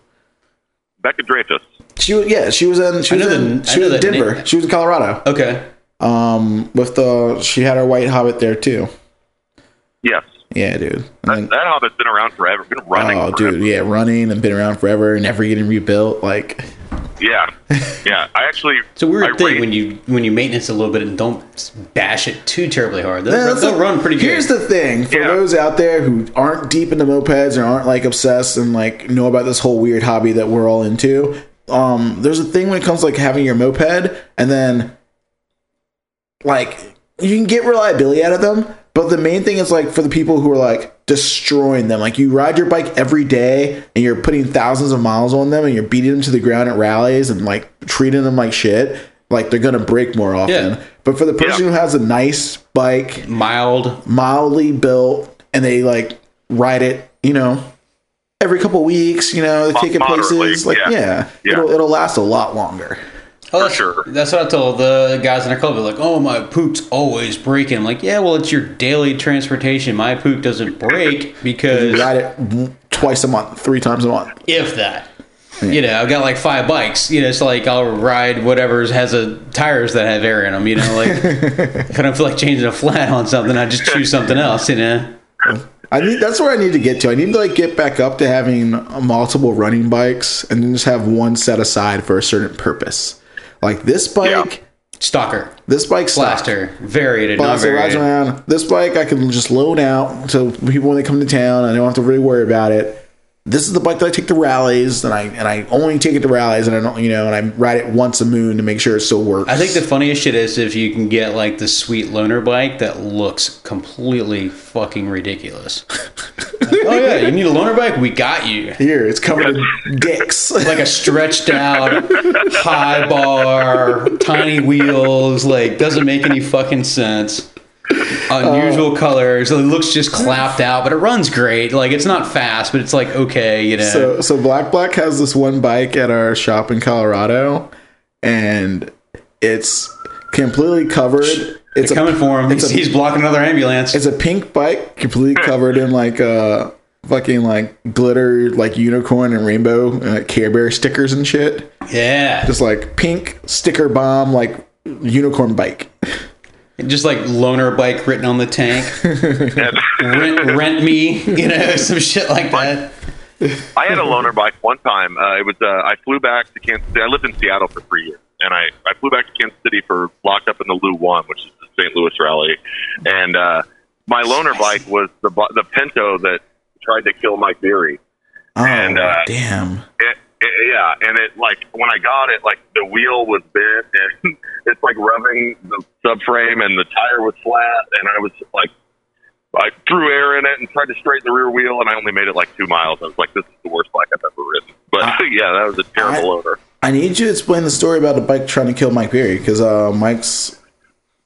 [SPEAKER 7] Becca Dreyfus.
[SPEAKER 6] She was yeah, she was in she
[SPEAKER 2] I
[SPEAKER 6] was
[SPEAKER 2] know the-
[SPEAKER 6] in,
[SPEAKER 2] I
[SPEAKER 6] she
[SPEAKER 2] know
[SPEAKER 6] was in
[SPEAKER 2] that
[SPEAKER 6] Denver.
[SPEAKER 2] name.
[SPEAKER 6] She was in Colorado.
[SPEAKER 2] Okay.
[SPEAKER 6] Um, with the she had her White Hobbit there too.
[SPEAKER 7] Yes,
[SPEAKER 6] Yeah, dude.
[SPEAKER 7] that,
[SPEAKER 6] And then,
[SPEAKER 7] that hobbit's been around forever. Been running.
[SPEAKER 6] oh,
[SPEAKER 7] forever.
[SPEAKER 6] dude, yeah, running and been around forever, never getting rebuilt. Like,
[SPEAKER 7] Yeah, yeah. I actually.
[SPEAKER 2] It's a weird
[SPEAKER 7] I
[SPEAKER 2] thing
[SPEAKER 7] raced-
[SPEAKER 2] when you when you maintenance a little bit and don't bash it too terribly hard. They'll,
[SPEAKER 6] Yeah, that's
[SPEAKER 2] they'll
[SPEAKER 6] the-
[SPEAKER 2] run pretty good.
[SPEAKER 6] Here's the thing for
[SPEAKER 7] Yeah.
[SPEAKER 6] those out there who aren't deep into mopeds or aren't like obsessed and like know about this whole weird hobby that we're all into. Um, there's a thing when it comes to like having your moped and then like you can get reliability out of them, but the main thing is like for the people who are like destroying them. Like you ride your bike every day and you're putting thousands of miles on them and you're beating them to the ground at rallies and like treating them like shit. Like they're gonna break more often.
[SPEAKER 2] Yeah.
[SPEAKER 6] But for the person
[SPEAKER 7] Yeah.
[SPEAKER 6] who has a nice bike
[SPEAKER 2] mild.
[SPEAKER 6] mildly built and they like ride it, you know, every couple weeks, you know, they take it
[SPEAKER 7] Moderately,
[SPEAKER 6] places. Like yeah.
[SPEAKER 7] yeah. Yeah.
[SPEAKER 6] It'll it'll last a lot longer.
[SPEAKER 2] Oh, that's,
[SPEAKER 7] sure.
[SPEAKER 2] That's what I told the guys in our club. They're like, "Oh, my poop's always breaking." I'm like, yeah, well, it's your daily transportation. My poop doesn't break
[SPEAKER 6] You
[SPEAKER 2] because
[SPEAKER 6] ride it twice a month, three times a month.
[SPEAKER 2] if that. You know, I've got like five bikes. You know, it's like I'll ride whatever's has a tires that have air in them. You know, like if I don't feel like changing a flat on something, I just choose something else. You know,
[SPEAKER 6] I need that's where I need to get to. I need to like get back up to having multiple running bikes and then just have one set aside for a certain purpose. Like this bike,
[SPEAKER 2] stalker,
[SPEAKER 6] this bike sucks.
[SPEAKER 2] blaster, variated,
[SPEAKER 6] But
[SPEAKER 2] non
[SPEAKER 6] so it rides
[SPEAKER 2] variated.
[SPEAKER 6] around. This bike I can just loan out to people when they come to town. I don't have to really worry about it. this is the bike that I take to rallies, and I and I only take it to rallies, and I don't, you know, and I ride it once a moon to make sure it still works.
[SPEAKER 2] I think the funniest shit is if you can get like the sweet loner bike that looks completely fucking ridiculous. oh yeah, you need a loner bike? We got you.
[SPEAKER 6] here it's covered in dicks.
[SPEAKER 2] Like a stretched out high bar, tiny wheels, like doesn't make any fucking sense. Unusual
[SPEAKER 6] Oh.
[SPEAKER 2] colors. It looks just clapped out, but it runs great. Like it's not fast, but it's like okay, you know.
[SPEAKER 6] So so Black Black has this one bike at our shop in Colorado, and it's completely covered. It's
[SPEAKER 2] it's
[SPEAKER 6] a,
[SPEAKER 2] coming for him.
[SPEAKER 6] It's
[SPEAKER 2] He's,
[SPEAKER 6] a,
[SPEAKER 2] he's blocking another ambulance.
[SPEAKER 6] it's a pink bike, completely
[SPEAKER 7] Hmm.
[SPEAKER 6] covered in like uh fucking like glitter, like unicorn and rainbow and like Care Bear stickers and shit.
[SPEAKER 2] yeah,
[SPEAKER 6] Just like pink sticker bomb, like unicorn bike.
[SPEAKER 2] just like loner bike written on the tank. rent, rent me, you know, some shit like that.
[SPEAKER 7] I had a loaner bike one time. Uh, it was uh, I flew back to Kansas City. I lived in Seattle for three years, and I, I flew back to Kansas City for locked up in the Lou One, which is the St. Louis rally. And uh, my loaner bike was the bu- the Pinto that tried to kill Mike Beery.
[SPEAKER 6] Oh
[SPEAKER 7] And, uh,
[SPEAKER 6] damn.
[SPEAKER 7] It, it, yeah, and it like when I got it, like the wheel was bent, and it's like rubbing the subframe, and the tire was flat, and I was like, I threw air in it and tried to straighten the rear wheel, and I only made it like two miles. I was like, this is the worst bike I've ever ridden. But yeah, that was a terrible loaner.
[SPEAKER 6] I need you to explain the story about the bike trying to kill Mike Berry because uh, Mike's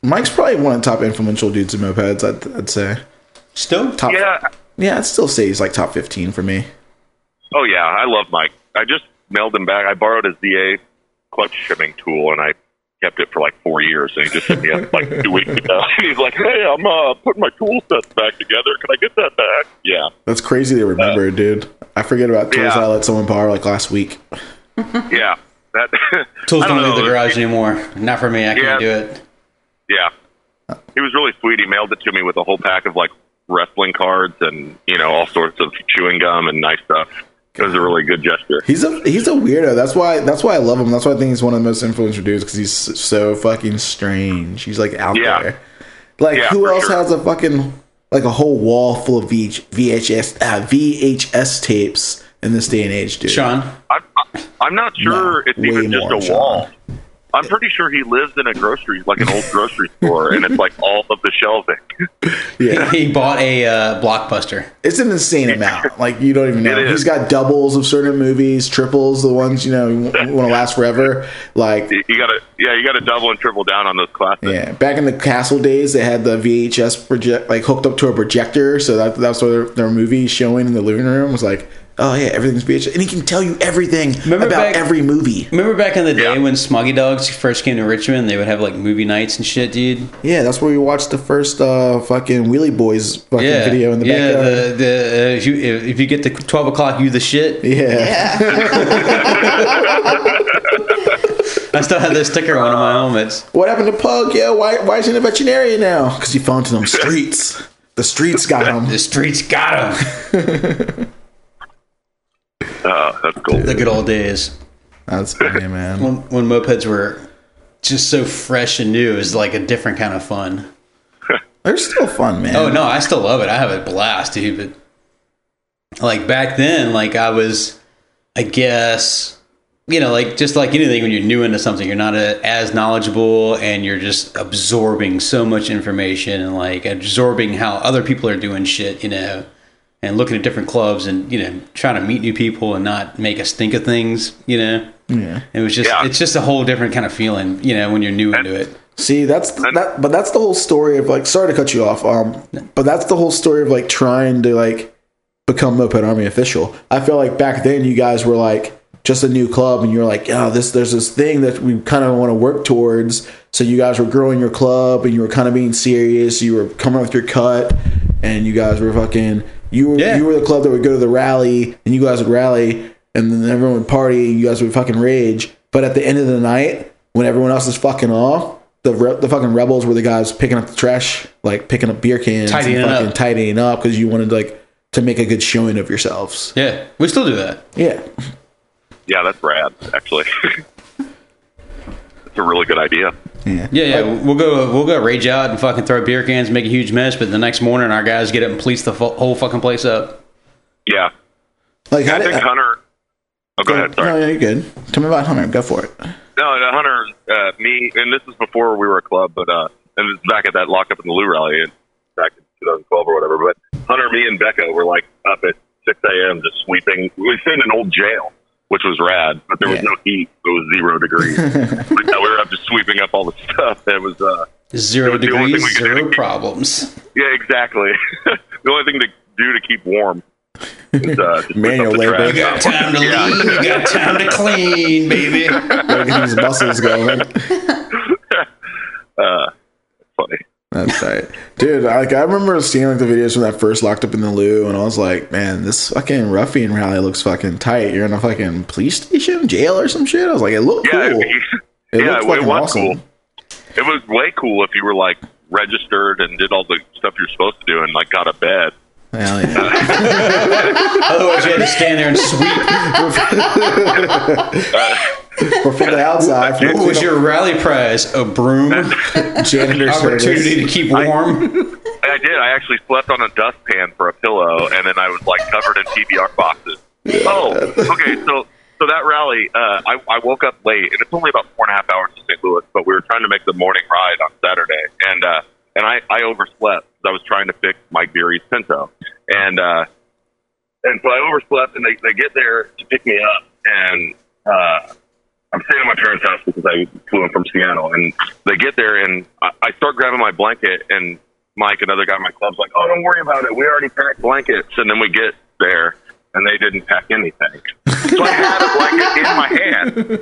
[SPEAKER 6] Mike's probably one of the top influential dudes in mopeds. I'd, I'd say
[SPEAKER 2] Still,
[SPEAKER 6] top.
[SPEAKER 7] Yeah,
[SPEAKER 6] yeah, I'd still say he's like top fifteen for me.
[SPEAKER 7] oh yeah, I love Mike. I just mailed him back. I borrowed his DA clutch shimming tool, and I kept it for like four years, and he just sent me up like two weeks ago. And he's like, hey, I'm uh, putting my tool sets back together. Can I get that back? Yeah.
[SPEAKER 6] That's crazy they remember it, dude. I forget about Toys
[SPEAKER 7] Uh, Yeah.
[SPEAKER 6] I Let Someone Power like last week.
[SPEAKER 7] Yeah. That
[SPEAKER 2] tools
[SPEAKER 7] I
[SPEAKER 2] don't, leave
[SPEAKER 7] know.
[SPEAKER 2] the garage anymore. Not for me. I
[SPEAKER 7] Yeah.
[SPEAKER 2] can't do it.
[SPEAKER 7] Yeah. He was really sweet. He mailed it to me with a whole pack of like wrestling cards and, you know, all sorts of chewing gum and nice stuff. It was a really good gesture.
[SPEAKER 6] He's a he's a weirdo. That's why that's why I love him. That's why I think he's one of the most influential dudes because he's so fucking strange. He's like out
[SPEAKER 7] Yeah.
[SPEAKER 6] there. Like
[SPEAKER 7] Yeah,
[SPEAKER 6] who
[SPEAKER 7] for
[SPEAKER 6] else
[SPEAKER 7] sure.
[SPEAKER 6] has a fucking like a whole wall full of VH, VHS uh, VHS tapes in this day and age, dude?
[SPEAKER 2] Sean,
[SPEAKER 7] I'm, I'm not sure
[SPEAKER 6] No,
[SPEAKER 7] it's even
[SPEAKER 6] way
[SPEAKER 7] just
[SPEAKER 6] more,
[SPEAKER 7] a wall. I'm pretty sure he lives in a grocery, like an old grocery store, and it's like all of the shelving.
[SPEAKER 6] Yeah,
[SPEAKER 2] he bought a uh, blockbuster.
[SPEAKER 6] it's an insane amount. Like you don't even know.
[SPEAKER 7] It is.
[SPEAKER 6] He's got doubles of certain movies, triples, the ones you know want to last forever. Like
[SPEAKER 7] You got to, yeah, you got to double and triple down on those classics.
[SPEAKER 6] Yeah, back in the castle days, they had the VHS project like hooked up to a projector, so that that's what their, their movie showing in the living room was like. Oh yeah, everything's VHS, and he can tell you everything
[SPEAKER 2] Remember
[SPEAKER 6] about
[SPEAKER 2] back-
[SPEAKER 6] every movie.
[SPEAKER 2] Remember back in the day
[SPEAKER 7] Yeah.
[SPEAKER 2] when Smoggy Dogs first came to Richmond, they would have like movie nights and shit, dude.
[SPEAKER 6] Yeah, that's where we watched the first uh, fucking Wheelie Boys fucking
[SPEAKER 2] Yeah,
[SPEAKER 6] video in the
[SPEAKER 2] yeah.
[SPEAKER 6] backyard.
[SPEAKER 2] The, the, uh, if, you, if if you get to twelve o'clock, you the shit.
[SPEAKER 6] yeah,
[SPEAKER 2] I still have this sticker on my helmets.
[SPEAKER 6] What happened to Pug? Yeah, why why isn't he a veterinarian now? Because he fell into them streets. the streets got him.
[SPEAKER 2] The streets got him.
[SPEAKER 7] Uh, that's cool.
[SPEAKER 2] The good old days.
[SPEAKER 6] That's funny, man.
[SPEAKER 2] when, when mopeds were just so fresh and new it was like a different kind of fun
[SPEAKER 6] They're still fun, man.
[SPEAKER 2] oh no i still love it i have a blast dude but like back then like i was i guess you know like just like anything when you're new into something you're not a, as knowledgeable and you're just absorbing so much information and like absorbing how other people are doing shit you know and looking at different clubs and you know trying to meet new people and not make a stink of things you know
[SPEAKER 6] Yeah.
[SPEAKER 2] it was just
[SPEAKER 7] Yeah.
[SPEAKER 2] it's just a whole different kind of feeling, you know, when you're new into it.
[SPEAKER 6] See, that's that, but that's the whole story of like. Sorry to cut you off. Um, but that's the whole story of like trying to like become Moped Army official. I feel like back then you guys were like just a new club, and you're like, oh, this there's this thing that we kind of want to work towards. So you guys were growing your club, and you were kind of being serious. You were coming up with your cut, and you guys were fucking. You were
[SPEAKER 2] Yeah.
[SPEAKER 6] you were the club that would go to the rally, and you guys would rally, and then everyone would party, and you guys would fucking rage. But at the end of the night, when everyone else is fucking off, the re- the fucking rebels were the guys picking up the trash, like picking up beer cans,
[SPEAKER 2] Tidying it
[SPEAKER 6] and fucking
[SPEAKER 2] up.
[SPEAKER 6] tidying up because you wanted like to make a good showing of yourselves.
[SPEAKER 2] Yeah, we still do that.
[SPEAKER 6] Yeah,
[SPEAKER 7] Yeah, that's rad, actually. It's a really good idea.
[SPEAKER 6] yeah,
[SPEAKER 2] Yeah, yeah, we'll go we'll go rage out and fucking throw beer cans, make a huge mess, but the next morning our guys get up and police the fu- whole fucking place up.
[SPEAKER 7] Yeah.
[SPEAKER 6] Like
[SPEAKER 7] I
[SPEAKER 6] did-
[SPEAKER 7] think Hunter. Oh, go ahead. Sorry.
[SPEAKER 6] No, you're good. Tell me about Hunter. Go for it.
[SPEAKER 7] No, no Hunter, uh, me, and this is before we were a club, but uh, and this is back at that lockup in the Lou rally in back in 2012 or whatever. But Hunter, me, and Becca were like up at 6 a.m. just sweeping. We stayed in an old jail, which was rad, but there was
[SPEAKER 6] Yeah.
[SPEAKER 7] no heat. It was zero degrees. But, uh, we were up just sweeping up all the stuff. It was. Uh,
[SPEAKER 2] Zero
[SPEAKER 7] The only thing we
[SPEAKER 2] degrees,
[SPEAKER 7] could do
[SPEAKER 2] zero
[SPEAKER 7] to-
[SPEAKER 2] problems.
[SPEAKER 7] Yeah, exactly. the only thing to do to keep warm is uh, just
[SPEAKER 6] Manual
[SPEAKER 7] pick up the
[SPEAKER 6] labor.
[SPEAKER 7] trash.
[SPEAKER 6] You got
[SPEAKER 2] Time to lean, you got time to clean, baby.
[SPEAKER 6] Gotta get these muscles going.
[SPEAKER 7] Funny.
[SPEAKER 6] That's right, dude. Like I remember seeing like the videos from that first locked up in the loo, and I was like, man, this fucking ruffian rally looks fucking tight. You're in a fucking police station, jail, or some shit. I was like, it looked
[SPEAKER 7] Yeah,
[SPEAKER 6] cool.
[SPEAKER 7] it,
[SPEAKER 6] It
[SPEAKER 7] yeah,
[SPEAKER 6] looked
[SPEAKER 7] it
[SPEAKER 6] fucking
[SPEAKER 7] was
[SPEAKER 6] awesome.
[SPEAKER 7] cool. it was way cool if you were like registered and did all the stuff you're supposed to do and like got a bed.
[SPEAKER 6] Hell yeah.
[SPEAKER 2] Otherwise, you had to stand there and sweep.
[SPEAKER 6] Or from the outside, from
[SPEAKER 2] What was your rally prize? A broom?
[SPEAKER 6] the janitor
[SPEAKER 2] Opportunity
[SPEAKER 6] service.
[SPEAKER 2] to keep warm?
[SPEAKER 7] And I did. I actually slept on a dustpan for a pillow, and then I was like covered in PBR boxes. Oh, okay. So, so that rally, uh, I, I woke up late, and it's only about four and a half hours to St. Louis, but we were trying to make the morning ride on Saturday, and uh, and I, I overslept 'cause I was trying to fix Mike Beery's Pinto, and uh, and so I overslept, and they, they get there to pick me up, and uh, I'm staying at my parents' house because I flew in from Seattle, and they get there, and I, I start grabbing my blanket, and Mike, another guy in my club's like, "Oh, don't worry about it. We already packed blankets." And then we get there, and they didn't pack anything. So I had a blanket in my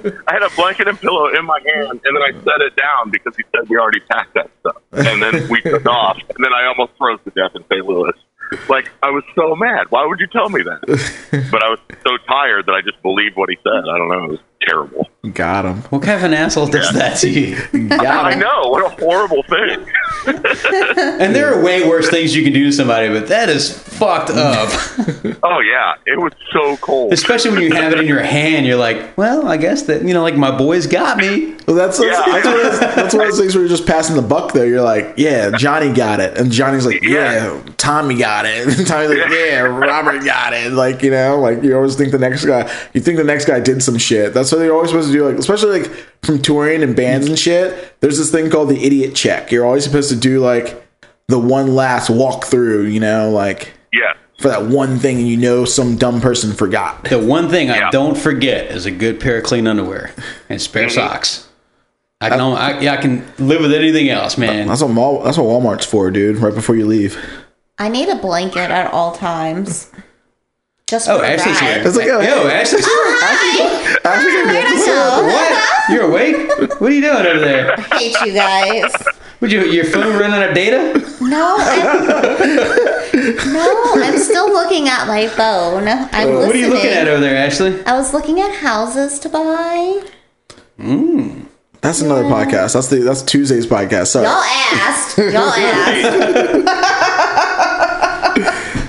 [SPEAKER 7] hand. I had a blanket and pillow in my hand, and then I set it down because he said we already packed that stuff. And then we took off, and then I almost froze to death in St. Louis. Like I was so mad. Why would you tell me that? But I was so tired that I just believed what he said. I don't know. It was terrible.
[SPEAKER 6] Got him.
[SPEAKER 2] What kind of an asshole does that to you?
[SPEAKER 7] I know. What a horrible thing.
[SPEAKER 2] And there are way worse things you can do to somebody, but that is fucked up.
[SPEAKER 7] Oh yeah, it was so cold.
[SPEAKER 2] Especially when you have it in your hand, you're like, well, I guess that you know, like my boys got me.
[SPEAKER 6] Well, that's that's,
[SPEAKER 7] Yeah, I-
[SPEAKER 6] that's, one of those, that's one of those things where you're just passing the buck. There, you're like, yeah, Johnny got it, and Johnny's like, yeah,
[SPEAKER 7] Yeah.
[SPEAKER 6] Tommy got it, and Tommy's like, yeah, Robert got it. Like you know, like you always think the next guy, you think the next guy did some shit. That's what you're always supposed to do. Like especially like from touring and bands and shit. There's this thing called the idiot check. You're always supposed to do like the one last walkthrough. You know, like
[SPEAKER 7] Yeah.
[SPEAKER 6] for that one thing you know some dumb person forgot.
[SPEAKER 2] The one thing I
[SPEAKER 7] Yeah.
[SPEAKER 2] don't forget is a good pair of clean underwear and spare socks. I can, only, I, yeah, I can live with anything else, man.
[SPEAKER 6] Uh, That's what Mal- that's what Walmart's for, dude. Right before you leave.
[SPEAKER 5] I need a blanket at all times. Just
[SPEAKER 2] Oh,
[SPEAKER 5] for
[SPEAKER 2] Ashley's
[SPEAKER 5] that.
[SPEAKER 2] here.
[SPEAKER 6] It's like, oh,
[SPEAKER 2] Yo,
[SPEAKER 6] hey.
[SPEAKER 2] Ashley's here.
[SPEAKER 5] I
[SPEAKER 2] What? You're awake? What are you doing over there?
[SPEAKER 5] hate you guys.
[SPEAKER 2] Would you your phone run out of data?
[SPEAKER 5] No, I'm, no, I'm still looking at my phone. I'm listening.
[SPEAKER 2] What are you looking at over there, Ashley?
[SPEAKER 5] I was looking at houses to buy.
[SPEAKER 6] That's another podcast. That's the that's Tuesday's podcast. Sorry.
[SPEAKER 5] Y'all asked. Y'all asked.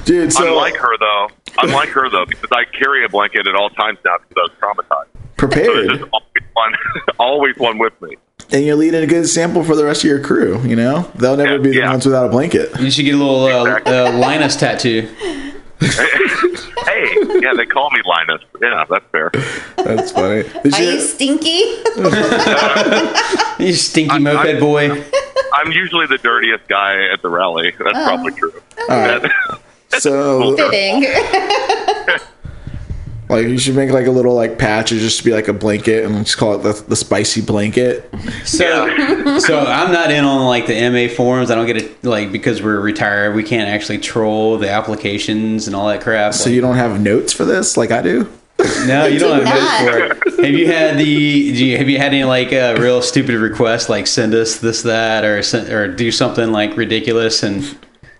[SPEAKER 6] dude. So
[SPEAKER 7] Unlike her though, unlike her though, because I carry a blanket at all times now because I was traumatized. So there's
[SPEAKER 6] prepared,
[SPEAKER 7] just always one, always one with me.
[SPEAKER 6] and you're leading a good example for the rest of your crew. You know, they'll never
[SPEAKER 7] Yeah,
[SPEAKER 6] be the
[SPEAKER 7] yeah.
[SPEAKER 6] ones without a blanket.
[SPEAKER 2] You should get a little uh,
[SPEAKER 7] Exactly.
[SPEAKER 2] uh, Linus tattoo.
[SPEAKER 7] hey, yeah, they call me Linus. Yeah, that's fair.
[SPEAKER 6] That's funny. Did
[SPEAKER 5] Are you
[SPEAKER 6] you,
[SPEAKER 5] stinky?
[SPEAKER 2] You stinky moped
[SPEAKER 7] I-
[SPEAKER 2] boy.
[SPEAKER 7] I'm usually the dirtiest guy at the rally. That's probably true. That-
[SPEAKER 6] so
[SPEAKER 5] Fitting.
[SPEAKER 6] like you should make like a little like patch. It just be like a blanket, and just call it the, the spicy blanket.
[SPEAKER 2] So, so I'm not in on like the MA forums. I don't get it like because we're retired. We can't actually troll the applications and all that crap.
[SPEAKER 6] So you don't have notes for this, like I do.
[SPEAKER 2] no, you don't
[SPEAKER 5] do
[SPEAKER 2] have notes for it. Have you had the? Do you, have you had any like uh, real stupid requests like send us this that or send, or do something like ridiculous and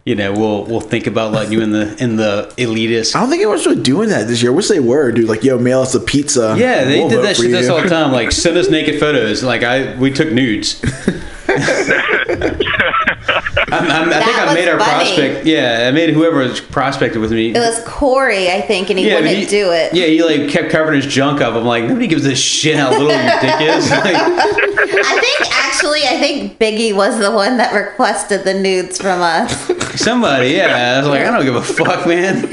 [SPEAKER 2] you know we'll we'll think about letting you in the in the elitist.
[SPEAKER 6] I don't think anyone's really doing that this year. I wish they were, dude. Like, yo, mail us a pizza.
[SPEAKER 2] Yeah, they
[SPEAKER 6] We'll
[SPEAKER 2] did
[SPEAKER 6] vote
[SPEAKER 2] that
[SPEAKER 6] for
[SPEAKER 2] shit
[SPEAKER 6] you.
[SPEAKER 2] this all the time. Like send us naked photos. Like I we took nudes. I'm, I'm, I think
[SPEAKER 5] That
[SPEAKER 2] I made
[SPEAKER 5] was
[SPEAKER 2] our
[SPEAKER 5] funny.
[SPEAKER 2] prospect. Yeah, I made whoever was prospected with me.
[SPEAKER 5] It was Corey, I think, and he
[SPEAKER 2] yeah,
[SPEAKER 5] wouldn't
[SPEAKER 2] he-
[SPEAKER 5] do it.
[SPEAKER 2] Yeah, he like kept covering his junk up. I'm like, nobody gives a shit how little your dick is. Like,
[SPEAKER 5] I think actually, I think Biggie was the one that requested the nudes from us.
[SPEAKER 2] somebody, yeah. I was like, I don't give a fuck, man.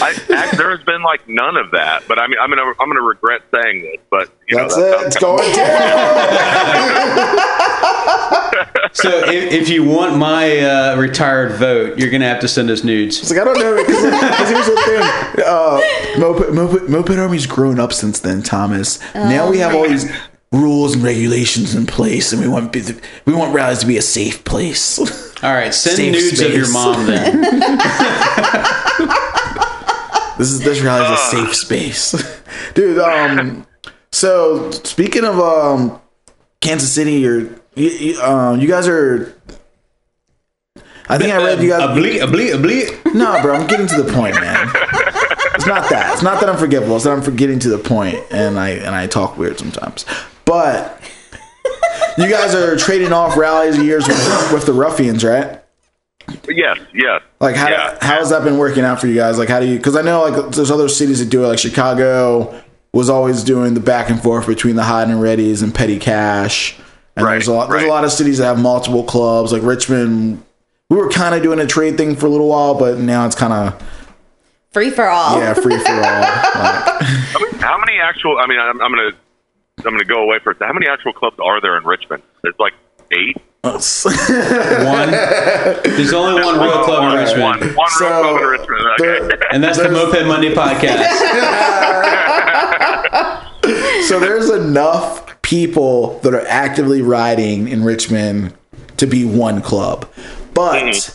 [SPEAKER 7] I, act, there has been like none of that, but I mean, I'm gonna I'm gonna regret saying this, but you
[SPEAKER 6] That's
[SPEAKER 7] know,
[SPEAKER 6] it. It's going down.
[SPEAKER 2] So if, if you want my uh, retired vote, you're gonna have to send us nudes.
[SPEAKER 6] It's like I don't know because here's the thing. Uh, Moped, Moped, Moped Army's grown up since then, Thomas. now we have all these rules and regulations in place, and we want be- we want rallies to be a safe place.
[SPEAKER 2] All right, send
[SPEAKER 6] Safe
[SPEAKER 2] nudes of your
[SPEAKER 6] space.
[SPEAKER 2] mom then.
[SPEAKER 6] this is this rally is a safe space, dude. Um, so speaking of um, Kansas City, or you, you, um, you guys are. I think I read you guys.
[SPEAKER 2] Obli- obli- obli-
[SPEAKER 6] No, bro, I'm getting to the point, man. It's not that. It's not that I'm forgettable. It's that I'm forgetting to the point, and I and I talk weird sometimes. But you guys are trading off rallies and years with, with the ruffians, right?
[SPEAKER 7] But yes, yes.
[SPEAKER 6] Like how
[SPEAKER 7] Yeah.
[SPEAKER 6] how has that been working out for you guys? Like how do you? Because I know like there's other cities that do it. Like Chicago was always doing the back and forth between the hot and readies and petty cash. And
[SPEAKER 7] Right,
[SPEAKER 6] there's a lot. There's a
[SPEAKER 7] right.
[SPEAKER 6] lot of cities that have multiple clubs. Like Richmond, we were kind of doing a trade thing for a little while, but now it's kind of
[SPEAKER 5] Free for all.
[SPEAKER 6] yeah, free for all. Like,
[SPEAKER 7] How many actual? I mean, I'm, I'm gonna I'm gonna go away for a second. How many actual clubs are there in Richmond? It's like eight.
[SPEAKER 2] one. There's only one real club
[SPEAKER 7] one,
[SPEAKER 2] in
[SPEAKER 7] One,
[SPEAKER 2] Richmond,
[SPEAKER 7] one real
[SPEAKER 6] So,
[SPEAKER 7] club in Richmond. Okay.
[SPEAKER 6] there-
[SPEAKER 2] and that's the Moped Monday podcast.
[SPEAKER 6] so there's enough people that are actively riding in Richmond to be one club, but.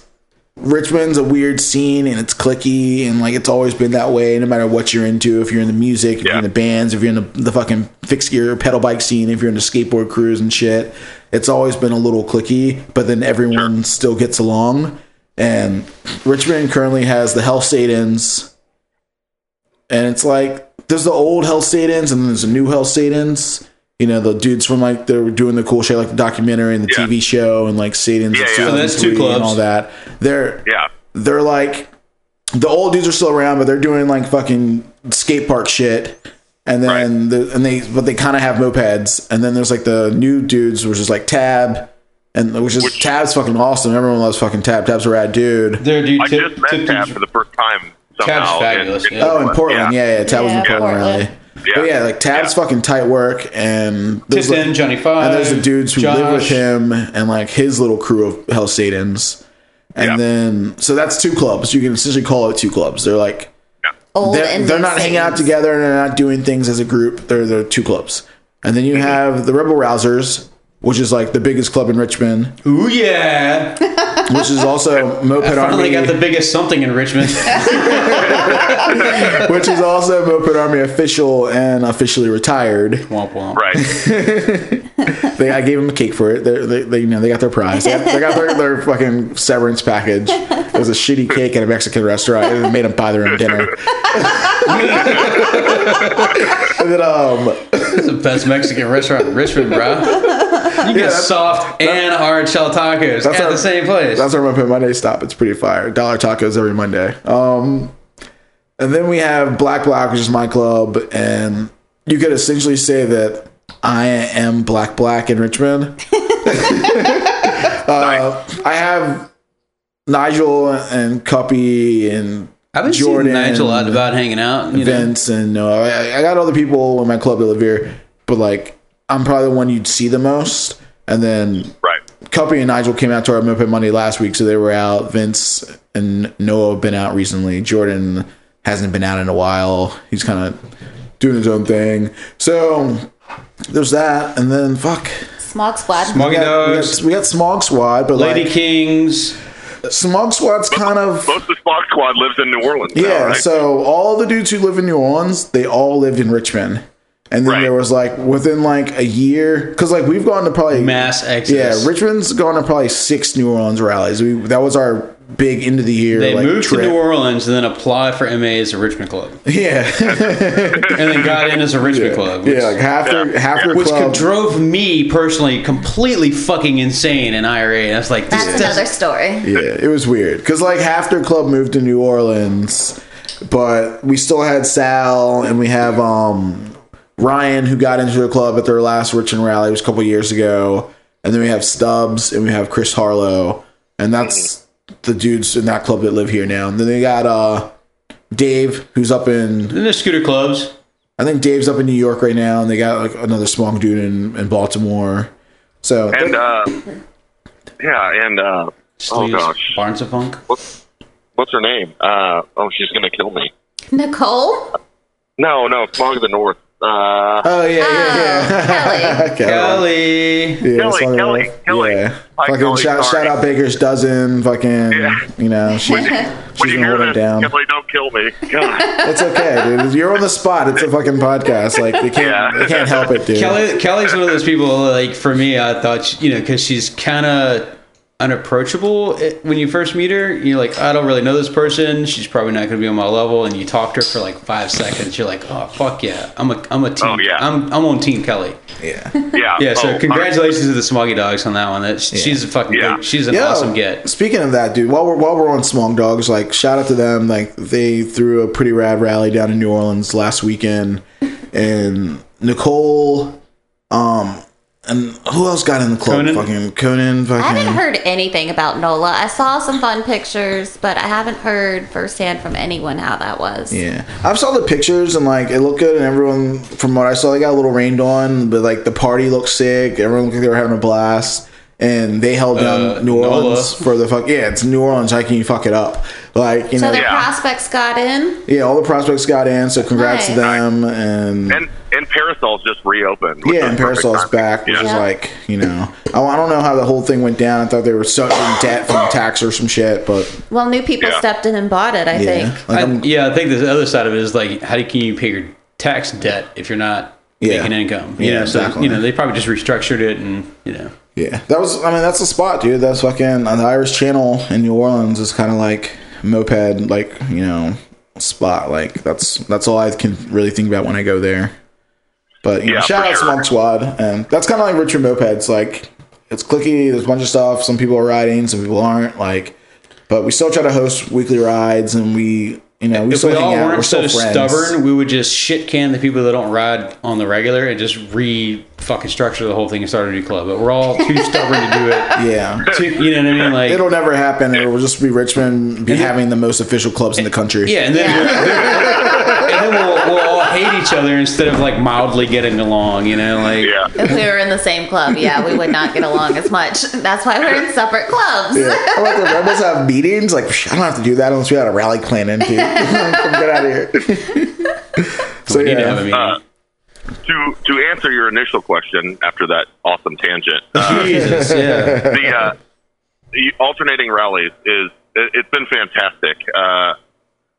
[SPEAKER 6] Richmond's a weird scene and it's clicky and like it's always been that way. No matter what you're into, if you're in the music, if you're
[SPEAKER 7] Yeah.
[SPEAKER 6] in the bands, if you're in the, the fucking fixed gear pedal bike scene, if you're in the skateboard crews and shit, it's always been a little clicky. But then everyone still gets along. And Richmond currently has the Hell Satans, and it's like there's the old Hell Satans and then there's the new Hell Satans. You know the dudes from like they were doing the cool shit like the documentary and the
[SPEAKER 7] Yeah.
[SPEAKER 6] TV show and like Satans.
[SPEAKER 7] Yeah,
[SPEAKER 6] of
[SPEAKER 7] yeah.
[SPEAKER 2] So that's two
[SPEAKER 6] 2003 and
[SPEAKER 2] clubs.
[SPEAKER 6] all that. They're
[SPEAKER 7] Yeah.
[SPEAKER 6] they're like the old dudes are still around, but they're doing like fucking skate park shit. And then the, and they but they kind of have mopeds. And then there's like the new dudes, which is like Tab, and which is Tab's fucking awesome. Everyone loves fucking Tab. Tab's a rad dude.
[SPEAKER 2] There, dude.
[SPEAKER 7] I
[SPEAKER 2] Tip-
[SPEAKER 7] just met
[SPEAKER 2] Tip-
[SPEAKER 7] Tab for the first time somehow.
[SPEAKER 2] fabulous, yeah.
[SPEAKER 6] Oh, in Portland, yeah, yeah. Tab was in
[SPEAKER 5] Yeah, uh,
[SPEAKER 6] Portland,
[SPEAKER 5] Portland.
[SPEAKER 6] really. But yeah, like Tab's
[SPEAKER 7] Yeah.
[SPEAKER 6] fucking tight work, and there's
[SPEAKER 2] Tipton,
[SPEAKER 6] like-
[SPEAKER 2] Johnny Five.
[SPEAKER 6] and there's the dudes who live with
[SPEAKER 2] Uh, Josh.
[SPEAKER 6] him and like his little crew of Hell Satans. And
[SPEAKER 7] Yeah.
[SPEAKER 6] then so that's two clubs. You can essentially call it two clubs. They're like
[SPEAKER 5] Old
[SPEAKER 6] they're,
[SPEAKER 5] and
[SPEAKER 6] they're
[SPEAKER 5] new
[SPEAKER 6] not hanging out
[SPEAKER 5] Satans.
[SPEAKER 6] together and they're not doing things as a group. They're they're two clubs. And then you
[SPEAKER 2] Mm-hmm.
[SPEAKER 6] have the Rebel Rousers, which is like the biggest club in Richmond,
[SPEAKER 2] Ooh yeah!
[SPEAKER 6] which is also Moped
[SPEAKER 2] Finally
[SPEAKER 6] Army,
[SPEAKER 2] got the biggest something in Richmond.
[SPEAKER 6] which is also Moped Army official and officially retired.
[SPEAKER 2] womp womp.
[SPEAKER 7] Right.
[SPEAKER 6] They, I gave them a cake for it. They're, they, they, you know, they got their prize. They got, they got their, their fucking severance package. It was a shitty cake at a Mexican restaurant. It made them buy their own dinner. and then, um,
[SPEAKER 2] It's the best Mexican restaurant in Richmond, bro. You get
[SPEAKER 6] that's-
[SPEAKER 2] soft and hard shell tacos at
[SPEAKER 6] our-
[SPEAKER 2] the same place.
[SPEAKER 6] That's our Muppet Monday stop. It's pretty fire. Dollar tacos every Monday. Um, and then we have Black Black, which is my club, and you could essentially say that I am Black Black in Richmond. uh, I have Nigel and Cuppy and
[SPEAKER 2] I've been
[SPEAKER 6] Jordan
[SPEAKER 2] seeing Nigel out about hanging out. You know?
[SPEAKER 6] Vince and uh, I, I got other people in my club that live here, but like I'm probably the one you'd see the most. And then
[SPEAKER 7] Right.
[SPEAKER 6] Cuppy and Nigel came out to our Muppet Monday last week, so they were out. Vince and Noah have been out recently. Jordan hasn't been out in a while. He's kind of doing his own thing. So there's that, and then fuck,
[SPEAKER 5] Smog Squad.
[SPEAKER 2] Smoggy
[SPEAKER 6] we got, we
[SPEAKER 2] Dogs,
[SPEAKER 6] got, we got Smog Squad, but
[SPEAKER 2] Lady
[SPEAKER 6] like
[SPEAKER 2] Kings.
[SPEAKER 6] Smog Squad's kind of
[SPEAKER 7] Most of the Spock Squad lives in New Orleans. now,
[SPEAKER 6] Yeah,
[SPEAKER 7] right?
[SPEAKER 6] so all the dudes who live in New Orleans, they all lived in Richmond. And then
[SPEAKER 7] Right.
[SPEAKER 6] there was like within like a year, because like we've gone to probably
[SPEAKER 2] Mass
[SPEAKER 6] Yeah,
[SPEAKER 2] exodus.
[SPEAKER 6] Richmond's gone to probably six New Orleans rallies. We that was our big end of the year.
[SPEAKER 2] They
[SPEAKER 6] like,
[SPEAKER 2] moved
[SPEAKER 6] trip.
[SPEAKER 2] to New Orleans and then applied for MA as a Richmond club,
[SPEAKER 6] Yeah,
[SPEAKER 2] and then got in as a Richmond club. Which,
[SPEAKER 6] yeah, like half their half their
[SPEAKER 2] which
[SPEAKER 6] club.
[SPEAKER 2] drove me personally completely fucking insane in IRA. And I was like, this
[SPEAKER 5] That's another
[SPEAKER 2] doesn't.
[SPEAKER 5] story.
[SPEAKER 6] yeah, it was weird because like half their club moved to New Orleans, but we still had Sal and we have um Ryan who got into the club at their last Richmond rally it was a couple years ago, and then we have Stubbs and we have Chris Harlow, and that's the dudes in that club that live here now. And then they got uh Dave, who's up in,
[SPEAKER 2] Then there's scooter clubs.
[SPEAKER 6] I think Dave's up in New York right now, and they got like another smog dude in, in Baltimore. So
[SPEAKER 7] And uh, yeah, and uh, oh
[SPEAKER 2] Sleaze,
[SPEAKER 7] gosh,
[SPEAKER 2] Barnes of Funk.
[SPEAKER 7] what's what's her name? Uh, oh, she's gonna kill me.
[SPEAKER 5] Nicole?
[SPEAKER 7] No, no, Smog of the North. Uh,
[SPEAKER 6] oh yeah, yeah,
[SPEAKER 5] Oh,
[SPEAKER 6] yeah.
[SPEAKER 5] Kelly.
[SPEAKER 6] Okay.
[SPEAKER 2] Kelly.
[SPEAKER 6] Yeah,
[SPEAKER 7] Kelly,
[SPEAKER 6] something
[SPEAKER 7] Kelly,
[SPEAKER 6] like-
[SPEAKER 7] Kelly.
[SPEAKER 6] Yeah.
[SPEAKER 7] Hi,
[SPEAKER 6] fucking
[SPEAKER 7] Kelly,
[SPEAKER 6] shout,
[SPEAKER 7] sorry.
[SPEAKER 6] shout out Baker's dozen. Fucking,
[SPEAKER 7] Yeah.
[SPEAKER 6] you know, she's,
[SPEAKER 7] when
[SPEAKER 6] she's
[SPEAKER 7] you hear
[SPEAKER 6] gonna hold it
[SPEAKER 7] this,
[SPEAKER 6] down.
[SPEAKER 7] Kelly, don't kill me. God.
[SPEAKER 6] It's okay, dude. You're on the spot. It's a fucking podcast. Like they can't,
[SPEAKER 7] Yeah.
[SPEAKER 6] they can't help it, dude.
[SPEAKER 2] Kelly. Kelly's one of those people. Like for me, I thought she- you know because she's kind of unapproachable eh, when you first meet her. You're like, I don't really know this person. She's probably not going to be on my level. And you talk to her for like five seconds. You're like, oh fuck yeah, I'm a I'm a team.
[SPEAKER 7] Oh, yeah.
[SPEAKER 2] I'm I'm on team Kelly.
[SPEAKER 6] Yeah.
[SPEAKER 7] yeah.
[SPEAKER 2] Yeah. So
[SPEAKER 7] oh,
[SPEAKER 2] congratulations to the Smoggy Dogs on that one. That she's a fucking
[SPEAKER 7] Yeah.
[SPEAKER 2] great, she's an
[SPEAKER 6] Yo,
[SPEAKER 2] awesome get.
[SPEAKER 6] Speaking of that, dude, while we're while we're on Smog Dogs, like shout out to them. Like they threw a pretty rad rally down in New Orleans last weekend, and Nicole, um, and who else got in the club?
[SPEAKER 2] Conan?
[SPEAKER 6] Fucking Conan. Fucking.
[SPEAKER 5] Oh. I haven't heard anything about Nola. I saw some fun pictures, but I haven't heard firsthand from anyone how that was.
[SPEAKER 6] Yeah, I've saw the pictures and like it looked good, and everyone from what I saw, they got a little rained on, but like the party looked sick. Everyone looked like they were having a blast, and they held down
[SPEAKER 2] Uh,
[SPEAKER 6] New
[SPEAKER 2] Nola.
[SPEAKER 6] Orleans for the fuck. Yeah, it's New Orleans. How can you fuck it up? Like you
[SPEAKER 5] So
[SPEAKER 6] know,
[SPEAKER 5] their
[SPEAKER 7] Yeah.
[SPEAKER 5] prospects got in.
[SPEAKER 6] yeah, all the prospects got in, so congrats to
[SPEAKER 5] Nice.
[SPEAKER 6] them. And,
[SPEAKER 7] And and Parasol's just reopened. which
[SPEAKER 6] yeah,
[SPEAKER 7] is
[SPEAKER 6] and
[SPEAKER 7] perfect timing.
[SPEAKER 6] Parasol's back, which
[SPEAKER 7] Yeah.
[SPEAKER 6] is
[SPEAKER 5] Yeah.
[SPEAKER 6] like you know, I, I don't know how the whole thing went down. I thought they were so in debt from tax or some shit, but
[SPEAKER 5] Well, new people
[SPEAKER 7] Yeah.
[SPEAKER 5] stepped in and bought it, I
[SPEAKER 6] yeah,
[SPEAKER 5] think.
[SPEAKER 6] like,
[SPEAKER 2] I,
[SPEAKER 6] I'm-
[SPEAKER 2] yeah, I think the other side of it is like, how do, can you pay your tax debt if you're not
[SPEAKER 6] Yeah.
[SPEAKER 2] making income? You
[SPEAKER 6] Yeah,
[SPEAKER 2] know, so
[SPEAKER 6] exactly.
[SPEAKER 2] you know they probably just restructured it and you know.
[SPEAKER 6] Yeah, that was. I mean, that's the spot, dude. That's fucking uh, the Irish Channel in New Orleans is kind of like moped, like you know, spot. Like that's that's all I can really think about when I go there. But you know,
[SPEAKER 7] Yeah,
[SPEAKER 6] shout
[SPEAKER 7] for
[SPEAKER 6] out
[SPEAKER 7] sure.
[SPEAKER 6] Smog Squad, and that's kind of like Richard mopeds. Like it's clicky. There's a bunch of stuff. Some people are riding, some people aren't. Like, but we still try to host weekly rides, and we you know we
[SPEAKER 2] If
[SPEAKER 6] still
[SPEAKER 2] we all
[SPEAKER 6] hang out. We're
[SPEAKER 2] weren't so
[SPEAKER 6] still friends.
[SPEAKER 2] stubborn, we would just shit can the people that don't ride on the regular and just re fucking structure the whole thing and start a new club. But we're all too stubborn to do it.
[SPEAKER 6] Yeah.
[SPEAKER 2] Too, you know what I mean? Like
[SPEAKER 6] It'll never happen. It will just be Richmond be having the most official clubs in the country.
[SPEAKER 2] yeah, and then, and then we'll, we'll all hate each other instead of like mildly getting along. You know, like
[SPEAKER 7] Yeah.
[SPEAKER 5] If we were in the same club, yeah, we would not get along as much. That's why we're in separate clubs.
[SPEAKER 6] Yeah. Or like the rebels have meetings. Like psh, I don't have to do that unless we got a rally plan into. Come get out of here. so
[SPEAKER 2] we need to have a
[SPEAKER 6] yeah.
[SPEAKER 2] meeting.
[SPEAKER 7] Uh, To to answer your initial question after that awesome tangent, uh,
[SPEAKER 2] Jesus, yeah.
[SPEAKER 7] the uh, the alternating rallies is it, it's been fantastic uh,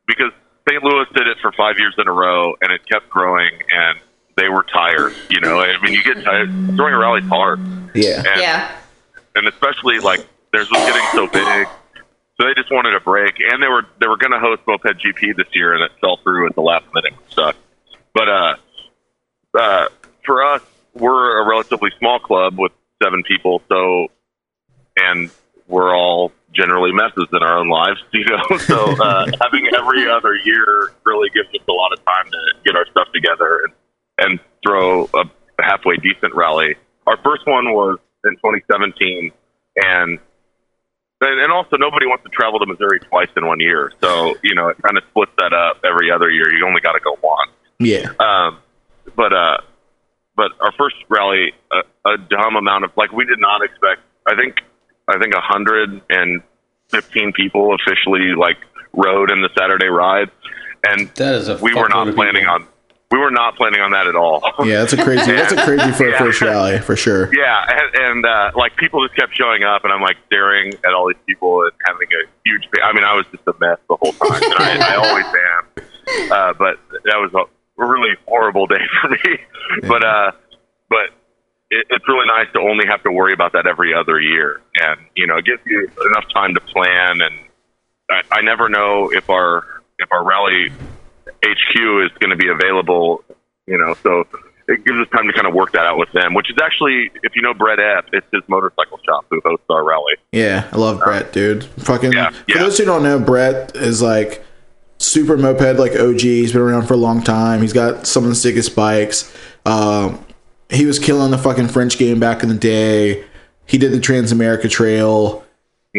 [SPEAKER 7] because St. Louis did it for five years in a row and it kept growing and they were tired. You know, I mean, you get tired throwing a rally's hard.
[SPEAKER 6] Yeah.
[SPEAKER 7] And
[SPEAKER 5] Yeah.
[SPEAKER 7] and especially like theirs was getting so big, so they just wanted a break. And they were they were going to host Moped GP this year, and it fell through at the last minute, which sucked. But uh, uh, for us, we're a relatively small club with seven people, so and we're all generally messes in our own lives, you know. So uh, having every other year really gives us a lot of time to get our stuff together and, and throw a halfway decent rally. Our first one was in 2017, and and, and also nobody wants to travel to Missouri twice in one year, so you know it kind of splits that up every other year. You only got to go once.
[SPEAKER 6] Yeah.
[SPEAKER 7] Um, but uh, but our first rally, a, a dumb amount of like we did not expect. I think I think 115 people officially like rode in the Saturday ride, and
[SPEAKER 2] That is a
[SPEAKER 7] we were
[SPEAKER 2] fuckload
[SPEAKER 7] not
[SPEAKER 2] of people.
[SPEAKER 7] planning on we were not planning on that at all.
[SPEAKER 6] Yeah, that's a crazy. That's a crazy for a
[SPEAKER 7] Yeah.
[SPEAKER 6] first rally for sure.
[SPEAKER 7] Yeah, and, and uh, like people just kept showing up, and I'm like staring at all these people and having a huge. pa- I mean, I was just a mess the whole time, and I, I always am. Uh, but that was a really horrible day for me. But uh, but it, it's really nice to only have to worry about that every other year, and you know, it gives you enough time to plan. And I, I never know if our if our rally HQ is going to be available, you know, so it gives us time to kind of work that out with them, which is actually, if you know Brett Epp, it's his motorcycle shop who hosts our rally.
[SPEAKER 6] Yeah, I love Brett, dude. Fucking
[SPEAKER 7] Uh, Yeah,
[SPEAKER 6] for
[SPEAKER 7] yeah.
[SPEAKER 6] those who don't know, Brett is like super moped, like OG. He's been around for a long time. He's got some of the sickest bikes. Um, he was killing the fucking French game back in the day. He did the Trans America
[SPEAKER 7] Mm-hmm.
[SPEAKER 6] Trail.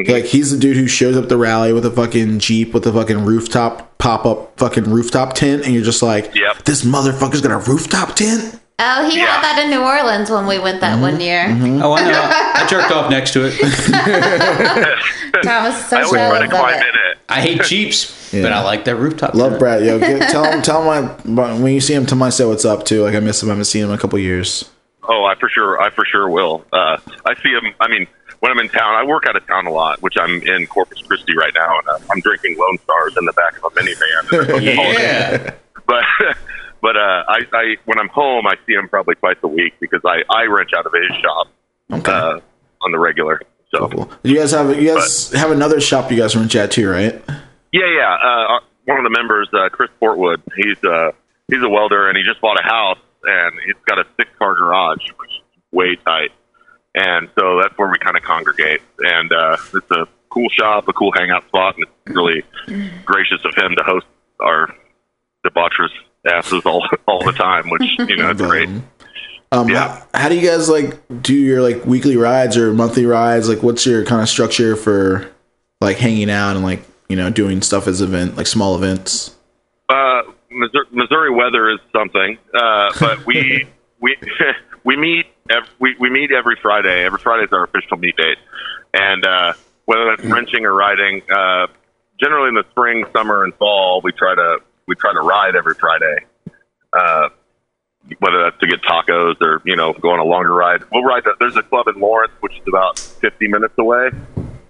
[SPEAKER 6] Like he's the dude who shows up the rally with a fucking jeep with a fucking rooftop pop up fucking rooftop tent, and you're just like,
[SPEAKER 7] Yep.
[SPEAKER 6] this motherfucker's got a rooftop tent.
[SPEAKER 5] Oh, he
[SPEAKER 7] Yeah.
[SPEAKER 5] had that in New Orleans when we went that
[SPEAKER 6] Mm-hmm.
[SPEAKER 5] one year.
[SPEAKER 2] Oh, I know. I jerked off next to it.
[SPEAKER 5] Thomas is so
[SPEAKER 7] I always try to
[SPEAKER 5] jealous of
[SPEAKER 7] climb
[SPEAKER 5] it.
[SPEAKER 7] in it.
[SPEAKER 2] I hate Jeeps,
[SPEAKER 6] Yeah.
[SPEAKER 2] but I like that rooftop.
[SPEAKER 6] Love
[SPEAKER 2] tent.
[SPEAKER 6] Brad, yo. Get, tell him, tell him my, when you see him, tell him I say what's up too. Like I miss him. I haven't seen him in a couple years.
[SPEAKER 7] Oh, I for sure, I for sure will. Uh, I see them. I mean, when I'm in town, I work out of town a lot, which I'm in Corpus Christi right now, and uh, I'm drinking Lone Stars in the back of a minivan.
[SPEAKER 2] Yeah.
[SPEAKER 7] but but uh, I, I when I'm home, I see him probably twice a week because I I wrench out of his shop
[SPEAKER 6] Okay.
[SPEAKER 7] uh, on the regular. So
[SPEAKER 6] Cool. You guys have you guys have another shop you guys run chat too, right?
[SPEAKER 7] Yeah, yeah. Uh, one of the members, uh, Chris Portwood, he's uh, he's a welder, and he just bought a house, and it's got a six car garage, which is way tight. And so that's where we kind of congregate, and uh, it's a cool shop, a cool hangout spot, and it's really gracious of him to host our debaucherous asses all all the time, which you know it's great.
[SPEAKER 6] Um,
[SPEAKER 7] Yeah.
[SPEAKER 6] How, how do you guys like do your like weekly rides or monthly rides? Like, what's your kind of structure for like hanging out and like you know doing stuff as event like small events?
[SPEAKER 7] Uh, Missouri, Missouri weather is something, uh, but we we we meet ev we, we meet every Friday. Every Friday is our official meet date, and uh, whether that's wrenching or riding, uh, generally in the spring, summer, and fall, we try to we try to ride every Friday. Uh, whether that's to get tacos or you know go on a longer ride, we'll ride. The, there's a club in Lawrence which is about 50 minutes away,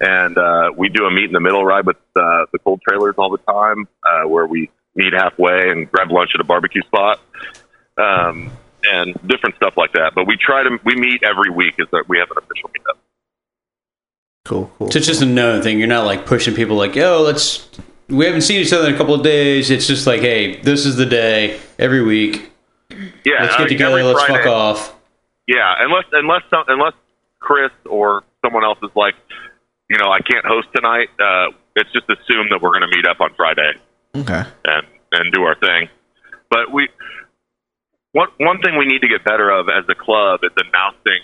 [SPEAKER 7] and uh, we do a meet in the middle ride with uh, the cold trailers all the time, uh, where we meet halfway and grab lunch at a barbecue spot, um, and different stuff like that. But we try to we meet every week. Is that we have an official meetup?
[SPEAKER 6] Cool, cool.
[SPEAKER 2] So it's just a known thing. You're not like pushing people like, yo, let's. We haven't seen each other in a couple of days. It's just like, hey, this is the day every week.
[SPEAKER 7] Yeah,
[SPEAKER 2] Let's get
[SPEAKER 7] I mean,
[SPEAKER 2] together.
[SPEAKER 7] every
[SPEAKER 2] Let's
[SPEAKER 7] Friday.
[SPEAKER 2] fuck off.
[SPEAKER 7] Yeah, unless unless some, unless Chris or someone else is like, you know, I can't host tonight. Uh, it's just assumed that we're going to meet up on Friday.
[SPEAKER 6] Okay.
[SPEAKER 7] and and do our thing. But we one one thing we need to get better of as a club is announcing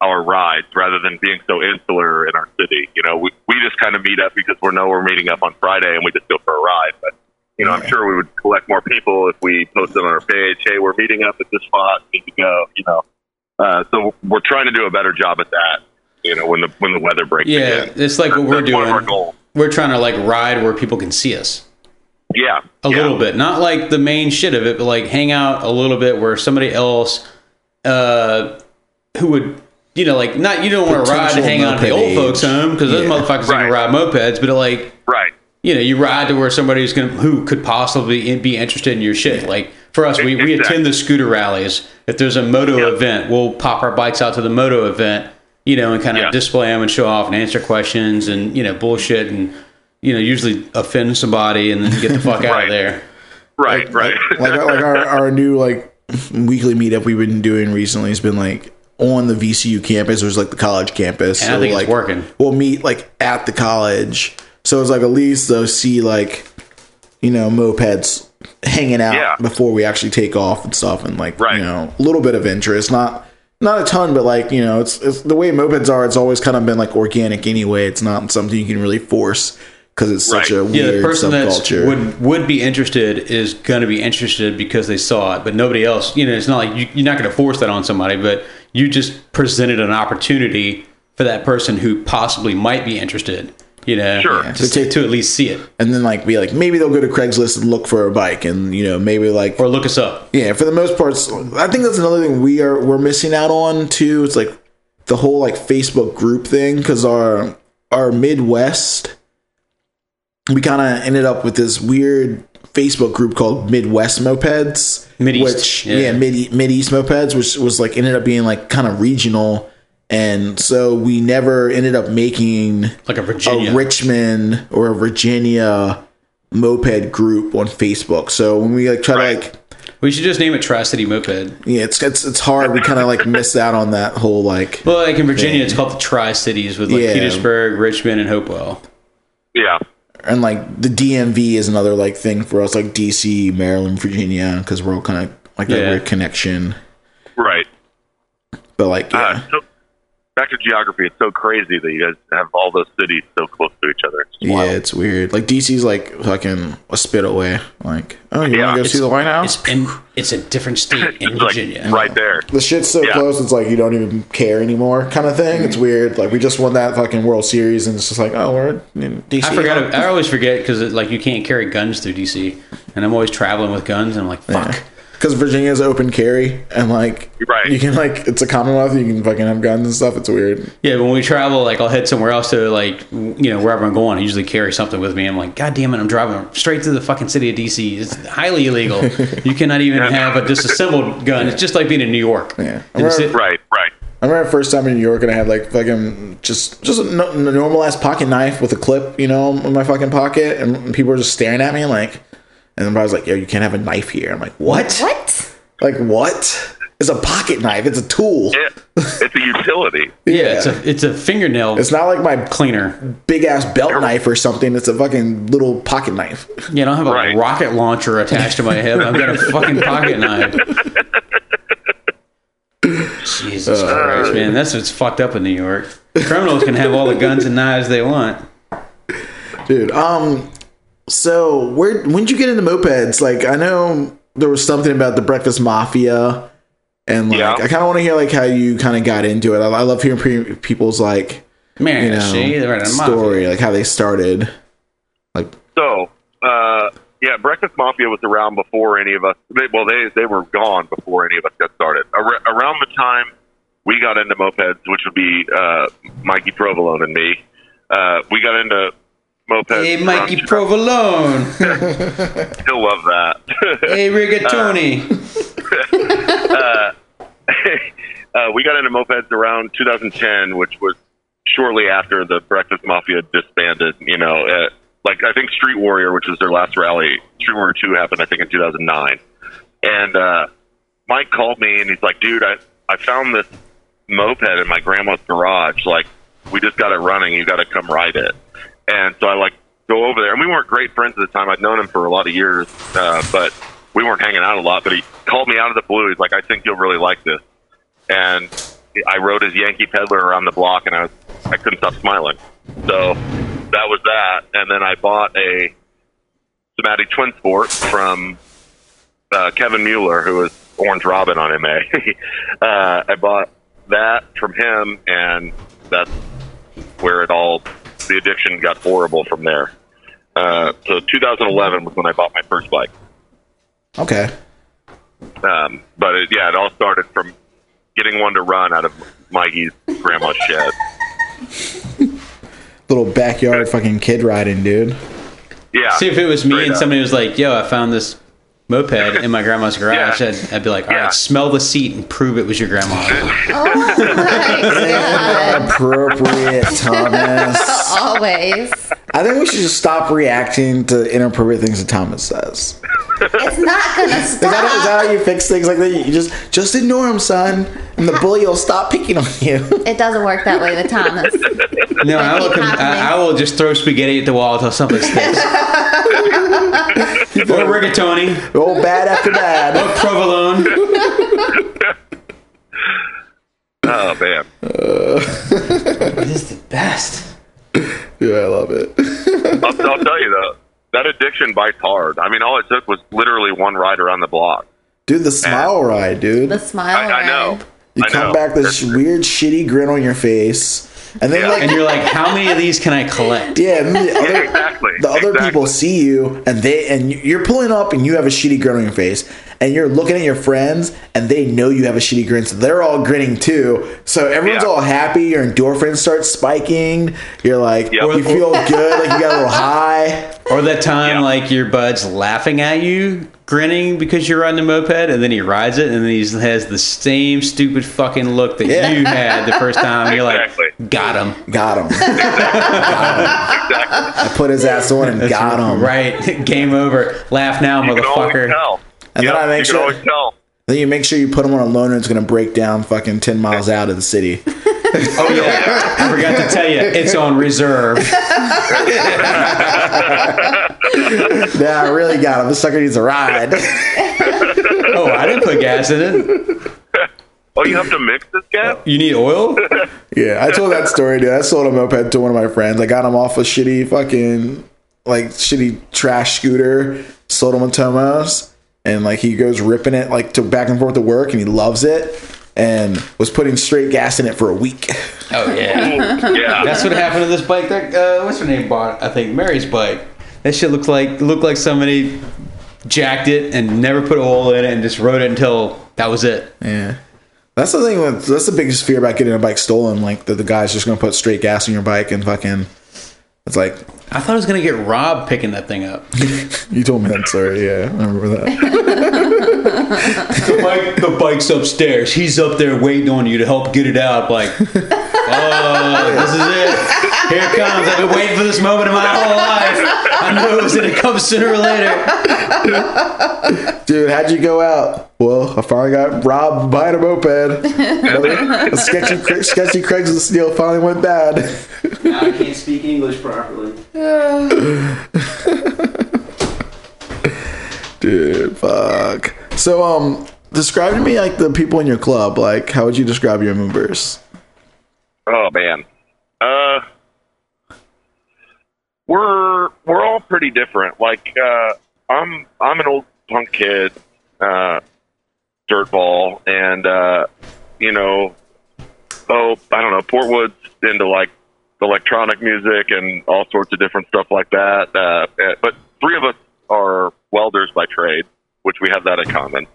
[SPEAKER 7] our rides rather than being so insular in our city. You know, we we just kind of meet up because we know we're meeting up on Friday and we just go for a ride. But you know, I'm sure we would collect more people if we posted on our page, "Hey, we're meeting up at this spot. Need to go." You know, uh, so we're trying to do a better job at that. You know, when the when the weather breaks.
[SPEAKER 2] Yeah,
[SPEAKER 7] again.
[SPEAKER 2] it's like what
[SPEAKER 7] That's
[SPEAKER 2] we're
[SPEAKER 7] One of our
[SPEAKER 2] doing.
[SPEAKER 7] goals.
[SPEAKER 2] We're trying to like ride where people can see us
[SPEAKER 7] Yeah,
[SPEAKER 2] a
[SPEAKER 7] yeah.
[SPEAKER 2] little bit, not like the main shit of it, but like hang out a little bit where somebody else, uh, who would you know like not you don't want to ride and
[SPEAKER 6] Potential
[SPEAKER 2] hang out at the old
[SPEAKER 6] moped
[SPEAKER 2] folks
[SPEAKER 6] age.
[SPEAKER 2] home because those
[SPEAKER 6] Yeah.
[SPEAKER 2] motherfuckers ain't gonna
[SPEAKER 7] Right.
[SPEAKER 2] ride mopeds, but like
[SPEAKER 7] Right.
[SPEAKER 2] you know, you ride to where somebody's going to, who could possibly in- be interested in your shit. Like for us, we, we
[SPEAKER 7] Exactly.
[SPEAKER 2] attend the scooter rallies. If there's a moto
[SPEAKER 7] Yeah.
[SPEAKER 2] event, we'll pop our bikes out to the moto event, you know, and kind of
[SPEAKER 7] Yeah.
[SPEAKER 2] 'em display them and show off and answer questions and, you know, bullshit and, you know, usually offend somebody and then get the fuck out
[SPEAKER 7] Right.
[SPEAKER 2] of there.
[SPEAKER 7] Right. right.
[SPEAKER 6] like our- like our, our new like weekly meetup we've been doing recently has been like on the VCU campus, or it's like the college campus.
[SPEAKER 2] And I think it's
[SPEAKER 6] like,
[SPEAKER 2] working.
[SPEAKER 6] We'll meet like at the college, so it's like at least they'll see like you know mopeds hanging out
[SPEAKER 7] Yeah.
[SPEAKER 6] before we actually take off and stuff, and like
[SPEAKER 7] Right.
[SPEAKER 6] you know a little bit of interest, not. Not a ton, but like you know, it's, it's the way mopeds are. It's always kind of been like organic anyway. It's not something you can really force because it's such
[SPEAKER 7] Right.
[SPEAKER 6] a
[SPEAKER 2] Yeah,
[SPEAKER 6] weird
[SPEAKER 2] the person that
[SPEAKER 6] subculture.
[SPEAKER 2] would would be interested is going to be interested because they saw it, but nobody else. You know, it's not like you, you're not going to force that on somebody, but you just presented an opportunity for that person who possibly might be interested. You know,
[SPEAKER 7] Sure.
[SPEAKER 2] to, to, to at least see it
[SPEAKER 6] and then like be like maybe they'll go to Craigslist and look for a bike and you know maybe like
[SPEAKER 2] or look us up.
[SPEAKER 6] yeah for the most part I think that's another thing we are we're missing out on too it's like the whole like Facebook group thing cuz our our Midwest we kind of ended up with this weird Facebook group called Midwest Mopeds
[SPEAKER 2] Mideast,
[SPEAKER 6] which
[SPEAKER 2] yeah.
[SPEAKER 6] yeah, Mid Mideast Mopeds which was like ended up being like kind of regional and so we never ended up making
[SPEAKER 2] Like a Virginia.
[SPEAKER 6] a Richmond or a Virginia moped group on Facebook. So when we like try
[SPEAKER 7] Right.
[SPEAKER 6] to like
[SPEAKER 2] we should just name it Tri City Moped.
[SPEAKER 6] yeah, it's it's it's hard. We kind of like miss out on that whole like
[SPEAKER 2] Well, like in Virginia, it's called the Tri Cities with like
[SPEAKER 6] Yeah.
[SPEAKER 2] Petersburg, Richmond, and Hopewell.
[SPEAKER 7] yeah.
[SPEAKER 6] and like the DMV is another like thing for us like DC, Maryland, Virginia because we're all kind of like that
[SPEAKER 2] Yeah.
[SPEAKER 6] weird connection.
[SPEAKER 7] Right.
[SPEAKER 6] But like yeah,
[SPEAKER 7] Uh, so, back to geography. It's so crazy that you guys have all those cities so close to each other. It's just
[SPEAKER 6] Yeah,
[SPEAKER 7] wild.
[SPEAKER 6] it's weird. Like DC's like fucking a spit away. Like, oh, you
[SPEAKER 7] Yeah,
[SPEAKER 6] want to go
[SPEAKER 7] it's-
[SPEAKER 6] see the White House?
[SPEAKER 2] It's in it's a different state in
[SPEAKER 7] It's Oh, like
[SPEAKER 2] Virginia.
[SPEAKER 7] right there.
[SPEAKER 6] The shit's so
[SPEAKER 7] Yeah.
[SPEAKER 6] close, it's like you don't even care anymore, kind of thing. It's weird. Like we just won that fucking World Series, and it's just like, oh, we're in DC.
[SPEAKER 2] I forgot. I always forget because like you can't carry guns through DC, and I'm always traveling with guns, and I'm like, fuck.
[SPEAKER 6] Because Virginia's open carry, and like,
[SPEAKER 7] You're right.
[SPEAKER 6] you can like, it's a Commonwealth. You can fucking have guns and stuff. It's weird.
[SPEAKER 2] Yeah, when we travel, like I'll head somewhere else to like w- you know wherever I'm going. I usually carry something with me. I'm like, God damn it, I'm driving straight through the fucking city of DC. It's highly illegal. you cannot even have a disassembled gun. It's just like being in New York.
[SPEAKER 6] Yeah.
[SPEAKER 2] And it's-
[SPEAKER 7] Right, right.
[SPEAKER 6] I remember the first time in New York, and I had like fucking just just a no- a normal ass pocket knife with a clip, you know, in my fucking pocket, and people were just staring at me like. And then I was like, "Yo, you can't have a knife here." I'm like, "What?
[SPEAKER 5] What?
[SPEAKER 6] Like what? It's a pocket knife. It's a tool.
[SPEAKER 7] Yeah, it's a utility.
[SPEAKER 2] Yeah, it's a it's a fingernail
[SPEAKER 6] It's not like my
[SPEAKER 2] cleaner.
[SPEAKER 6] big ass belt knife or something. It's a fucking little pocket knife.
[SPEAKER 2] Yeah, I don't have a
[SPEAKER 7] Right.
[SPEAKER 2] rocket launcher attached to my hip. I've got a fucking pocket knife. Jesus
[SPEAKER 7] Uh,
[SPEAKER 2] Christ, man, that's what's fucked up in New York. Criminals can have all the guns and knives they want.
[SPEAKER 6] Dude, um so where when'd you get into mopeds? Like I know there was something about the breakfast mafia and like
[SPEAKER 7] Yeah.
[SPEAKER 6] I kind of want to hear like how you kind of got into it. I, I love hearing pre- people's like,
[SPEAKER 2] Man,
[SPEAKER 6] you know,
[SPEAKER 2] see, they're in a mafia.
[SPEAKER 6] story, like how they started.
[SPEAKER 7] So, uh, yeah, Breakfast Mafia was around before any of us. They, well, they they were gone before any of us got started. Ar- around the time we got into mopeds, which would be uh, Mikey Provolone and me, uh, we got into mopeds.
[SPEAKER 2] Hey,
[SPEAKER 7] around-
[SPEAKER 2] Mikey Provolone.
[SPEAKER 7] still love that.
[SPEAKER 2] Hey, Rigatoni.
[SPEAKER 7] uh, we got into mopeds around 2010, which was shortly after the Breakfast Mafia disbanded. You know, uh, like I think Street Warrior, which was their last rally, Street Warrior Two happened, I think, in 2009. And uh, Mike called me and he's like, "Dude, I I found this moped in my grandma's garage. Like, we just got it running. You got to come ride it." And so I like go over there, and we weren't great friends at the time. I'd known him for a lot of years, uh, but we weren't hanging out a lot. But he called me out of the blue. He's like, "I think you'll really like this." and I rode his Yankee Peddler around the block, and I was, I couldn't stop smiling. So that was that, and then I bought a Somatic Twin Sport from uh, Kevin Mueller, who was Orange Robin on MA. uh, I bought that from him, and that's where it all the addiction got horrible from there. Uh, so 2011 was when I bought my first bike.
[SPEAKER 6] Okay.
[SPEAKER 7] Um, but it, yeah, it all started from getting one to run out of Mikey's grandma's shed.
[SPEAKER 6] Little backyard fucking kid riding, dude.
[SPEAKER 7] Yeah.
[SPEAKER 2] See if it was me
[SPEAKER 7] Straight
[SPEAKER 2] and
[SPEAKER 7] up.
[SPEAKER 2] somebody was like, "Yo, I found this moped in my grandma's garage."
[SPEAKER 7] Yeah.
[SPEAKER 2] I'd, I'd be like, "All right,
[SPEAKER 7] Yeah.
[SPEAKER 2] smell the seat and prove it was your grandma."
[SPEAKER 6] Appropriate, Thomas.
[SPEAKER 5] Always.
[SPEAKER 6] I think we should just stop reacting to inappropriate things that Thomas says.
[SPEAKER 5] It's not gonna
[SPEAKER 6] Is that, is
[SPEAKER 5] stop.
[SPEAKER 6] that how you fix things like that? You just just ignore him, son, and the bully will stop picking on you.
[SPEAKER 5] It doesn't work that way with Thomas.
[SPEAKER 2] no, I will. com- I, I will just throw spaghetti at the wall until something sticks. or rigatoni,
[SPEAKER 6] Oh, bad after bad.
[SPEAKER 2] or provolone.
[SPEAKER 7] Oh man.
[SPEAKER 2] It is the best.
[SPEAKER 6] Yeah, I love it.
[SPEAKER 7] I'll, I'll tell you though, that addiction bites hard. I mean, all it took was literally one ride around the block.
[SPEAKER 6] Dude, the smile ride, dude.
[SPEAKER 5] The smile.
[SPEAKER 7] I, I know.
[SPEAKER 5] ride.
[SPEAKER 6] You
[SPEAKER 7] I
[SPEAKER 6] come
[SPEAKER 7] know.
[SPEAKER 6] back this weird, shitty grin on your face, and then
[SPEAKER 7] Yeah.
[SPEAKER 6] like,
[SPEAKER 2] And you're like, "How many of these can I collect?"
[SPEAKER 6] yeah, and then the
[SPEAKER 7] Yeah,
[SPEAKER 6] other,
[SPEAKER 7] exactly.
[SPEAKER 6] the other
[SPEAKER 7] exactly.
[SPEAKER 6] people see you, and they and you're pulling up, and you have a shitty grin on your face, and you're looking at your friends, and they know you have a shitty grin, so they're all grinning too. So everyone's
[SPEAKER 7] Yeah.
[SPEAKER 6] all happy. Your endorphins start spiking. You're like,
[SPEAKER 7] Yep.
[SPEAKER 6] you feel good, like you got a little high.
[SPEAKER 2] Or that time,
[SPEAKER 7] Yeah.
[SPEAKER 2] like your bud's laughing at you, grinning because you're riding a moped, and then he rides it, and then he has the same stupid fucking look that
[SPEAKER 6] Yeah.
[SPEAKER 2] you had the first time. You're like,
[SPEAKER 7] Exactly.
[SPEAKER 2] got him.
[SPEAKER 6] Got him. I put his ass on and got him.
[SPEAKER 2] Right. Game over. Laugh now,
[SPEAKER 7] You can always
[SPEAKER 2] motherfucker.
[SPEAKER 7] tell.
[SPEAKER 6] And then
[SPEAKER 7] Yep,
[SPEAKER 6] I make
[SPEAKER 7] you
[SPEAKER 6] sure-
[SPEAKER 7] can always tell.
[SPEAKER 6] Then you make sure you put him on a loaner. It's gonna break down fucking ten miles out of the city.
[SPEAKER 2] Oh, yeah. I forgot to tell you, it's on reserve.
[SPEAKER 6] Yeah, I really got him. This sucker needs a ride.
[SPEAKER 2] Oh, I didn't put gas in it.
[SPEAKER 7] Oh, you have to mix this gas?
[SPEAKER 2] You need oil?
[SPEAKER 6] Yeah, I told that story, dude. I sold a moped to one of my friends. I got him off a shitty fucking like shitty trash scooter, sold him a Tomos, and like he goes ripping it like to back and forth to work and he loves it and was putting straight gas in it for a week.
[SPEAKER 2] Oh yeah.
[SPEAKER 7] yeah.
[SPEAKER 2] That's what happened to this bike that uh, what's her name bought? I think Mary's bike. That shit looked like looked like somebody jacked it and never put oil in it and just rode it until that was it.
[SPEAKER 6] Yeah. That's the thing with that's the biggest fear about getting a bike stolen, like that the guy's just gonna put straight gas in your bike and fucking it's like
[SPEAKER 2] I thought I was gonna get Rob picking that thing up.
[SPEAKER 6] you told me that story, yeah. I remember that.
[SPEAKER 2] the, bike, the bike's upstairs. He's up there waiting on you to help get it out. Like, oh, this is it. Here it comes. I've been waiting for this moment in my whole life. I know it was gonna come sooner or later.
[SPEAKER 6] Dude, how'd you go out? Well, I finally got robbed buying a moped. Another- a sketchy, Cra- sketchy Craigslist deal finally went bad.
[SPEAKER 8] Now I can't speak English properly.
[SPEAKER 6] Dude, fuck. So, um, describe to me like the people in your club. Like, how would you describe your members?
[SPEAKER 7] Oh man. Uh, we're we're all pretty different. Like uh, I'm I'm an old punk kid, uh, dirtball, and uh, you know, oh I don't know, Portwood's into like electronic music and all sorts of different stuff like that. Uh, eh, but three of us are welders by trade, which we have that in common.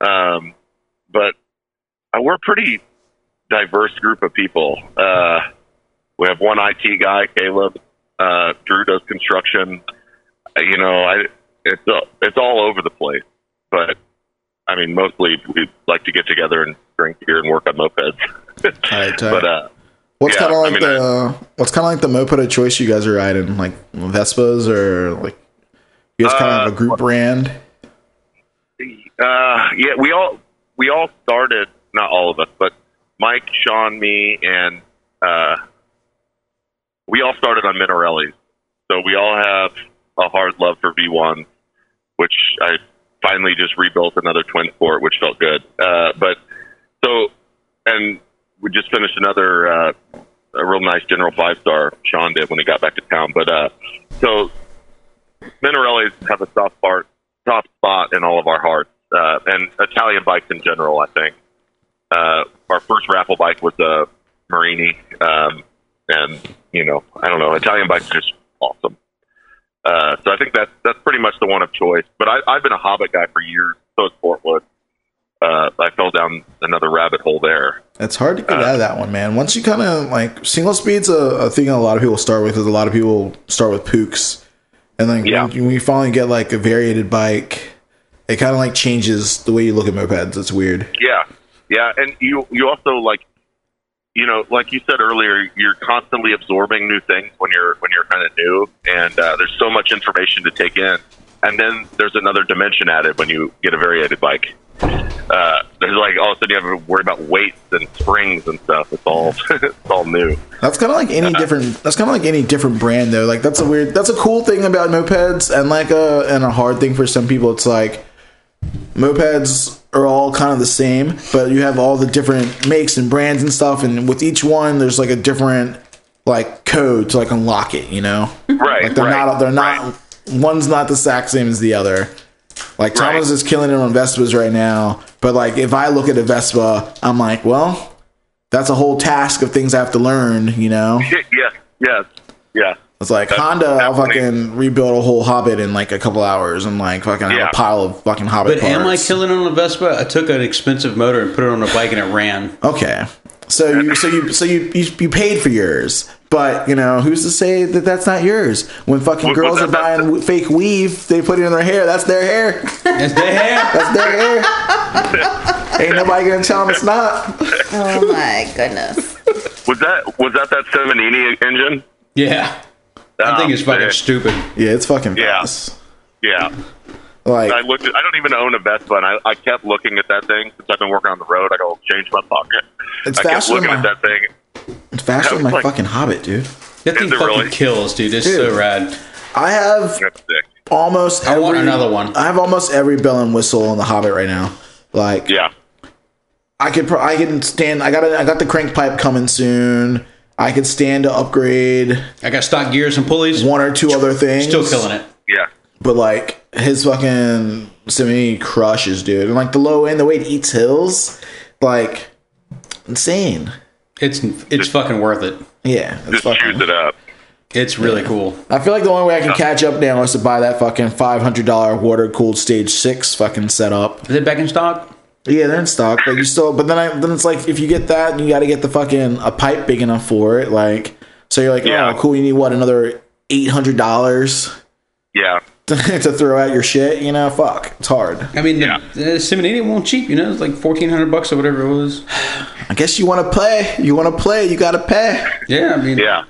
[SPEAKER 7] Um, but uh, we're a pretty diverse group of people. Uh, we have one IT guy, Caleb. Uh, Drew does construction. Uh, You know, I, it's all, it's all over the place. But I mean, mostly we like to get together and drink beer and work on mopeds.
[SPEAKER 6] Alright, tight.
[SPEAKER 7] but uh,
[SPEAKER 6] What's
[SPEAKER 7] Yeah,
[SPEAKER 6] kind of
[SPEAKER 7] I
[SPEAKER 6] like
[SPEAKER 7] mean,
[SPEAKER 6] the what's kind of like the moped of choice you guys are riding? Like Vespas or like you guys kind of have a group brand?
[SPEAKER 7] Uh, yeah, we all we all started. Not all of us, but Mike, Sean, me, and uh, we all started on Minarelli's. So we all have a hard love for V1, which I finally just rebuilt another twin sport, which felt good. Uh, but so, and we just finished another uh, a real nice General Five Star. Sean did when he got back to town. But uh, so Minarelli's have a soft part, top spot in all of our hearts, uh, and Italian bikes in general. I think uh, our first raffle bike was a Marini, um, and you know, I don't know, Italian bikes are just awesome. Uh, so I think that's that's pretty much the one of choice. But I, I've been a Hobbit guy for years. So is Portwood. Uh, I fell down another rabbit hole there.
[SPEAKER 6] It's hard to get out of that one, man. Once you kind of like single speed's a, a thing a lot of people start with. Is a lot of people start with pooks, and then
[SPEAKER 7] Yeah.
[SPEAKER 6] when, when you finally get like a variated bike, it kind of like changes the way you look at mopeds. It's weird.
[SPEAKER 7] Yeah, yeah, and you you also like, you know, like you said earlier, you're constantly absorbing new things when you're when you're kind of new, and uh, there's so much information to take in, and then there's another dimension added when you get a variated bike. Uh, there's like all of a sudden you have to worry about weights and springs and stuff. It's all it's all new.
[SPEAKER 6] That's kind of like any different. That's kind of like any different brand, though. Like that's a weird. That's a cool thing about mopeds, and like a and a hard thing for some people. It's like mopeds are all kind of the same, but you have all the different makes and brands and stuff, and with each one, there's like a different like code to like unlock it. You know,
[SPEAKER 7] Right.
[SPEAKER 6] like they're
[SPEAKER 7] right,
[SPEAKER 6] not. They're
[SPEAKER 7] right.
[SPEAKER 6] not. One's not the exact same as the other. Like
[SPEAKER 7] Right.
[SPEAKER 6] Thomas is killing it on Vespas right now, but like if I look at a Vespa, I'm like, well, that's a whole task of things I have to learn. You know.
[SPEAKER 7] Yeah. Yeah. Yeah.
[SPEAKER 6] It's like
[SPEAKER 7] That's
[SPEAKER 6] Honda. I'll
[SPEAKER 7] definitely-
[SPEAKER 6] fucking rebuild a whole Hobbit in like a couple hours, and like fucking have
[SPEAKER 7] Yeah.
[SPEAKER 6] a pile of fucking Hobbit
[SPEAKER 2] But am I
[SPEAKER 6] parts.
[SPEAKER 2] killing it on a Vespa? I took an expensive motor and put it on a bike and it ran.
[SPEAKER 6] okay, so you so you so you, you you paid for yours, but you know who's to say that that's not yours? When fucking
[SPEAKER 7] Well,
[SPEAKER 6] girls
[SPEAKER 7] that-
[SPEAKER 6] are buying w- fake weave, they put it in their hair. That's their hair.
[SPEAKER 2] That's the hair.
[SPEAKER 6] That's their hair. Ain't nobody gonna tell them it's not.
[SPEAKER 5] Oh my goodness.
[SPEAKER 7] Was that was that that Seminini engine?
[SPEAKER 2] Yeah. I think it's
[SPEAKER 7] Oh,
[SPEAKER 2] fucking
[SPEAKER 7] shit.
[SPEAKER 2] stupid.
[SPEAKER 6] Yeah, it's fucking
[SPEAKER 7] Yeah.
[SPEAKER 6] fast.
[SPEAKER 7] Yeah.
[SPEAKER 6] Like
[SPEAKER 7] I looked. At, I don't even own a Vespa, and I, I kept looking at that thing since I've been working on the road. I go change my pocket.
[SPEAKER 6] It's
[SPEAKER 7] I kept
[SPEAKER 6] faster
[SPEAKER 7] looking
[SPEAKER 6] than
[SPEAKER 7] at
[SPEAKER 6] my-
[SPEAKER 7] that thing.
[SPEAKER 6] it's faster
[SPEAKER 7] that was
[SPEAKER 6] than my
[SPEAKER 7] like-
[SPEAKER 6] fucking Hobbit, dude.
[SPEAKER 2] That thing
[SPEAKER 7] it
[SPEAKER 2] fucking
[SPEAKER 7] really?
[SPEAKER 2] kills, dude. It's
[SPEAKER 6] Dude.
[SPEAKER 2] so rad.
[SPEAKER 6] I have
[SPEAKER 7] That's sick.
[SPEAKER 6] almost.
[SPEAKER 2] I
[SPEAKER 6] every,
[SPEAKER 2] want another one.
[SPEAKER 6] I have almost every bell and whistle on the Hobbit right now. Like
[SPEAKER 7] Yeah,
[SPEAKER 6] I could pro- I can stand. I got a, I got the crank pipe coming soon. I could stand to upgrade
[SPEAKER 2] I got stock gears and pulleys.
[SPEAKER 6] one or two other things.
[SPEAKER 2] Still killing it.
[SPEAKER 7] Yeah.
[SPEAKER 6] But like his fucking Simini crushes, dude. And like the low end, the way it eats hills, like insane.
[SPEAKER 2] It's it's fucking worth it.
[SPEAKER 6] Yeah, it's
[SPEAKER 7] Just
[SPEAKER 6] fucking-
[SPEAKER 7] choose it up.
[SPEAKER 2] It's really cool.
[SPEAKER 6] I feel like the only way I can catch up now is to buy that fucking five hundred dollar water cooled stage six fucking setup.
[SPEAKER 2] Is it back in stock?
[SPEAKER 6] Yeah, they're in stock, but you still. But then I then it's like if you get that, you got to get the fucking a pipe big enough for it. Like so, you're like,
[SPEAKER 7] Yeah.
[SPEAKER 6] oh, cool. You need what another eight hundred dollars
[SPEAKER 7] Yeah.
[SPEAKER 6] to throw out your shit. You know, fuck, it's hard.
[SPEAKER 2] I mean, the,
[SPEAKER 7] Yeah.
[SPEAKER 2] the Simonini won't cheap. You know, it's like fourteen hundred bucks or whatever it was.
[SPEAKER 6] I guess you want to play. You want to play. You got to pay.
[SPEAKER 2] Yeah, I mean,
[SPEAKER 7] Yeah.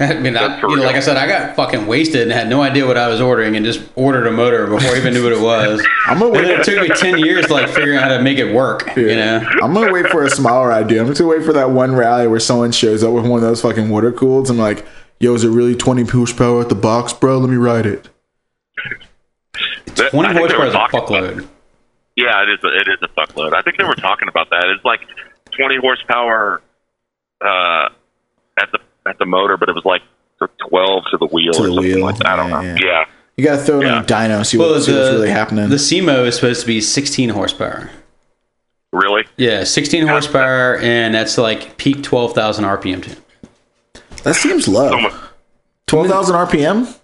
[SPEAKER 2] I mean, I,
[SPEAKER 7] That's for
[SPEAKER 2] you know,
[SPEAKER 7] real.
[SPEAKER 2] like I said, I got fucking wasted and had no idea what I was ordering, and just ordered a motor before I even knew what it was.
[SPEAKER 6] I'm gonna
[SPEAKER 2] And it
[SPEAKER 6] wait.
[SPEAKER 2] took me ten years to like figure out how to make it work. You know,
[SPEAKER 6] I'm gonna wait for a smaller idea. I'm just gonna wait for that one rally where someone shows up with one of those fucking water cooleds and like, yo, is it really 20 horsepower at the box, bro? Let me ride it.
[SPEAKER 7] That- I
[SPEAKER 2] twenty
[SPEAKER 7] think they
[SPEAKER 2] horsepower
[SPEAKER 7] were
[SPEAKER 2] is a
[SPEAKER 7] talking about-
[SPEAKER 2] fuckload.
[SPEAKER 7] Yeah, it is. A, it is a fuckload. I think they were talking about that. It's like 20 horsepower uh, at the at the motor, but it was like the 12 to the wheel.
[SPEAKER 6] To
[SPEAKER 7] or
[SPEAKER 6] the
[SPEAKER 7] something
[SPEAKER 6] wheel,
[SPEAKER 7] Like that. I don't
[SPEAKER 6] yeah,
[SPEAKER 7] know.
[SPEAKER 6] yeah.
[SPEAKER 7] Yeah.
[SPEAKER 6] You gotta throw it in
[SPEAKER 7] Yeah.
[SPEAKER 6] a dyno, see,
[SPEAKER 2] Well,
[SPEAKER 6] what, see what's
[SPEAKER 2] the
[SPEAKER 6] really happening.
[SPEAKER 2] the SEMO is supposed to be sixteen horsepower.
[SPEAKER 7] Really?
[SPEAKER 2] Yeah, sixteen horsepower, and that's like peak twelve thousand RPM. too.
[SPEAKER 6] that seems low.
[SPEAKER 7] Almost-
[SPEAKER 6] 12,000 RPM?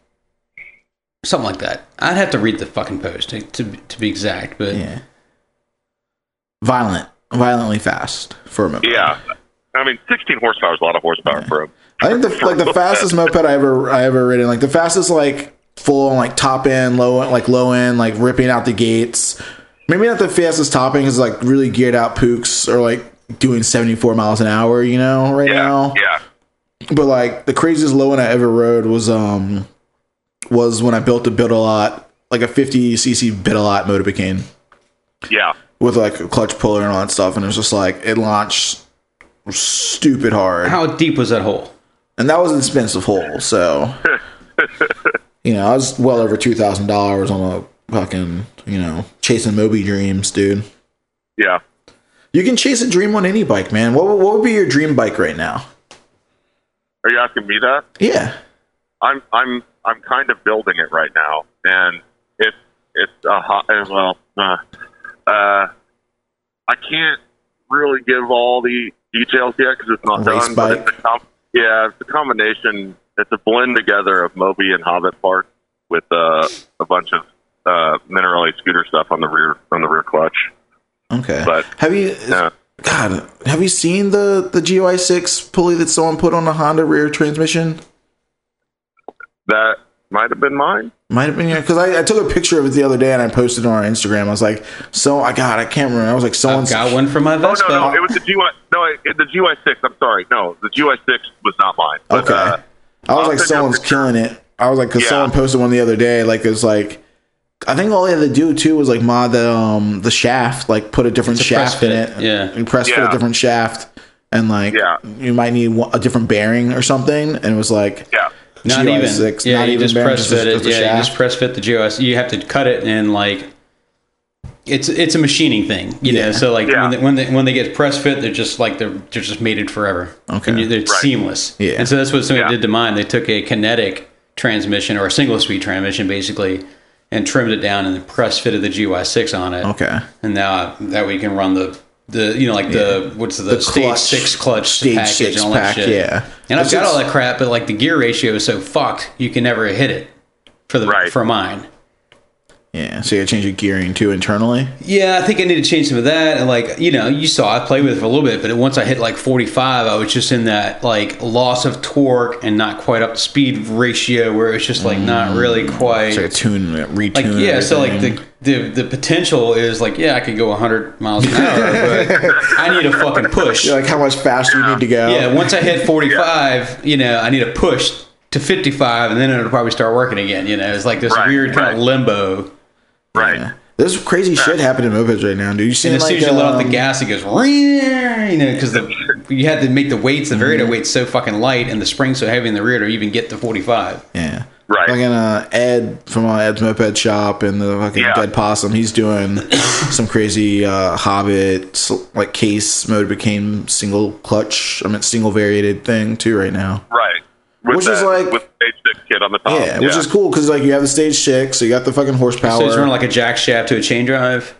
[SPEAKER 2] something like that. I'd have to read the fucking post to to, to be exact, but
[SPEAKER 6] Yeah. Violent. Violently fast for a moment.
[SPEAKER 7] Yeah. I mean, 16 horsepower is a lot of horsepower for a.
[SPEAKER 6] I think the like the fastest moped I ever I ever ridden, like the fastest like full on like top end, low like low end, like ripping out the gates. Maybe not the fastest topping is like really geared out pooks or like doing seventy four miles an hour, you know, right
[SPEAKER 7] Yeah.
[SPEAKER 6] now.
[SPEAKER 7] Yeah.
[SPEAKER 6] But like the craziest low end I ever rode was um was when I built a bit a lot, like a fifty cc bit a lot motorbicane
[SPEAKER 7] Yeah.
[SPEAKER 6] with like a clutch puller and all that stuff, and it was just like it launched stupid hard.
[SPEAKER 2] how deep was that hole?
[SPEAKER 6] and that was an expensive hole. So, you know, I was well over two thousand dollars on a fucking, you know, chasing Moby dreams, dude.
[SPEAKER 7] Yeah.
[SPEAKER 6] You can chase a dream on any bike, man. What what would be your dream bike right now?
[SPEAKER 7] Are you asking me that?
[SPEAKER 6] Yeah,
[SPEAKER 7] I'm I'm I'm kind of building it right now, and it's it's a hot uh, well. Uh, uh, I can't really give all the details yet because it's not
[SPEAKER 6] Race
[SPEAKER 7] done. But it's
[SPEAKER 6] bike.
[SPEAKER 7] a com- yeah, it's a combination. It's a blend together of Moby and Hobbit Park with uh, a bunch of uh, Minerali scooter stuff on the rear on the rear clutch.
[SPEAKER 6] okay.
[SPEAKER 7] But-
[SPEAKER 6] have you,
[SPEAKER 7] Yeah.
[SPEAKER 6] God, have you seen the the GY six pulley that someone put on a Honda rear transmission?
[SPEAKER 7] That might have been mine.
[SPEAKER 6] Might have been because I, I took a picture of it the other day and I posted it on our Instagram. I was like, so I God, I can't remember. I was like,
[SPEAKER 2] I've
[SPEAKER 6] someone's
[SPEAKER 2] got one for my
[SPEAKER 7] Oh
[SPEAKER 2] Vespa.
[SPEAKER 7] no, no, it was the GY. No, it, it- the GY6. I'm sorry. No, the GY6 was not mine. But,
[SPEAKER 6] Okay.
[SPEAKER 7] uh,
[SPEAKER 6] I was
[SPEAKER 7] I'll send
[SPEAKER 6] like,
[SPEAKER 7] you a
[SPEAKER 6] someone's
[SPEAKER 7] picture.
[SPEAKER 6] killing it. I was like, because
[SPEAKER 7] Yeah.
[SPEAKER 6] someone posted one the other day. Like, it's like, I think all they had to do too was like mod the um the shaft, like put a different
[SPEAKER 2] It's a press
[SPEAKER 6] shaft in
[SPEAKER 2] fit,
[SPEAKER 6] it,
[SPEAKER 2] yeah.
[SPEAKER 6] and press fit
[SPEAKER 7] Yeah.
[SPEAKER 6] a different shaft, and like,
[SPEAKER 7] Yeah.
[SPEAKER 6] you might need one, a different bearing or something. And it was like,
[SPEAKER 7] yeah.
[SPEAKER 2] not even.
[SPEAKER 6] GY6,
[SPEAKER 2] yeah,
[SPEAKER 6] not
[SPEAKER 2] you
[SPEAKER 6] even
[SPEAKER 2] just
[SPEAKER 6] bearing,
[SPEAKER 2] press
[SPEAKER 6] just
[SPEAKER 2] fit
[SPEAKER 6] a-
[SPEAKER 2] it.
[SPEAKER 6] just a
[SPEAKER 2] yeah, you just
[SPEAKER 6] shaft.
[SPEAKER 2] press fit the GOS. You have to cut it and like it's it's a machining thing, you know. So like
[SPEAKER 7] Yeah.
[SPEAKER 2] when, they, when they when they get press fit, they're just like they're they're just mated forever.
[SPEAKER 6] Okay.
[SPEAKER 2] and you, they're seamless.
[SPEAKER 6] Yeah.
[SPEAKER 2] and so that's what somebody
[SPEAKER 7] Yeah.
[SPEAKER 2] did to mine. They took a kinetic transmission or a single speed transmission basically. And trimmed it down, and then press fitted the GY6 on it.
[SPEAKER 6] Okay.
[SPEAKER 2] and now I, that we can run the the you know like the what's the, stage
[SPEAKER 6] clutch,
[SPEAKER 2] six clutch
[SPEAKER 6] stage
[SPEAKER 2] package
[SPEAKER 6] six
[SPEAKER 2] and all that
[SPEAKER 6] pack,
[SPEAKER 2] shit.
[SPEAKER 6] yeah.
[SPEAKER 2] and I've
[SPEAKER 6] It's-
[SPEAKER 2] got all
[SPEAKER 6] it's-
[SPEAKER 2] that crap, but like the gear ratio is so fucked, you can never hit it for the
[SPEAKER 7] Right.
[SPEAKER 2] for mine.
[SPEAKER 6] yeah. So you gotta change your gearing too internally.
[SPEAKER 2] Yeah, I think I need to change some of that. And like you know, you saw I played with it for a little bit, but once I hit like forty five, I was just in that like loss of torque and not quite up to speed ratio where it's just like not really quite.
[SPEAKER 6] So you tune, uh, retune.
[SPEAKER 2] like yeah, so like
[SPEAKER 6] everything.
[SPEAKER 2] the, the the potential is like yeah, I could go 100 miles an hour, but I need a fucking push.
[SPEAKER 6] You're like how much faster you need to go.
[SPEAKER 2] Yeah, once I hit 45, you know, I need a push to 55, and then it'll probably start working again. You know, it's like this
[SPEAKER 7] Right,
[SPEAKER 2] weird kind
[SPEAKER 7] right.
[SPEAKER 2] of limbo.
[SPEAKER 7] Right.
[SPEAKER 6] There's crazy shit happening in mopeds right now, dude. You
[SPEAKER 2] And
[SPEAKER 6] seen
[SPEAKER 2] as
[SPEAKER 6] like
[SPEAKER 2] soon as you let off the
[SPEAKER 6] um,
[SPEAKER 2] gas, it goes, "Rear," you know, because the you
[SPEAKER 6] Mm-hmm.
[SPEAKER 2] had to make the weights, the variator weights so fucking light, and the spring so heavy in the rear to even get to 45.
[SPEAKER 6] Yeah.
[SPEAKER 7] Right.
[SPEAKER 6] Fucking uh, Ed from uh, Ed's Moped Shop and the fucking
[SPEAKER 7] Yeah.
[SPEAKER 6] Dead Possum. He's doing some crazy uh, Hobbit sl- like case mode became single clutch. I mean single variated thing too right now.
[SPEAKER 7] Right. With
[SPEAKER 6] Which is
[SPEAKER 7] that-
[SPEAKER 6] like-
[SPEAKER 7] with stage six kid on the top.
[SPEAKER 6] yeah, which is cool because like you have the stage chick, so you got the fucking horsepower.
[SPEAKER 2] So it's running like a jack shaft to a chain drive.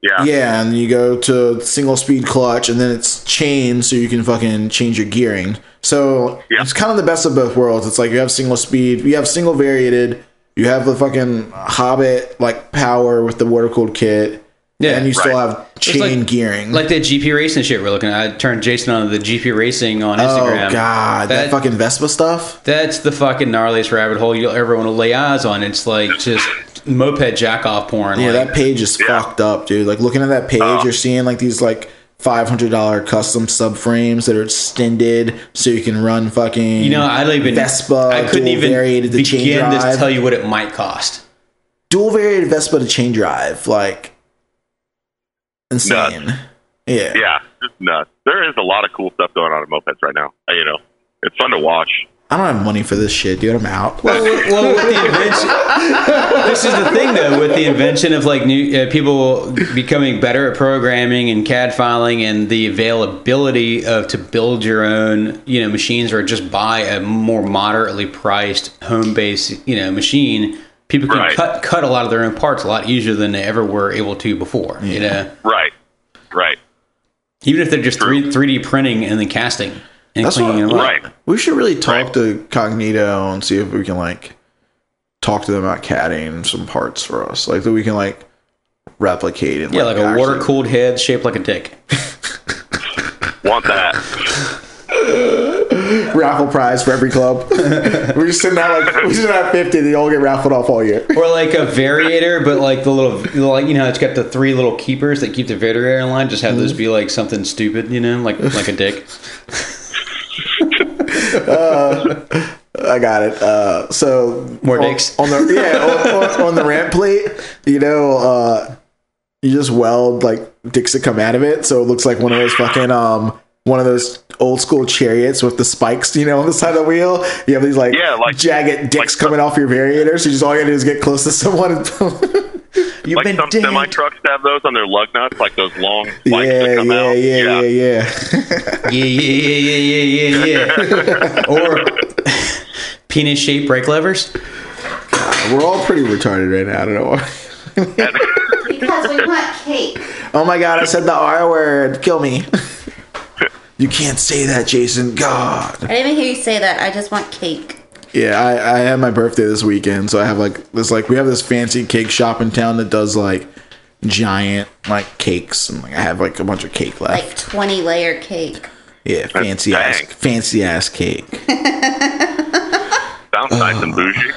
[SPEAKER 7] Yeah.
[SPEAKER 6] yeah, and you go to single speed clutch, and then it's chain, so you can fucking change your gearing. So
[SPEAKER 7] Yeah.
[SPEAKER 6] it's kind of the best of both worlds. It's like you have single speed, you have single variated, you have the fucking Hobbit like power with the water cooled kit,
[SPEAKER 2] Yeah,
[SPEAKER 6] and you still
[SPEAKER 7] right.
[SPEAKER 6] have chain
[SPEAKER 2] like-
[SPEAKER 6] gearing.
[SPEAKER 2] Like that GP racing shit we're looking at. I turned Jason on to the GP racing on
[SPEAKER 6] oh
[SPEAKER 2] Instagram.
[SPEAKER 6] god, that,
[SPEAKER 2] That-
[SPEAKER 6] fucking Vespa stuff.
[SPEAKER 2] That's the fucking gnarliest rabbit hole you'll ever want to lay eyes on. It's like just moped jack off porn.
[SPEAKER 6] Yeah,
[SPEAKER 2] like, Uh,
[SPEAKER 6] that page is
[SPEAKER 7] Yeah.
[SPEAKER 6] fucked up, dude. Like looking at that page, you're seeing like these like. Five hundred dollar custom subframes that are extended, so you can run fucking.
[SPEAKER 2] you know, I don't even
[SPEAKER 6] Vespa.
[SPEAKER 2] I couldn't
[SPEAKER 6] dual
[SPEAKER 2] even
[SPEAKER 6] variated to chain
[SPEAKER 2] begin to
[SPEAKER 6] drive.
[SPEAKER 2] tell you what it might cost.
[SPEAKER 6] dual variated Vespa to chain drive, like insane. Yeah.
[SPEAKER 7] Yeah. Just nuts. There is a lot of cool stuff going on in mopeds right now. Uh, You know, it's fun to watch.
[SPEAKER 6] I don't have money for this shit, dude. I'm out.
[SPEAKER 2] Well, with- well, with the invention, this is the thing though. With the invention of like new uh, people becoming better at programming and CAD filing, and the availability of to build your own, you know, machines or just buy a more moderately priced home base, you know, machine. People can
[SPEAKER 7] Right.
[SPEAKER 2] cut cut a lot of their own parts a lot easier than they ever were able to before. You know,
[SPEAKER 7] Right. Right.
[SPEAKER 2] even if they're just three three D printing and then casting and
[SPEAKER 6] That's
[SPEAKER 2] cleaning
[SPEAKER 6] what-
[SPEAKER 2] them up.
[SPEAKER 7] Right.
[SPEAKER 6] We should really talk
[SPEAKER 7] Right.
[SPEAKER 6] to Cognito and see if we can like talk to them about catting some parts for us, like that we can like replicate and
[SPEAKER 2] Yeah, like a
[SPEAKER 6] actually-
[SPEAKER 2] water cooled head shaped like a dick.
[SPEAKER 7] Want that.
[SPEAKER 6] raffle prize for every club. we just send out like we send out fifty, they all get raffled off all year.
[SPEAKER 2] or like a variator, but like the little, like you know, it's got the three little keepers that keep the variator in line. Just have those be like something stupid, you know, like like a dick.
[SPEAKER 6] I got it. Uh, so
[SPEAKER 2] More
[SPEAKER 6] on-
[SPEAKER 2] dicks.
[SPEAKER 6] on, the yeah on, on, on the ramp plate. You know, uh, you just weld like dicks that come out of it, so it looks like one of those fucking um one of those old school chariots with the spikes. You know, on the side of the wheel, you have these like
[SPEAKER 7] Yeah, like-
[SPEAKER 6] jagged dicks coming off your variator. So you just all you gotta do is get close to someone. And
[SPEAKER 2] You've
[SPEAKER 7] Like some
[SPEAKER 2] dead.
[SPEAKER 7] semi trucks have those on their lug nuts, like those long spikes
[SPEAKER 6] yeah,
[SPEAKER 7] that come
[SPEAKER 6] yeah,
[SPEAKER 7] out.
[SPEAKER 6] yeah, yeah, yeah,
[SPEAKER 2] Yeah, yeah, yeah, yeah, yeah, yeah, yeah. or penis shaped brake levers.
[SPEAKER 6] We're all pretty retarded right now. I don't know why.
[SPEAKER 5] Because we want cake.
[SPEAKER 6] Oh my god, I said the R word. Kill me. you can't say that, Jason. God.
[SPEAKER 5] I didn't even hear you say that. I just want cake.
[SPEAKER 6] Yeah, I, I had my birthday this weekend, so I have like this like we have this fancy cake shop in town that does like giant like cakes and like I have like a bunch of cake left.
[SPEAKER 5] Like 20 layer cake.
[SPEAKER 6] yeah, fancy ass
[SPEAKER 7] dang.
[SPEAKER 6] fancy ass cake.
[SPEAKER 7] Sounds nice and bougie.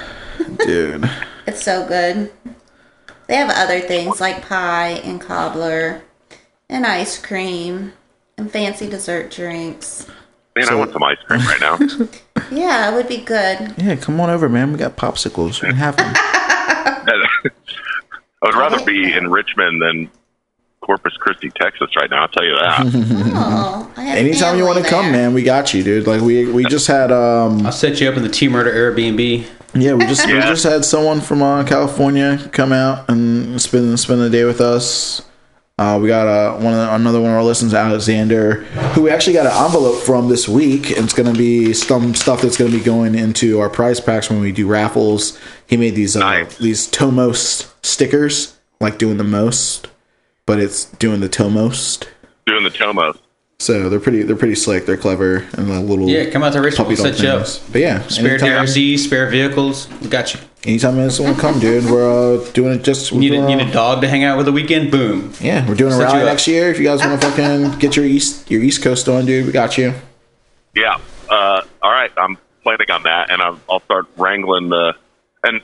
[SPEAKER 6] Dude.
[SPEAKER 5] It's so good. They have other things like pie and cobbler and ice cream and fancy dessert drinks.
[SPEAKER 7] Man, I want some ice cream right now.
[SPEAKER 5] Yeah, it would be good.
[SPEAKER 6] Yeah, come on over, man. We got popsicles. We can have them.
[SPEAKER 7] I would rather be in Richmond than Corpus Christi, Texas right now, I'll tell you that.
[SPEAKER 5] Oh, I have
[SPEAKER 6] Mm-hmm. Anytime you
[SPEAKER 5] family
[SPEAKER 6] want to come,
[SPEAKER 5] there.
[SPEAKER 6] man, we got you, dude. Like we we just had um
[SPEAKER 2] I'll set you up in the T Murder Airbnb.
[SPEAKER 6] yeah, we just we
[SPEAKER 7] Yeah.
[SPEAKER 6] just had someone from uh, California come out and spend spend the day with us. Uh, we got uh, one of the, another one of our listeners, Alexander, who we actually got an envelope from this week. And it's going to be some stuff that's going to be going into our prize packs when we do raffles. He made these uh,
[SPEAKER 7] Nice.
[SPEAKER 6] these Tomos stickers, like doing the most, but it's doing the Tomost.
[SPEAKER 7] Doing the Tomos.
[SPEAKER 6] So they're pretty they're pretty slick. They're clever and a little
[SPEAKER 2] Yeah, come out to Richmond. We'll
[SPEAKER 6] puppy dog
[SPEAKER 2] set you up.
[SPEAKER 6] things. But yeah,
[SPEAKER 2] Spare
[SPEAKER 6] anytime-
[SPEAKER 2] TRC, spare vehicles. We got you.
[SPEAKER 6] Anytime it's want to come, dude. We're uh, doing it just.
[SPEAKER 2] Need a,
[SPEAKER 6] we're, uh,
[SPEAKER 2] need a dog to hang out with the weekend? Boom.
[SPEAKER 6] yeah, we're doing a
[SPEAKER 2] Set
[SPEAKER 6] rally
[SPEAKER 2] you up.
[SPEAKER 6] next year. If you guys want to fucking get your east your East Coast on, dude, we got you.
[SPEAKER 7] Yeah. Uh, all right. I'm planning on that, and I'm, I'll start wrangling the and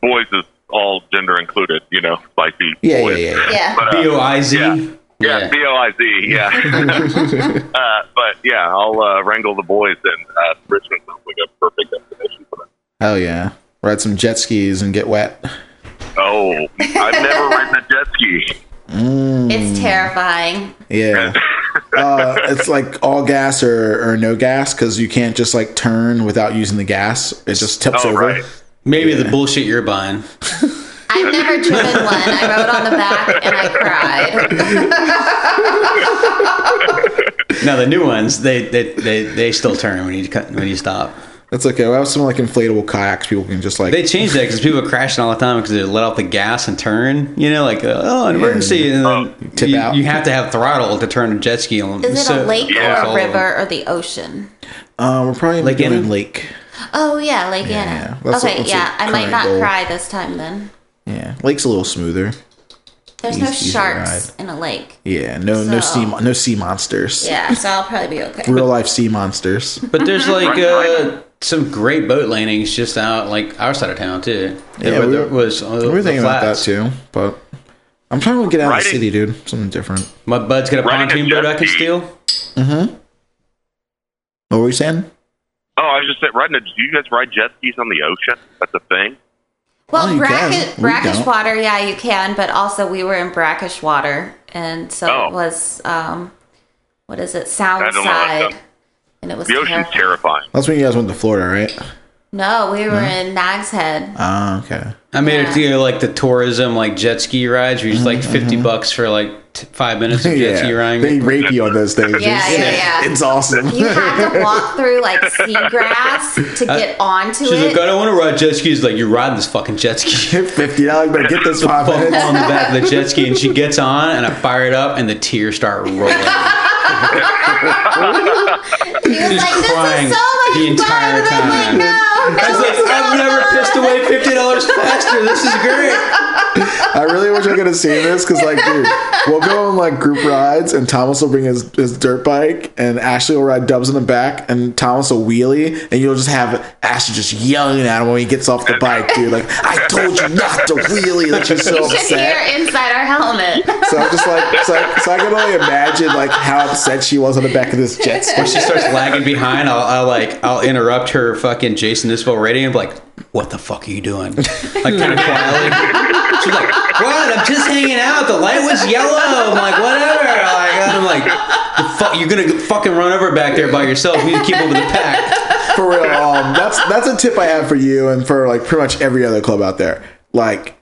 [SPEAKER 7] boys is all gender included. You know, spicy
[SPEAKER 6] Yeah, yeah,
[SPEAKER 7] boys.
[SPEAKER 6] yeah, yeah.
[SPEAKER 5] Yeah.
[SPEAKER 7] But, uh,
[SPEAKER 2] B O I Z.
[SPEAKER 7] yeah. Yeah, B O I Z. Yeah. uh, but yeah, I'll uh, wrangle the boys, and uh, Richmond sounds like a perfect destination for them.
[SPEAKER 6] Hell yeah! Ride some jet skis and get wet.
[SPEAKER 7] Oh, I've never ridden a jet ski.
[SPEAKER 6] Mm.
[SPEAKER 5] It's terrifying.
[SPEAKER 6] Yeah, uh, it's like all gas or, or no gas because you can't just like turn without using the gas. It just tips
[SPEAKER 7] Oh,
[SPEAKER 6] over.
[SPEAKER 7] right.
[SPEAKER 2] Maybe the bullshit you're buying.
[SPEAKER 5] I've never driven one. I rode on the back and I cried.
[SPEAKER 2] Now the new ones, they they, they, they still turn when you cut when you stop.
[SPEAKER 6] That's okay. We have some like inflatable kayaks. People can just like
[SPEAKER 2] They changed that because people are crashing all the time because they let off the gas and turn. You know, like uh, oh, an emergency, and then
[SPEAKER 6] Tip
[SPEAKER 2] you,
[SPEAKER 6] out.
[SPEAKER 2] you have to have throttle to turn a jet ski on.
[SPEAKER 5] Is it a
[SPEAKER 2] So-
[SPEAKER 5] lake
[SPEAKER 7] Yeah.
[SPEAKER 5] or
[SPEAKER 2] All
[SPEAKER 5] a
[SPEAKER 2] of them.
[SPEAKER 5] river or the ocean?
[SPEAKER 6] uh, we're probably
[SPEAKER 2] Lake
[SPEAKER 6] doing
[SPEAKER 2] Anna?
[SPEAKER 6] lake.
[SPEAKER 5] Oh yeah, Lake
[SPEAKER 6] Yeah,
[SPEAKER 5] Anna.
[SPEAKER 6] that's a-
[SPEAKER 5] okay,
[SPEAKER 6] that's a
[SPEAKER 5] yeah, I might
[SPEAKER 6] current
[SPEAKER 5] not
[SPEAKER 6] goal.
[SPEAKER 5] cry this time then.
[SPEAKER 6] Yeah, lake's a little smoother.
[SPEAKER 5] There's no
[SPEAKER 6] Easy to
[SPEAKER 5] sharks in a lake.
[SPEAKER 6] Yeah, no no
[SPEAKER 5] So-
[SPEAKER 6] sea mo- no sea monsters.
[SPEAKER 5] Yeah, so I'll probably be okay.
[SPEAKER 6] Real life sea monsters.
[SPEAKER 2] But there's like uh, some great boat landings just out like our side of town too.
[SPEAKER 6] Yeah,
[SPEAKER 2] Where
[SPEAKER 6] we
[SPEAKER 2] there
[SPEAKER 6] were-
[SPEAKER 2] was uh,
[SPEAKER 6] We
[SPEAKER 2] the
[SPEAKER 6] were thinking about that
[SPEAKER 2] flats.
[SPEAKER 6] too, but I'm trying to get out of the
[SPEAKER 7] Riding-
[SPEAKER 6] city, dude. Something different.
[SPEAKER 2] My bud's got a
[SPEAKER 7] Riding a
[SPEAKER 2] pontoon boat I
[SPEAKER 7] jet
[SPEAKER 2] can
[SPEAKER 7] ski.
[SPEAKER 2] steal.
[SPEAKER 6] What were you saying?
[SPEAKER 7] Oh, I was just saying, riding. A, do you guys ride jet skis on the ocean? That's a thing.
[SPEAKER 5] Well,
[SPEAKER 6] Oh, you
[SPEAKER 5] brackish,
[SPEAKER 6] can. We
[SPEAKER 5] brackish
[SPEAKER 6] don't.
[SPEAKER 5] water, yeah, you can, but also we were in brackish water, and so
[SPEAKER 7] Oh.
[SPEAKER 5] it was, um, what is it,
[SPEAKER 7] I don't know about
[SPEAKER 5] Soundside,
[SPEAKER 7] that.
[SPEAKER 5] and it was
[SPEAKER 7] The ocean's
[SPEAKER 5] terrifying.
[SPEAKER 7] terrifying.
[SPEAKER 6] That's when you guys went to Florida, right?
[SPEAKER 5] No, we were in Nag's Head.
[SPEAKER 6] Ah, okay.
[SPEAKER 2] I made it to go, like the tourism like jet ski rides. where you just like 50 bucks for like t- five minutes of jet ski riding.
[SPEAKER 6] Mm-hmm, They rape you on those things.
[SPEAKER 5] Yeah,
[SPEAKER 6] It's-
[SPEAKER 5] yeah, yeah.
[SPEAKER 6] It's awesome.
[SPEAKER 5] You had to walk through like seagrass to get onto
[SPEAKER 2] She's
[SPEAKER 5] it.
[SPEAKER 2] like, I don't want to ride jet skis. Like, you ride this fucking jet ski.
[SPEAKER 6] Hit fifty dollars, better get this five
[SPEAKER 2] Fuck
[SPEAKER 6] minutes.
[SPEAKER 2] on the back of the jet ski, and she gets on, and I fire it up, and the tears start rolling.
[SPEAKER 5] He was
[SPEAKER 2] She's
[SPEAKER 5] like, this
[SPEAKER 2] crying
[SPEAKER 5] is so much
[SPEAKER 2] the
[SPEAKER 5] fun.
[SPEAKER 2] entire
[SPEAKER 5] And I'm
[SPEAKER 2] time.
[SPEAKER 5] like, no,
[SPEAKER 2] I was like, I've never pissed away fifty dollars faster. This is great.
[SPEAKER 6] I really wish I could have seen this because, like, dude, we'll go on like group rides, and Thomas will bring his, his dirt bike, and Ashley will ride Dubs in the back, and Thomas will wheelie, and you'll just have Ashley just yelling at him when he gets off the bike, dude. Like, I told you not to wheelie. Like, she's so
[SPEAKER 5] you should
[SPEAKER 6] upset.
[SPEAKER 5] hear inside our helmet.
[SPEAKER 6] So I'm just like, so I, so I can only imagine like how upset she was on the back of this jet ski.
[SPEAKER 2] She starts lagging behind. I'll, I'll like, I'll interrupt her fucking Jason Isbell rating and be like, "What the fuck are you doing?" Like kind of quietly. She's like, "What? I'm just hanging out. The light was yellow." I'm like, "Whatever." Like, I'm like, the "Fuck, you're gonna fucking run over back there by yourself. You need to keep up with the pack."
[SPEAKER 6] for real. Um, that's that's a tip I have for you and for like pretty much every other club out there. Like,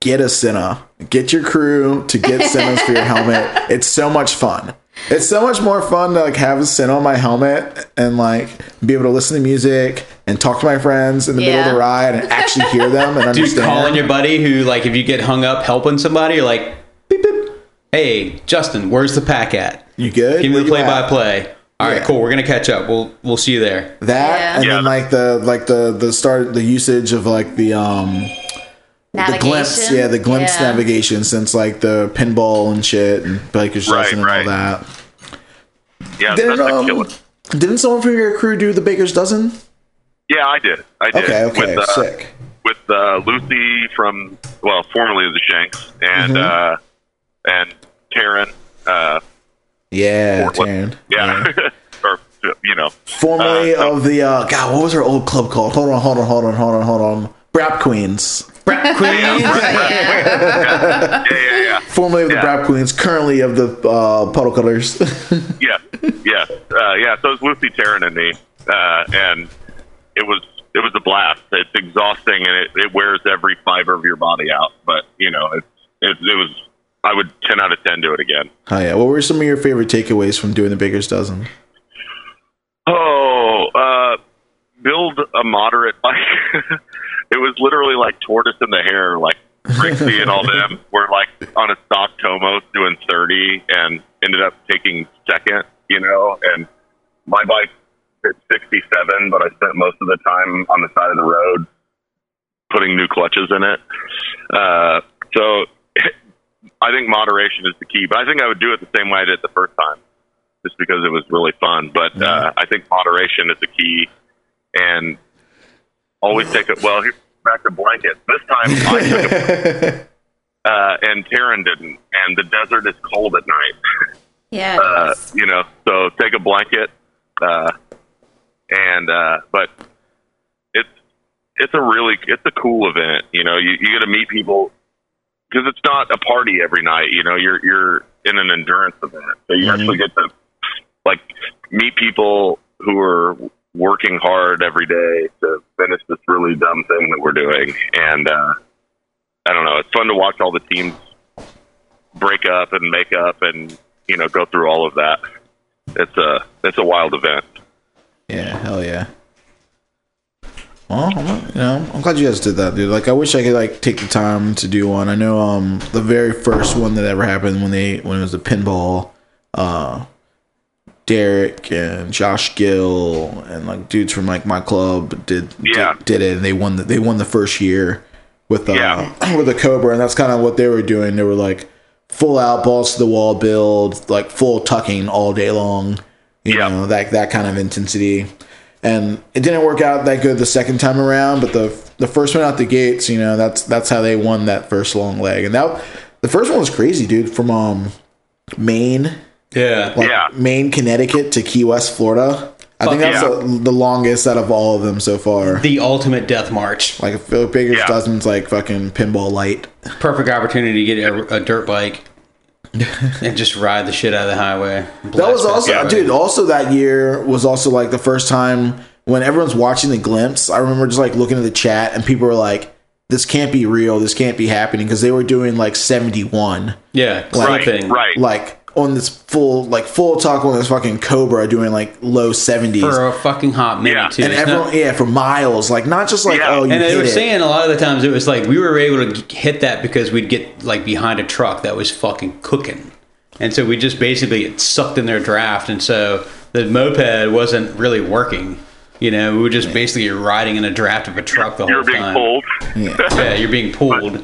[SPEAKER 6] get a Senna. Get your crew to get Sennas for your helmet. It's so much fun. It's so much more fun to like have a Senna on my helmet and like be able to listen to music and talk to my friends in the middle of the
[SPEAKER 5] Yeah.
[SPEAKER 6] ride and actually hear them and
[SPEAKER 2] Dude,
[SPEAKER 6] understand.
[SPEAKER 2] calling your buddy who, like, if you get hung up helping somebody, you're like, beep, beep. "Hey, Justin, where's the pack at?"
[SPEAKER 6] you good?
[SPEAKER 2] Give me the
[SPEAKER 6] Where
[SPEAKER 2] play
[SPEAKER 6] you
[SPEAKER 2] by
[SPEAKER 6] at?
[SPEAKER 2] play. All right,
[SPEAKER 6] Yeah.
[SPEAKER 2] cool. We're gonna catch up. We'll we'll see you there.
[SPEAKER 6] That
[SPEAKER 5] Yeah.
[SPEAKER 6] and
[SPEAKER 7] Yeah.
[SPEAKER 6] then like the like the the start the usage of like the um the glimpse,
[SPEAKER 5] Navigation.
[SPEAKER 6] yeah, the glimpse
[SPEAKER 5] Yeah.
[SPEAKER 6] navigation since like the pinball and shit and biker's
[SPEAKER 7] Right,
[SPEAKER 6] dozen
[SPEAKER 7] right.
[SPEAKER 6] and all that.
[SPEAKER 7] Yeah,
[SPEAKER 6] Didn't,
[SPEAKER 7] that's a
[SPEAKER 6] um,
[SPEAKER 7] killer.
[SPEAKER 6] didn't someone from your crew do the baker's dozen?
[SPEAKER 7] Yeah, I did. I did.
[SPEAKER 6] Okay, okay,
[SPEAKER 7] with, uh,
[SPEAKER 6] sick.
[SPEAKER 7] With uh, Lucy from, well, formerly of the Shanks, and
[SPEAKER 6] Mm-hmm.
[SPEAKER 7] uh, and Taryn. Uh,
[SPEAKER 6] Yeah,
[SPEAKER 7] Portland.
[SPEAKER 6] Taryn.
[SPEAKER 7] yeah, or you know,
[SPEAKER 6] Formerly
[SPEAKER 7] Uh,
[SPEAKER 6] of the uh, God, what was her old club called? Hold on, hold on, hold on, hold on, hold on. Brap Queens.
[SPEAKER 2] Brat Queen.
[SPEAKER 7] yeah, yeah, yeah.
[SPEAKER 6] Formerly of the
[SPEAKER 7] Yeah.
[SPEAKER 6] Brap Queens, currently of the uh, Puddle Cutters.
[SPEAKER 7] yeah, yeah, uh, yeah. So it was Lucy Taryn and me, uh, and it was it was a blast. It's exhausting and it, it wears every fiber of your body out. But you know, it, it it was. I would ten out of ten do it again.
[SPEAKER 6] oh yeah. What were some of your favorite takeaways from doing the baker's dozen?
[SPEAKER 7] Oh, uh, build a moderate bike. it was literally like tortoise in the hair, like Rixie and all them were like on a stock Tomos doing thirty and ended up taking second, you know, and my bike hit sixty seven, but I spent most of the time on the side of the road putting new clutches in it. Uh, so I think moderation is the key, but I think I would do it the same way I did the first time just because it was really fun. But uh, I think moderation is the key, and always take it. Well, here's back to blankets. This time I took a, uh, and Taryn didn't, and the desert is cold at night.
[SPEAKER 5] Yeah.
[SPEAKER 7] Uh, you know, so take a blanket, uh, and uh, but it's it's a really it's a cool event. You know, you you get to meet people because it's not a party every night. You know, you're you're in an endurance event, so you actually get to meet people who are working hard every day to finish this really dumb thing that we're doing. And uh, I don't know, it's fun to watch all the teams break up and make up and you know go through all of that. It's a it's a wild event.
[SPEAKER 6] Yeah, hell yeah. Well, I'm, not- you know, I'm glad you guys did that, dude. Like, I wish I could like take the time to do one. I know, um, the very first one that ever happened when they when it was the pinball, uh, Derek and Josh Gill and like dudes from like my club did
[SPEAKER 7] Yeah.
[SPEAKER 6] did, did it. And they won the they won the first year with uh,
[SPEAKER 7] Yeah.
[SPEAKER 6] with the Cobra, and that's kind of what they were doing. They were like full out balls to the wall build, like full tucking all day long. You
[SPEAKER 7] Yeah.
[SPEAKER 6] know that that kind of intensity, and it didn't work out that good the second time around. But the the first one out the gates, you know, that's that's how they won that first long leg, and that the first one was crazy, dude, from um Maine,
[SPEAKER 2] Yeah.
[SPEAKER 6] like
[SPEAKER 7] Yeah.
[SPEAKER 6] Maine, Connecticut to Key West, Florida. I think
[SPEAKER 2] Fuck
[SPEAKER 6] that's
[SPEAKER 7] yeah.
[SPEAKER 6] the, the longest out of all of them so far.
[SPEAKER 2] The ultimate death march.
[SPEAKER 6] Like Philip Baker's
[SPEAKER 7] Yeah.
[SPEAKER 6] doesn't like fucking pinball light.
[SPEAKER 2] Perfect opportunity to get a, a dirt bike and just ride the shit out of the highway.
[SPEAKER 6] That was also, dude. Also, that year was also like the first time when everyone's watching the glimpse. I remember just like looking at the chat and people were like, "This can't be real. This can't be happening," because they were doing like seventy one,
[SPEAKER 2] Yeah,
[SPEAKER 7] Right,
[SPEAKER 2] clipping.
[SPEAKER 7] right.
[SPEAKER 6] like on this full, like full talk on this fucking Cobra doing like low seventies,
[SPEAKER 2] For a fucking hot minute,
[SPEAKER 7] Yeah.
[SPEAKER 2] too.
[SPEAKER 6] and
[SPEAKER 2] It's not-
[SPEAKER 6] everyone, yeah, for miles. Like not just like
[SPEAKER 7] Yeah.
[SPEAKER 6] oh, you
[SPEAKER 2] and they
[SPEAKER 6] hit
[SPEAKER 2] were
[SPEAKER 6] it.
[SPEAKER 2] saying a lot of the times it was like we were able to g- hit that because we'd get like behind a truck that was fucking cooking, and so we just basically get sucked in their draft, and so the moped wasn't really working. You know, we were just basically riding in a draft of a truck the
[SPEAKER 7] You're
[SPEAKER 2] whole
[SPEAKER 7] being
[SPEAKER 2] time.
[SPEAKER 7] pulled.
[SPEAKER 2] Yeah, you're being pulled.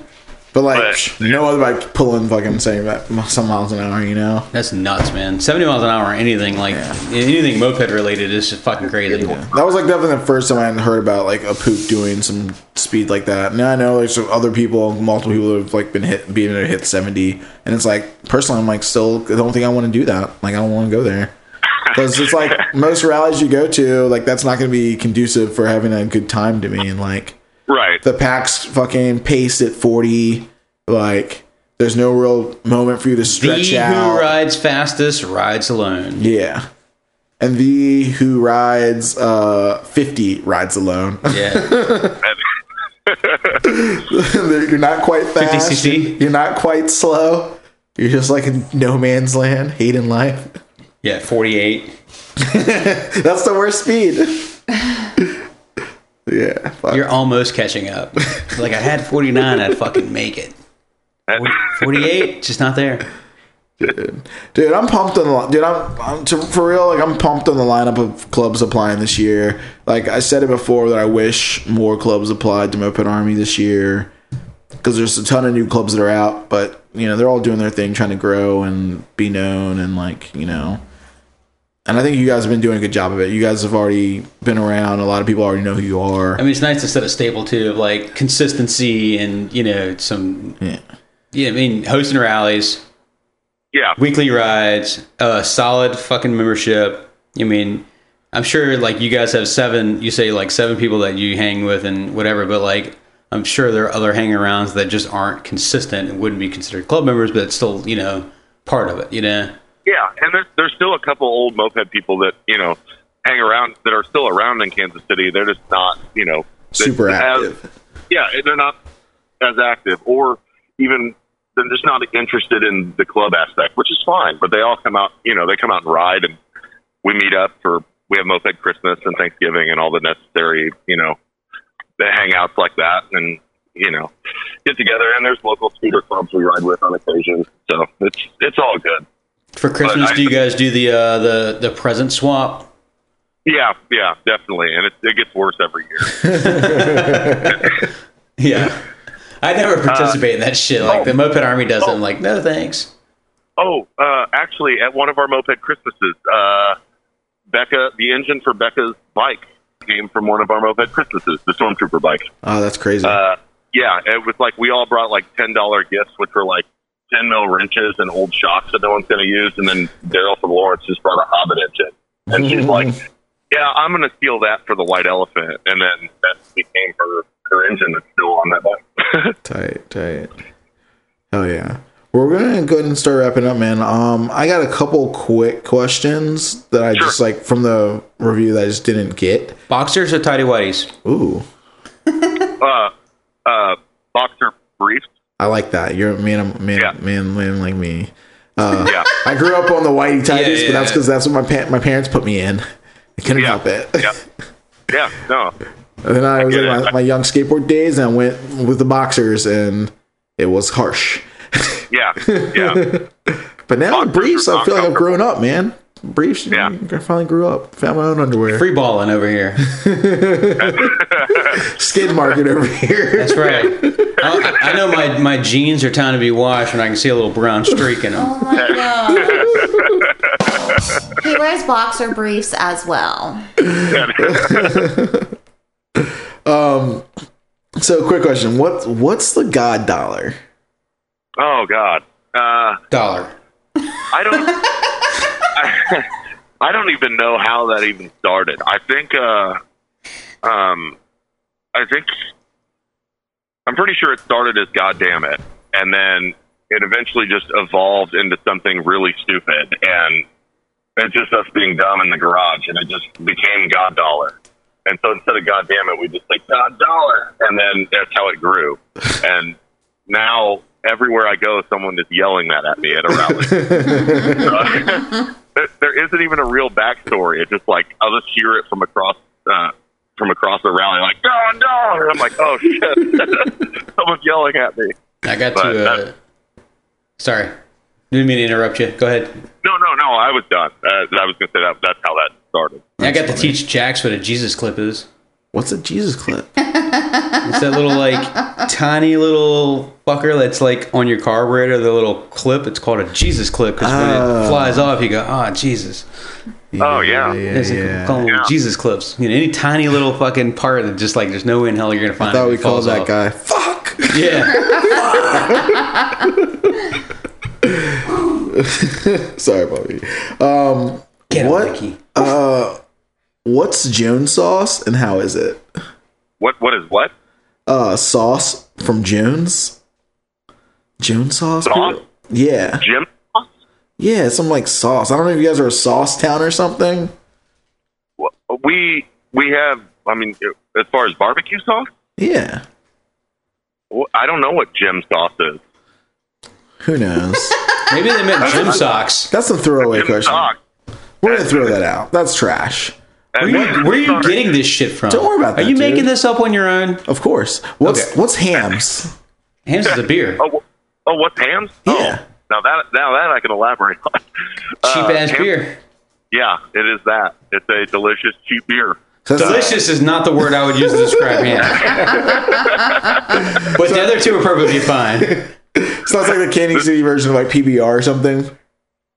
[SPEAKER 6] but like
[SPEAKER 7] but-
[SPEAKER 6] no other bike pulling fucking saying that some miles an hour, you know.
[SPEAKER 2] That's nuts, man. Seventy miles an hour, or anything like anything moped related is just fucking crazy.
[SPEAKER 6] That was like definitely the first time I had heard about like a poop doing some speed like that. Now I know there's some other people, multiple people that have like been hit, being able to hit seventy, and it's like personally, I'm like still I don't think I want to do that. Like I don't want to go there because it's like most rallies you go to, like that's not going to be conducive for having a good time to me. And like
[SPEAKER 7] Right.
[SPEAKER 6] the pack's fucking paced at forty, like there's no real moment for you to stretch
[SPEAKER 2] The
[SPEAKER 6] out.
[SPEAKER 2] who rides fastest rides alone.
[SPEAKER 6] Yeah. And the who rides uh 50 rides alone.
[SPEAKER 2] Yeah,
[SPEAKER 6] you're not quite fast.
[SPEAKER 2] 50cc?
[SPEAKER 6] You're not quite slow. You're just like in no man's land, hating life.
[SPEAKER 2] yeah. Forty eight.
[SPEAKER 6] That's the worst speed. yeah. fuck.
[SPEAKER 2] You're almost catching up. Like I had 49, I'd fucking make it. 48, just not there.
[SPEAKER 6] Dude, I'm pumped on the li- dude. I'm, I'm to, for real. Like I'm pumped on the lineup of clubs applying this year. Like I said it before that I wish more clubs applied to Moped Army this year because there's a ton of new clubs that are out, but you know they're all doing their thing, trying to grow and be known and like you know. And I think you guys have been doing a good job of it. You guys have already been around. A lot of people already know who you are.
[SPEAKER 2] I mean, it's nice to set a staple too of like consistency and you know some.
[SPEAKER 6] Yeah.
[SPEAKER 2] Yeah, I mean, hosting rallies,
[SPEAKER 7] Yeah.
[SPEAKER 2] weekly rides, uh, solid fucking membership. I mean, I'm sure like you guys have seven. You say like seven people that you hang with and whatever, but like I'm sure there are other hangarounds that just aren't consistent and wouldn't be considered club members, but it's still you know part of it. You know.
[SPEAKER 7] Yeah, and there's there's still a couple old moped people that you know hang around that are still around in Kansas City. They're just not you know they-
[SPEAKER 6] Super
[SPEAKER 7] as-
[SPEAKER 6] active.
[SPEAKER 7] yeah, they're not as active, or even they're just not interested in the club aspect, which is fine. But they all come out, you know, they come out and ride, and we meet up for we have moped Christmas and Thanksgiving and all the necessary you know the hangouts like that, and you know get together. And there's local scooter clubs we ride with on occasion, so it's it's all good.
[SPEAKER 2] For Christmas,
[SPEAKER 7] I-
[SPEAKER 2] do you guys do the uh, the the present swap?
[SPEAKER 7] Yeah, yeah, definitely, and it, it gets worse every year.
[SPEAKER 2] Yeah, I never
[SPEAKER 7] Uh,
[SPEAKER 2] participate in that shit. Like
[SPEAKER 7] oh.
[SPEAKER 2] the moped army does. it.
[SPEAKER 7] Oh.
[SPEAKER 2] I'm like, no thanks.
[SPEAKER 7] Oh, uh, actually, at one of our moped Christmases, uh, Becca, the engine for Becca's bike came from one of our moped Christmases, the Stormtrooper bike.
[SPEAKER 6] Oh, that's crazy.
[SPEAKER 7] Uh, yeah, it was like we all brought like ten dollar gifts, which were like ten mil wrenches and old shocks that no one's going to use, and then Daryl from Lawrence just brought a Hobbit engine, and she's like, "Yeah, I'm going to steal that for the White Elephant," and then that became her her engine that's still on that bike.
[SPEAKER 6] tight, tight. Hell yeah. we're gonna go ahead and start wrapping up, man. Um, I got a couple quick questions that I
[SPEAKER 7] Sure.
[SPEAKER 6] just like from the review that I just didn't get.
[SPEAKER 2] Boxers or tidy whities?
[SPEAKER 6] Ooh,
[SPEAKER 7] Uh, uh, boxer briefs.
[SPEAKER 6] I like that. You're a man, a man,
[SPEAKER 7] Yeah.
[SPEAKER 6] man, man like me.
[SPEAKER 7] Yeah.
[SPEAKER 6] I grew up on the whitey tidies,
[SPEAKER 2] yeah,
[SPEAKER 6] but that's
[SPEAKER 2] yeah.
[SPEAKER 6] because that's what my pa- my parents put me in. I couldn't
[SPEAKER 7] Yeah.
[SPEAKER 6] help it.
[SPEAKER 7] Yeah. Yeah. No.
[SPEAKER 6] And then I was in
[SPEAKER 7] get it.
[SPEAKER 6] my, my young skateboard days and I went with the boxers and it was harsh.
[SPEAKER 7] Yeah. Yeah.
[SPEAKER 6] But now in
[SPEAKER 7] Boxers
[SPEAKER 6] briefs,
[SPEAKER 7] are
[SPEAKER 6] I feel like I've
[SPEAKER 7] uncomfortable.
[SPEAKER 6] grown up, man. Briefs,
[SPEAKER 7] Yeah.
[SPEAKER 6] I finally grew up. Found my own underwear.
[SPEAKER 2] Free balling over here.
[SPEAKER 6] Skid market over here.
[SPEAKER 2] That's right. I, I know my, my jeans are time to be washed when I can see a little brown streak in them.
[SPEAKER 5] Oh my god.
[SPEAKER 1] He wears boxer briefs as well.
[SPEAKER 6] So, quick question: what What's the God dollar?
[SPEAKER 7] Oh God. Uh,
[SPEAKER 2] Dollar.
[SPEAKER 7] I don't. I, I don't even know how that even started. I think. Uh, um, I think. I'm pretty sure it started as "God damn it," and then it eventually just evolved into something really stupid, and it's just us being dumb in the garage, and it just became "God dollar." And so instead of "God damn it," we just like "God dollar," and then that's how it grew. And now everywhere I go, someone is yelling that at me at a rally. there, there isn't even a real backstory. It's just like I'll just hear it from across uh, from across the rally, like "Don Don," and I'm like, "Oh shit!" Someone's yelling at me.
[SPEAKER 2] I got
[SPEAKER 7] But
[SPEAKER 2] to. Uh,
[SPEAKER 7] that-
[SPEAKER 2] sorry. Didn't mean to interrupt you. Go ahead.
[SPEAKER 7] No, no, no. I was done. Uh, I was gonna say that. That's how that started.
[SPEAKER 2] I got to teach Jax what a Jesus clip is.
[SPEAKER 6] What's a Jesus clip?
[SPEAKER 2] It's that little like tiny little fucker that's like on your carburetor, the little clip. It's called a Jesus clip because
[SPEAKER 6] Oh.
[SPEAKER 2] when it flies off, you go, "Ah, Jesus."
[SPEAKER 7] Oh yeah,
[SPEAKER 6] yeah,
[SPEAKER 2] There's
[SPEAKER 6] yeah.
[SPEAKER 2] a call them
[SPEAKER 7] Yeah.
[SPEAKER 2] Jesus clips. You know, any tiny little fucking part that just like there's no way in hell you're gonna find.
[SPEAKER 6] I thought
[SPEAKER 2] it,
[SPEAKER 6] we
[SPEAKER 2] it
[SPEAKER 6] called
[SPEAKER 2] falls
[SPEAKER 6] that
[SPEAKER 2] off.
[SPEAKER 6] guy. Fuck.
[SPEAKER 2] Yeah,
[SPEAKER 6] Sorry, Bobby. Um,
[SPEAKER 2] get
[SPEAKER 6] What?
[SPEAKER 2] him, Mickey.
[SPEAKER 6] what's Jones sauce and how is it?
[SPEAKER 7] What? What is what?
[SPEAKER 6] Uh, sauce from Jones. Jones sauce.
[SPEAKER 7] Sauce?
[SPEAKER 6] Yeah.
[SPEAKER 7] Jim?
[SPEAKER 6] Yeah, some like sauce. I don't know if you guys are a sauce town or something.
[SPEAKER 7] We we have. I mean, as far as barbecue sauce,
[SPEAKER 6] Yeah.
[SPEAKER 7] wh- I don't know what Jim sauce is.
[SPEAKER 6] Who knows?
[SPEAKER 2] Maybe they meant gym socks.
[SPEAKER 6] That's a throwaway
[SPEAKER 7] Jim
[SPEAKER 6] question.
[SPEAKER 7] sauce.
[SPEAKER 6] We're gonna throw that out. That's trash.
[SPEAKER 7] And-
[SPEAKER 2] Where, you- where are you getting this shit from?
[SPEAKER 6] Don't worry about
[SPEAKER 2] Are
[SPEAKER 6] that,
[SPEAKER 2] you making
[SPEAKER 6] dude.
[SPEAKER 2] this up on your own?
[SPEAKER 6] Of course. What's
[SPEAKER 2] Okay.
[SPEAKER 6] what's hams?
[SPEAKER 2] Hams is a beer.
[SPEAKER 7] Oh, wh- oh, what's hams?
[SPEAKER 6] Yeah.
[SPEAKER 7] Oh, now that now that I can elaborate on.
[SPEAKER 2] Cheap
[SPEAKER 7] Uh,
[SPEAKER 2] ass
[SPEAKER 7] hams-
[SPEAKER 2] beer.
[SPEAKER 7] Yeah, it is that. It's a delicious cheap beer.
[SPEAKER 6] So that's-
[SPEAKER 2] Delicious is not the word I would use to describe ham. but the other two are perfectly fine.
[SPEAKER 6] so that's like the Candy City version of like PBR or something.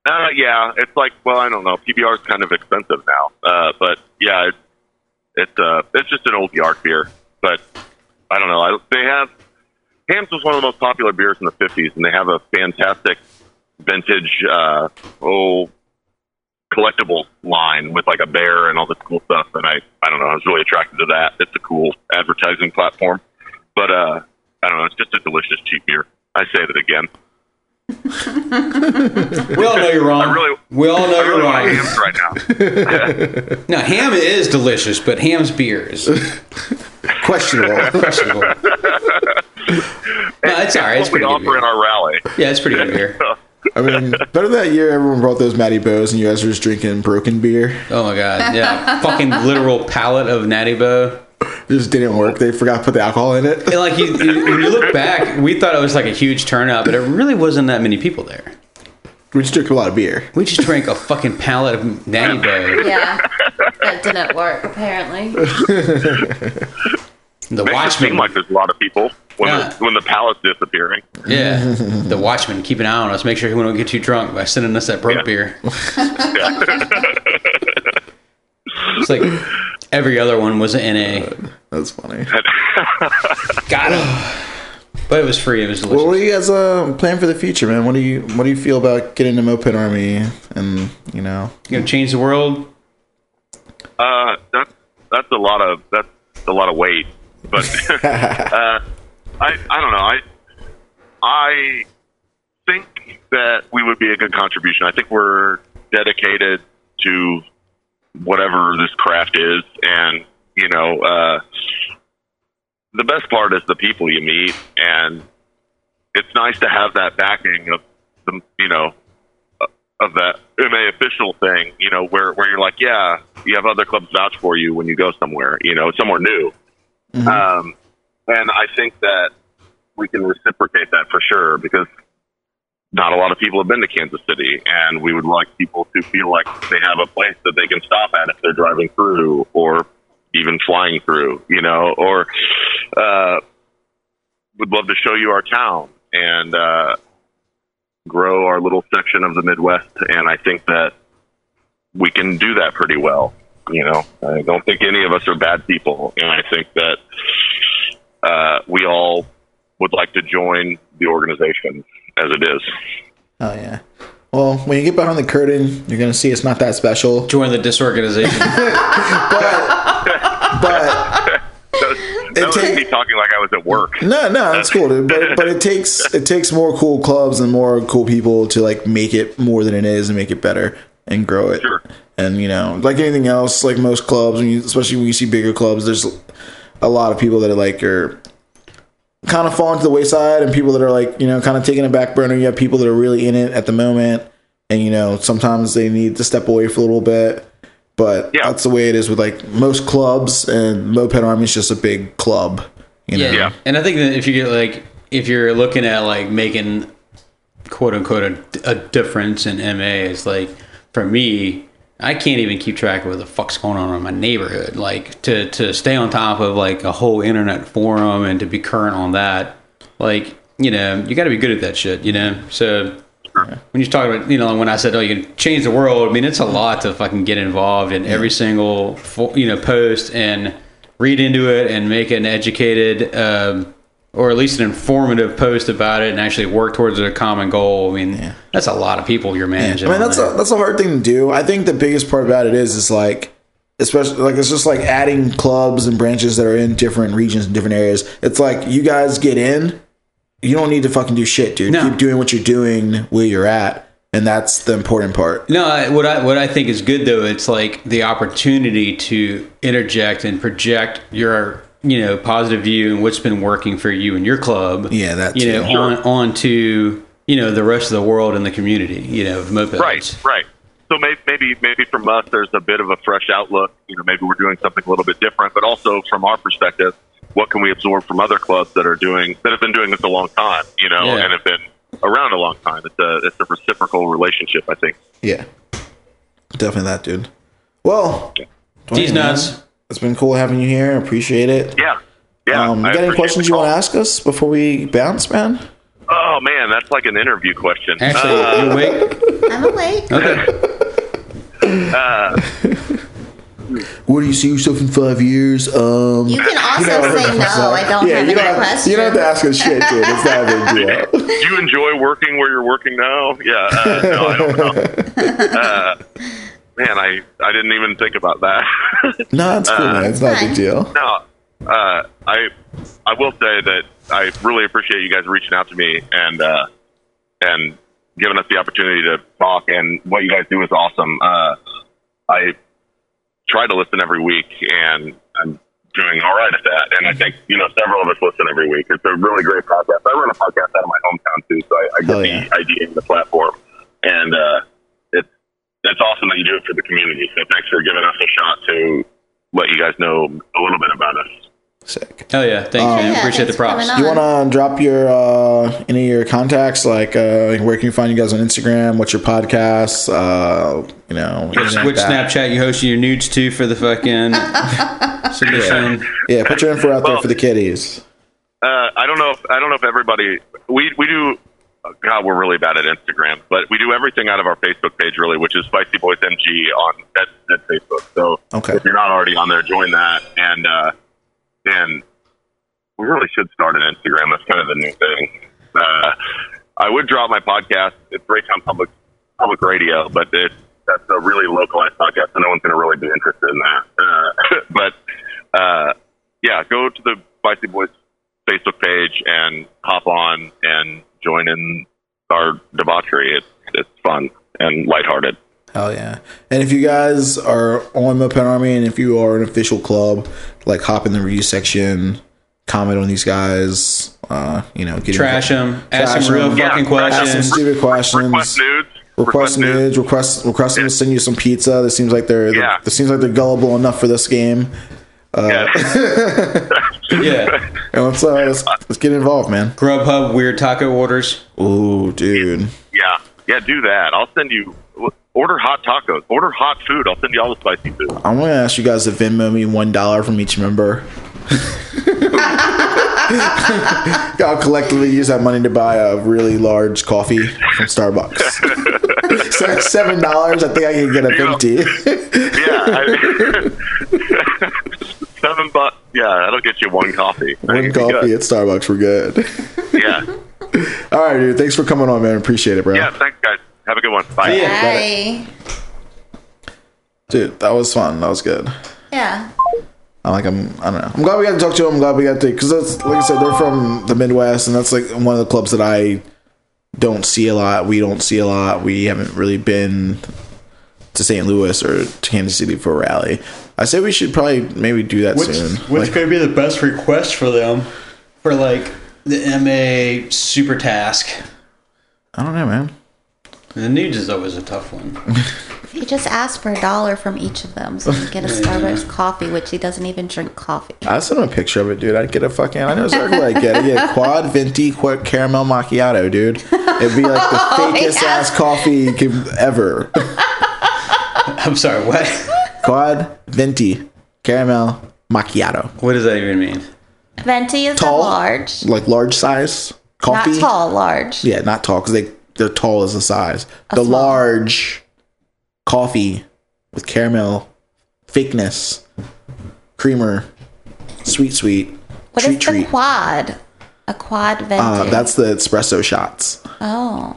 [SPEAKER 7] Uh, yeah, it's like well, I don't know. PBR is kind of expensive now, uh, but yeah, it's it's uh, it's just an old York beer. But I don't know. I, they have Hams was one of the most popular beers in the fifties, and they have a fantastic vintage uh, oh collectible line with like a bear and all this cool stuff. And I I don't know. I was really attracted to that. It's a cool advertising platform, but uh, I don't know. It's just a delicious cheap beer. I say that again.
[SPEAKER 2] We all know you're wrong.
[SPEAKER 7] I really-
[SPEAKER 2] we all know
[SPEAKER 7] I really
[SPEAKER 2] you're
[SPEAKER 7] want
[SPEAKER 2] wrong.
[SPEAKER 7] Hams right now.
[SPEAKER 2] Now, ham is delicious, but ham's beer is
[SPEAKER 6] Questionable.
[SPEAKER 2] questionable. no, it's all right. It's pretty
[SPEAKER 7] what we
[SPEAKER 2] good
[SPEAKER 7] offer
[SPEAKER 2] beer.
[SPEAKER 7] in our rally.
[SPEAKER 2] Yeah, it's pretty good beer.
[SPEAKER 6] I mean, better that year everyone brought those Matty Bows and you guys were just drinking broken beer.
[SPEAKER 2] Oh my god, yeah, fucking literal palate of Natty Bo.
[SPEAKER 6] It just didn't work. They forgot to put the alcohol in it.
[SPEAKER 2] And like you, you, when you look back, we thought it was like a huge turnout, but it really wasn't that many people there.
[SPEAKER 6] We just drank a lot of beer.
[SPEAKER 2] We just drank a fucking pallet of Natty Bo.
[SPEAKER 5] Yeah. That didn't work apparently.
[SPEAKER 2] The
[SPEAKER 7] Makes it
[SPEAKER 2] Watchmen,
[SPEAKER 7] seem like there's a lot of people when
[SPEAKER 2] Yeah.
[SPEAKER 7] the, when the palace disappearing.
[SPEAKER 2] yeah, the Watchmen, keep an eye on us. Make sure we don't get too drunk by sending us that broke
[SPEAKER 7] Yeah.
[SPEAKER 2] beer. it's like every other one was an NA.
[SPEAKER 6] That's funny.
[SPEAKER 2] Got him. But it was free. It was delicious.
[SPEAKER 6] Well, what do you guys uh, plan for the future, man? What do you What do you feel about getting the Moped Army and you know?
[SPEAKER 2] You're gonna change the world.
[SPEAKER 7] Uh, that's that's a lot of that's a lot of weight. But uh, I I don't know. I I think that we would be a good contribution. I think we're dedicated to whatever this craft is, and you know, uh, the best part is the people you meet, and it's nice to have that backing of the you know of that MA official thing, you know, where where you're like, yeah, you have other clubs vouch for you when you go somewhere, you know, somewhere new. Um, and I think that we can reciprocate that for sure because not a lot of people have been to Kansas City, and we would like people to feel like they have a place that they can stop at if they're driving through or even flying through, you know, or uh, would love to show you our town and uh, grow our little section of the Midwest. And I think that we can do that pretty well. You know, I don't think any of us are bad people, and I think that uh, we all would like to join the organization as it is.
[SPEAKER 6] Oh yeah. Well, when you get behind the curtain, you're gonna see it's not that special.
[SPEAKER 2] Join the disorganization.
[SPEAKER 6] But
[SPEAKER 7] That was, that was
[SPEAKER 6] takes-
[SPEAKER 7] me talking like I was at work.
[SPEAKER 6] no, no, that's cool, dude. But but it takes it takes more cool clubs and more cool people to like make it more than it is and make it better and grow it.
[SPEAKER 7] Sure.
[SPEAKER 6] And you know, like anything else, like most clubs, when you, especially when you see bigger clubs, there's a lot of people that are like are kind of falling to the wayside, and people that are like you know kind of taking a back burner. You have people that are really in it at the moment, and you know sometimes they need to step away for a little bit. But
[SPEAKER 7] Yeah.
[SPEAKER 6] that's the way it is with like most clubs, and Moped Army is just a big club. You know?
[SPEAKER 2] Yeah.
[SPEAKER 7] Yeah.
[SPEAKER 2] And I think that if you get like, if you're looking at like making quote unquote a, a difference in MA, it's like for me, I can't even keep track of what the fuck's going on in my neighborhood. Like to to stay on top of like a whole internet forum and to be current on that, like you know, you got to be good at that shit. You know, so. When you talk about, you know, when I said, "Oh, you can change the world," I mean, it's a lot to fucking get involved in every single, fo- you know, post and read into it and make an educated um, or at least an informative post about it and actually work towards a common goal. I mean, that's a lot of people you're managing.
[SPEAKER 6] I mean,
[SPEAKER 2] on
[SPEAKER 6] that's
[SPEAKER 2] there.
[SPEAKER 6] a that's a hard thing to do. I think the biggest part about it is is like especially like it's just like adding clubs and branches that are in different regions and different areas. It's like you guys get in, you don't need to fucking do shit, dude.
[SPEAKER 2] No.
[SPEAKER 6] Keep doing what you're doing where you're at, and that's the important part.
[SPEAKER 2] No, I- what I what I think is good though, it's like the opportunity to interject and project your you know positive view and what's been working for you and your club.
[SPEAKER 6] Yeah, that
[SPEAKER 2] you know
[SPEAKER 6] too.
[SPEAKER 2] on onto you know the rest of the world and the community. You know of mopeds.
[SPEAKER 7] Right, right. So maybe, maybe, maybe from us, there's a bit of a fresh outlook. You know, maybe we're doing something a little bit different, but also from our perspective, what can we absorb from other clubs that are doing that have been doing this a long time? You know,
[SPEAKER 2] Yeah.
[SPEAKER 7] and have been around a long time. It's a it's a reciprocal relationship, I think.
[SPEAKER 6] Yeah, definitely that, dude. Well,
[SPEAKER 2] These
[SPEAKER 6] Dwayne, man,
[SPEAKER 2] nuts.
[SPEAKER 6] It's been cool having you here. Appreciate it.
[SPEAKER 7] Yeah, yeah.
[SPEAKER 6] Um,
[SPEAKER 7] I
[SPEAKER 6] you got any
[SPEAKER 7] appreciate
[SPEAKER 6] questions
[SPEAKER 7] the
[SPEAKER 6] you
[SPEAKER 7] call.
[SPEAKER 6] want to ask us before we bounce, man?
[SPEAKER 7] Oh man, that's like an interview question.
[SPEAKER 2] Actually,
[SPEAKER 7] Uh,
[SPEAKER 2] you wait.
[SPEAKER 5] I'm awake.
[SPEAKER 2] Okay.
[SPEAKER 6] Where do you see yourself in five years? Um,
[SPEAKER 5] You can also say no. I don't have
[SPEAKER 6] you
[SPEAKER 5] any
[SPEAKER 6] don't, have,
[SPEAKER 5] questions.
[SPEAKER 6] you don't have to ask us shit, dude. It's not a big deal.
[SPEAKER 7] do you enjoy working where you're working now? Yeah. Uh, no, I don't know. Uh, man, I I didn't even think about that.
[SPEAKER 6] No, it's cool, man. It's not a big deal.
[SPEAKER 7] No, uh, I I will say that I really appreciate you guys reaching out to me and uh, and giving us the opportunity to talk. And what you guys do is awesome. Uh, I try to listen every week, and I'm doing all right at that. And I think you know several of us listen every week. It's a really great podcast. I run a podcast out of my hometown too, so I, I
[SPEAKER 6] Hell
[SPEAKER 7] get
[SPEAKER 6] yeah.
[SPEAKER 7] the idea and the platform. And uh, it's that's awesome that you do it for the community. So thanks for giving us a shot to let you guys know a little bit about us.
[SPEAKER 6] Sick.
[SPEAKER 2] Oh yeah, thanks man.
[SPEAKER 5] Yeah,
[SPEAKER 2] Appreciate the
[SPEAKER 5] thanks for
[SPEAKER 2] props.
[SPEAKER 5] coming on.
[SPEAKER 6] You want to drop your uh, any of your contacts, like uh, where can you find you guys on Instagram? What's your podcast? Uh, you know,
[SPEAKER 2] Which,
[SPEAKER 6] anything like
[SPEAKER 2] which
[SPEAKER 6] that.
[SPEAKER 2] Snapchat you hosting your nudes to for the fucking submission?
[SPEAKER 6] Yeah, put your info out there
[SPEAKER 7] Well-
[SPEAKER 6] for the kiddies.
[SPEAKER 7] Uh, I don't know if I don't know if everybody we we do. oh, God, we're really bad at Instagram, but we do everything out of our Facebook page, really, which is Spicy Boys MG on at, at Facebook. So
[SPEAKER 6] Okay.
[SPEAKER 7] if you're not already on there, join that. And uh, and we really should start an Instagram. That's kind of the new thing. Uh, I would drop my podcast. It's Raytown Public Public Radio, but it's that's a really localized podcast, so no one's going to really be interested in that. Uh, but uh, yeah, go to the Spicy Boys Facebook page and hop on and join in our debauchery. It's it's fun and lighthearted.
[SPEAKER 6] Hell yeah. And if you guys are on Moped Army and if you are an official club, like hop in the review section, comment on these guys, uh, you know, get
[SPEAKER 2] Trash them.
[SPEAKER 6] Trash
[SPEAKER 2] Ask some real
[SPEAKER 6] 'em.
[SPEAKER 2] fucking
[SPEAKER 7] Yeah, trash 'em.
[SPEAKER 6] Ask some
[SPEAKER 2] questions.
[SPEAKER 6] stupid questions.
[SPEAKER 7] Request nudes.
[SPEAKER 6] Request nudes, request request them to send you some pizza. That seems like they're
[SPEAKER 7] Yeah.
[SPEAKER 6] that seems like they're gullible enough for this game.
[SPEAKER 7] Yeah.
[SPEAKER 2] Yeah.
[SPEAKER 6] And let's uh, let's, let's get involved, man.
[SPEAKER 2] Grubhub weird taco orders.
[SPEAKER 6] Ooh, dude.
[SPEAKER 7] yeah. Yeah. Do that. I'll send you. Order hot tacos. Order hot food. I'll send you all the spicy food.
[SPEAKER 6] I'm gonna ask you guys to Venmo me one dollar from each member. I'll collectively use that money to buy a really large coffee from Starbucks. so seven dollars, I think I can get a big tea.
[SPEAKER 7] Yeah. I, seven bucks. Yeah, that'll get you one coffee.
[SPEAKER 6] one
[SPEAKER 7] That'd be
[SPEAKER 6] coffee
[SPEAKER 7] good.
[SPEAKER 6] at Starbucks, we're good.
[SPEAKER 7] Yeah.
[SPEAKER 6] All right, dude. Thanks for coming on, man. Appreciate it, bro.
[SPEAKER 7] Yeah. Thanks, guys. Have a good one. Bye.
[SPEAKER 2] Yeah.
[SPEAKER 5] Bye.
[SPEAKER 6] Dude, that was fun. That was good.
[SPEAKER 5] Yeah.
[SPEAKER 6] I'm like I'm I don't know. I'm glad we got to talk to them. I'm glad we got to because that's like I said, they're from the Midwest, and that's like one of the clubs that I don't see a lot. We don't see a lot. We haven't really been to St. Louis or to Kansas City for a rally. I say we should probably maybe do that soon.
[SPEAKER 2] What's going to be the best request for them for like the MA super task?
[SPEAKER 6] I don't know, man.
[SPEAKER 2] The nudes is always a tough one.
[SPEAKER 5] He just asked for a dollar from each of them so he can get a Starbucks coffee, which he doesn't even drink coffee.
[SPEAKER 6] I sent him a picture of it, dude. I'd get a fucking. I know exactly what I'd get. I'd get a quad venti qu- caramel macchiato, dude. It'd be like the fakest ass coffee you could ever.
[SPEAKER 2] I'm sorry. What?
[SPEAKER 6] quad venti caramel macchiato.
[SPEAKER 2] What does that even mean?
[SPEAKER 5] Venti is
[SPEAKER 6] Tall?
[SPEAKER 5] a large,
[SPEAKER 6] like large size coffee.
[SPEAKER 5] not tall, large.
[SPEAKER 6] Yeah, not tall because they they're tall as the size. the
[SPEAKER 5] small.
[SPEAKER 6] large coffee with caramel fakeness, creamer, sweet sweet
[SPEAKER 5] What is
[SPEAKER 6] treat
[SPEAKER 5] the
[SPEAKER 6] treat.
[SPEAKER 5] quad? A quad venti.
[SPEAKER 6] uh, that's the espresso shots,
[SPEAKER 5] oh,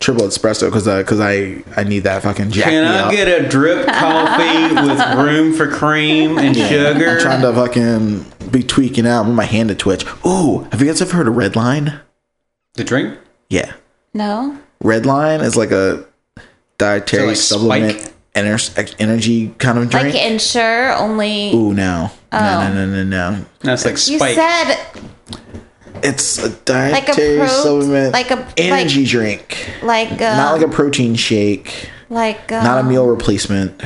[SPEAKER 6] triple espresso because because I I need that fucking jack
[SPEAKER 2] Can
[SPEAKER 6] me
[SPEAKER 2] I
[SPEAKER 6] up.
[SPEAKER 2] get a drip coffee with room for cream and sugar?
[SPEAKER 6] I'm trying to fucking be tweaking out. I'm my hand to twitch. Ooh, have you guys ever heard of Red Line?
[SPEAKER 2] the drink?
[SPEAKER 6] Yeah.
[SPEAKER 5] no.
[SPEAKER 6] Red Line is like a dietary
[SPEAKER 2] like,
[SPEAKER 6] supplement
[SPEAKER 2] spike?
[SPEAKER 6] ener- energy kind of drink.
[SPEAKER 5] Like Oh. insure only.
[SPEAKER 6] Ooh, no. No, no, no, no, no.
[SPEAKER 2] That's like
[SPEAKER 5] you
[SPEAKER 2] spike.
[SPEAKER 5] said
[SPEAKER 6] It's a
[SPEAKER 5] like a
[SPEAKER 6] dietary
[SPEAKER 5] pro,
[SPEAKER 6] supplement.
[SPEAKER 5] like a
[SPEAKER 6] energy drink.
[SPEAKER 5] like like um,
[SPEAKER 6] Not like a protein shake.
[SPEAKER 5] like um,
[SPEAKER 6] Not a meal replacement.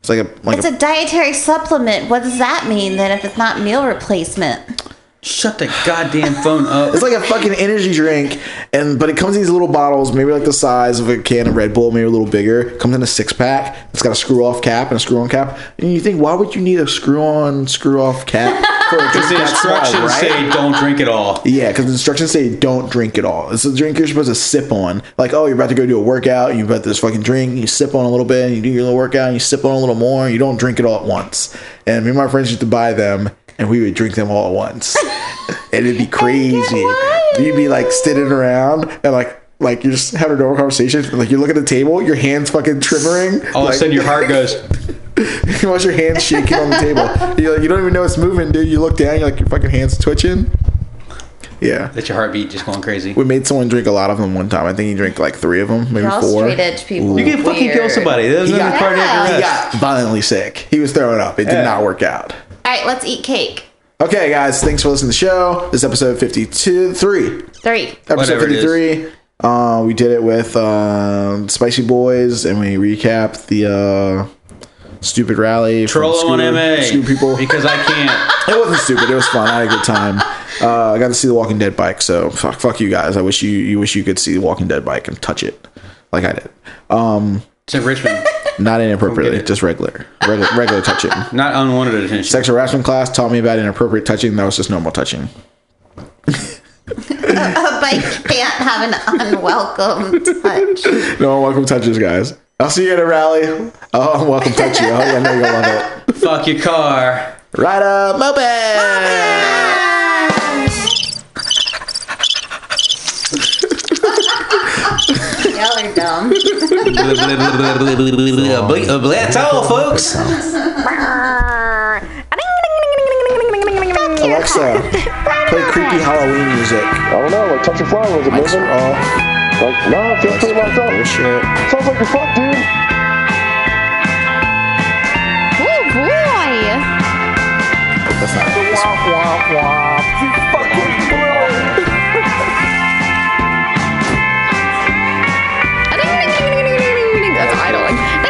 [SPEAKER 6] It's like a like
[SPEAKER 5] It's
[SPEAKER 6] a,
[SPEAKER 5] a dietary supplement. What does that mean then? If it's not meal replacement,
[SPEAKER 2] Shut the goddamn phone up.
[SPEAKER 6] it's like a fucking energy drink and but it comes in these little bottles, maybe like the size of a can of Red Bull, maybe a little bigger. Comes in a six pack. It's got a screw off cap and a screw on cap. And you think why would you need a screw on screw off cap for a drink
[SPEAKER 2] the
[SPEAKER 6] that's small,
[SPEAKER 2] instructions
[SPEAKER 6] right?
[SPEAKER 2] say don't drink it all.
[SPEAKER 6] Yeah, because the instructions say don't drink it all. It's a drink you're supposed to sip on. Like, oh, you're about to go do a workout, you got this fucking drink, you sip on a little bit, and you do your little workout, and you sip on a little more, and you don't drink it all at once. And me and my friends used to buy them, and we would drink them all at once. and it'd be crazy. You'd be like sitting around and like, like you're just having a normal conversation. and, Like you look at the table, your hands fucking trembling.
[SPEAKER 2] All of
[SPEAKER 6] like,
[SPEAKER 2] a sudden, your heart goes.
[SPEAKER 6] you watch your hands shaking on the table. You're like, you don't even know it's moving, dude. You look down, you're like your fucking hands twitching. Yeah.
[SPEAKER 2] That's your heartbeat just going crazy.
[SPEAKER 6] We made someone drink a lot of them one time. I think he drank like three of them, maybe
[SPEAKER 5] all
[SPEAKER 6] four.
[SPEAKER 5] straight edge people.
[SPEAKER 2] You can fucking kill
[SPEAKER 5] Weird.
[SPEAKER 2] somebody. That was
[SPEAKER 6] Yeah.
[SPEAKER 2] another part of
[SPEAKER 5] Yeah.
[SPEAKER 2] the
[SPEAKER 6] He
[SPEAKER 2] rest.
[SPEAKER 6] got violently sick. He was throwing up. It did not work out.
[SPEAKER 5] All right, let's eat cake.
[SPEAKER 6] Okay, guys, thanks for listening to the show. This is episode 52, three.
[SPEAKER 5] Three.
[SPEAKER 6] Episode
[SPEAKER 2] Whatever it is.
[SPEAKER 6] 53. Uh, we did it with uh, Spicy Boys and we recapped the uh, stupid rally. from
[SPEAKER 2] Troll on
[SPEAKER 6] Scooter-
[SPEAKER 2] MA.
[SPEAKER 6] Scooter people.
[SPEAKER 2] Because I can't.
[SPEAKER 6] it wasn't stupid. It was fun. I had a good time. Uh, I got to see the Walking Dead bike. So fuck, fuck you guys. I wish you, you wish you could see the Walking Dead bike and touch it like I did.
[SPEAKER 2] It's in Richmond.
[SPEAKER 6] Not
[SPEAKER 2] Don't
[SPEAKER 6] inappropriately,
[SPEAKER 2] get it.
[SPEAKER 6] just regular, regular, regular touching.
[SPEAKER 2] Not unwanted attention.
[SPEAKER 6] Sex harassment class taught me about inappropriate touching. That was just normal touching.
[SPEAKER 5] But you can't have an unwelcome touch.
[SPEAKER 6] No welcome touches, guys. I'll see you at a rally. Oh, welcome touchy. Oh, yeah, I know you're gonna love it.
[SPEAKER 2] Fuck your car.
[SPEAKER 6] Right up, moped.
[SPEAKER 5] Y'all are dumb.
[SPEAKER 2] That's all, folks.
[SPEAKER 6] Alexa, Play creepy Halloween music.
[SPEAKER 3] I don't know. Like touch and fly. Was it
[SPEAKER 6] Mics
[SPEAKER 3] moving?
[SPEAKER 6] are off.
[SPEAKER 3] Like no, it feels pretty
[SPEAKER 6] That's kinda
[SPEAKER 3] locked up.
[SPEAKER 6] bullshit.
[SPEAKER 3] Sounds like you're fucked, dude.
[SPEAKER 1] Oh boy!
[SPEAKER 6] That's not. That's
[SPEAKER 9] Womp womp womp. You fucking blew it.
[SPEAKER 1] That's idling.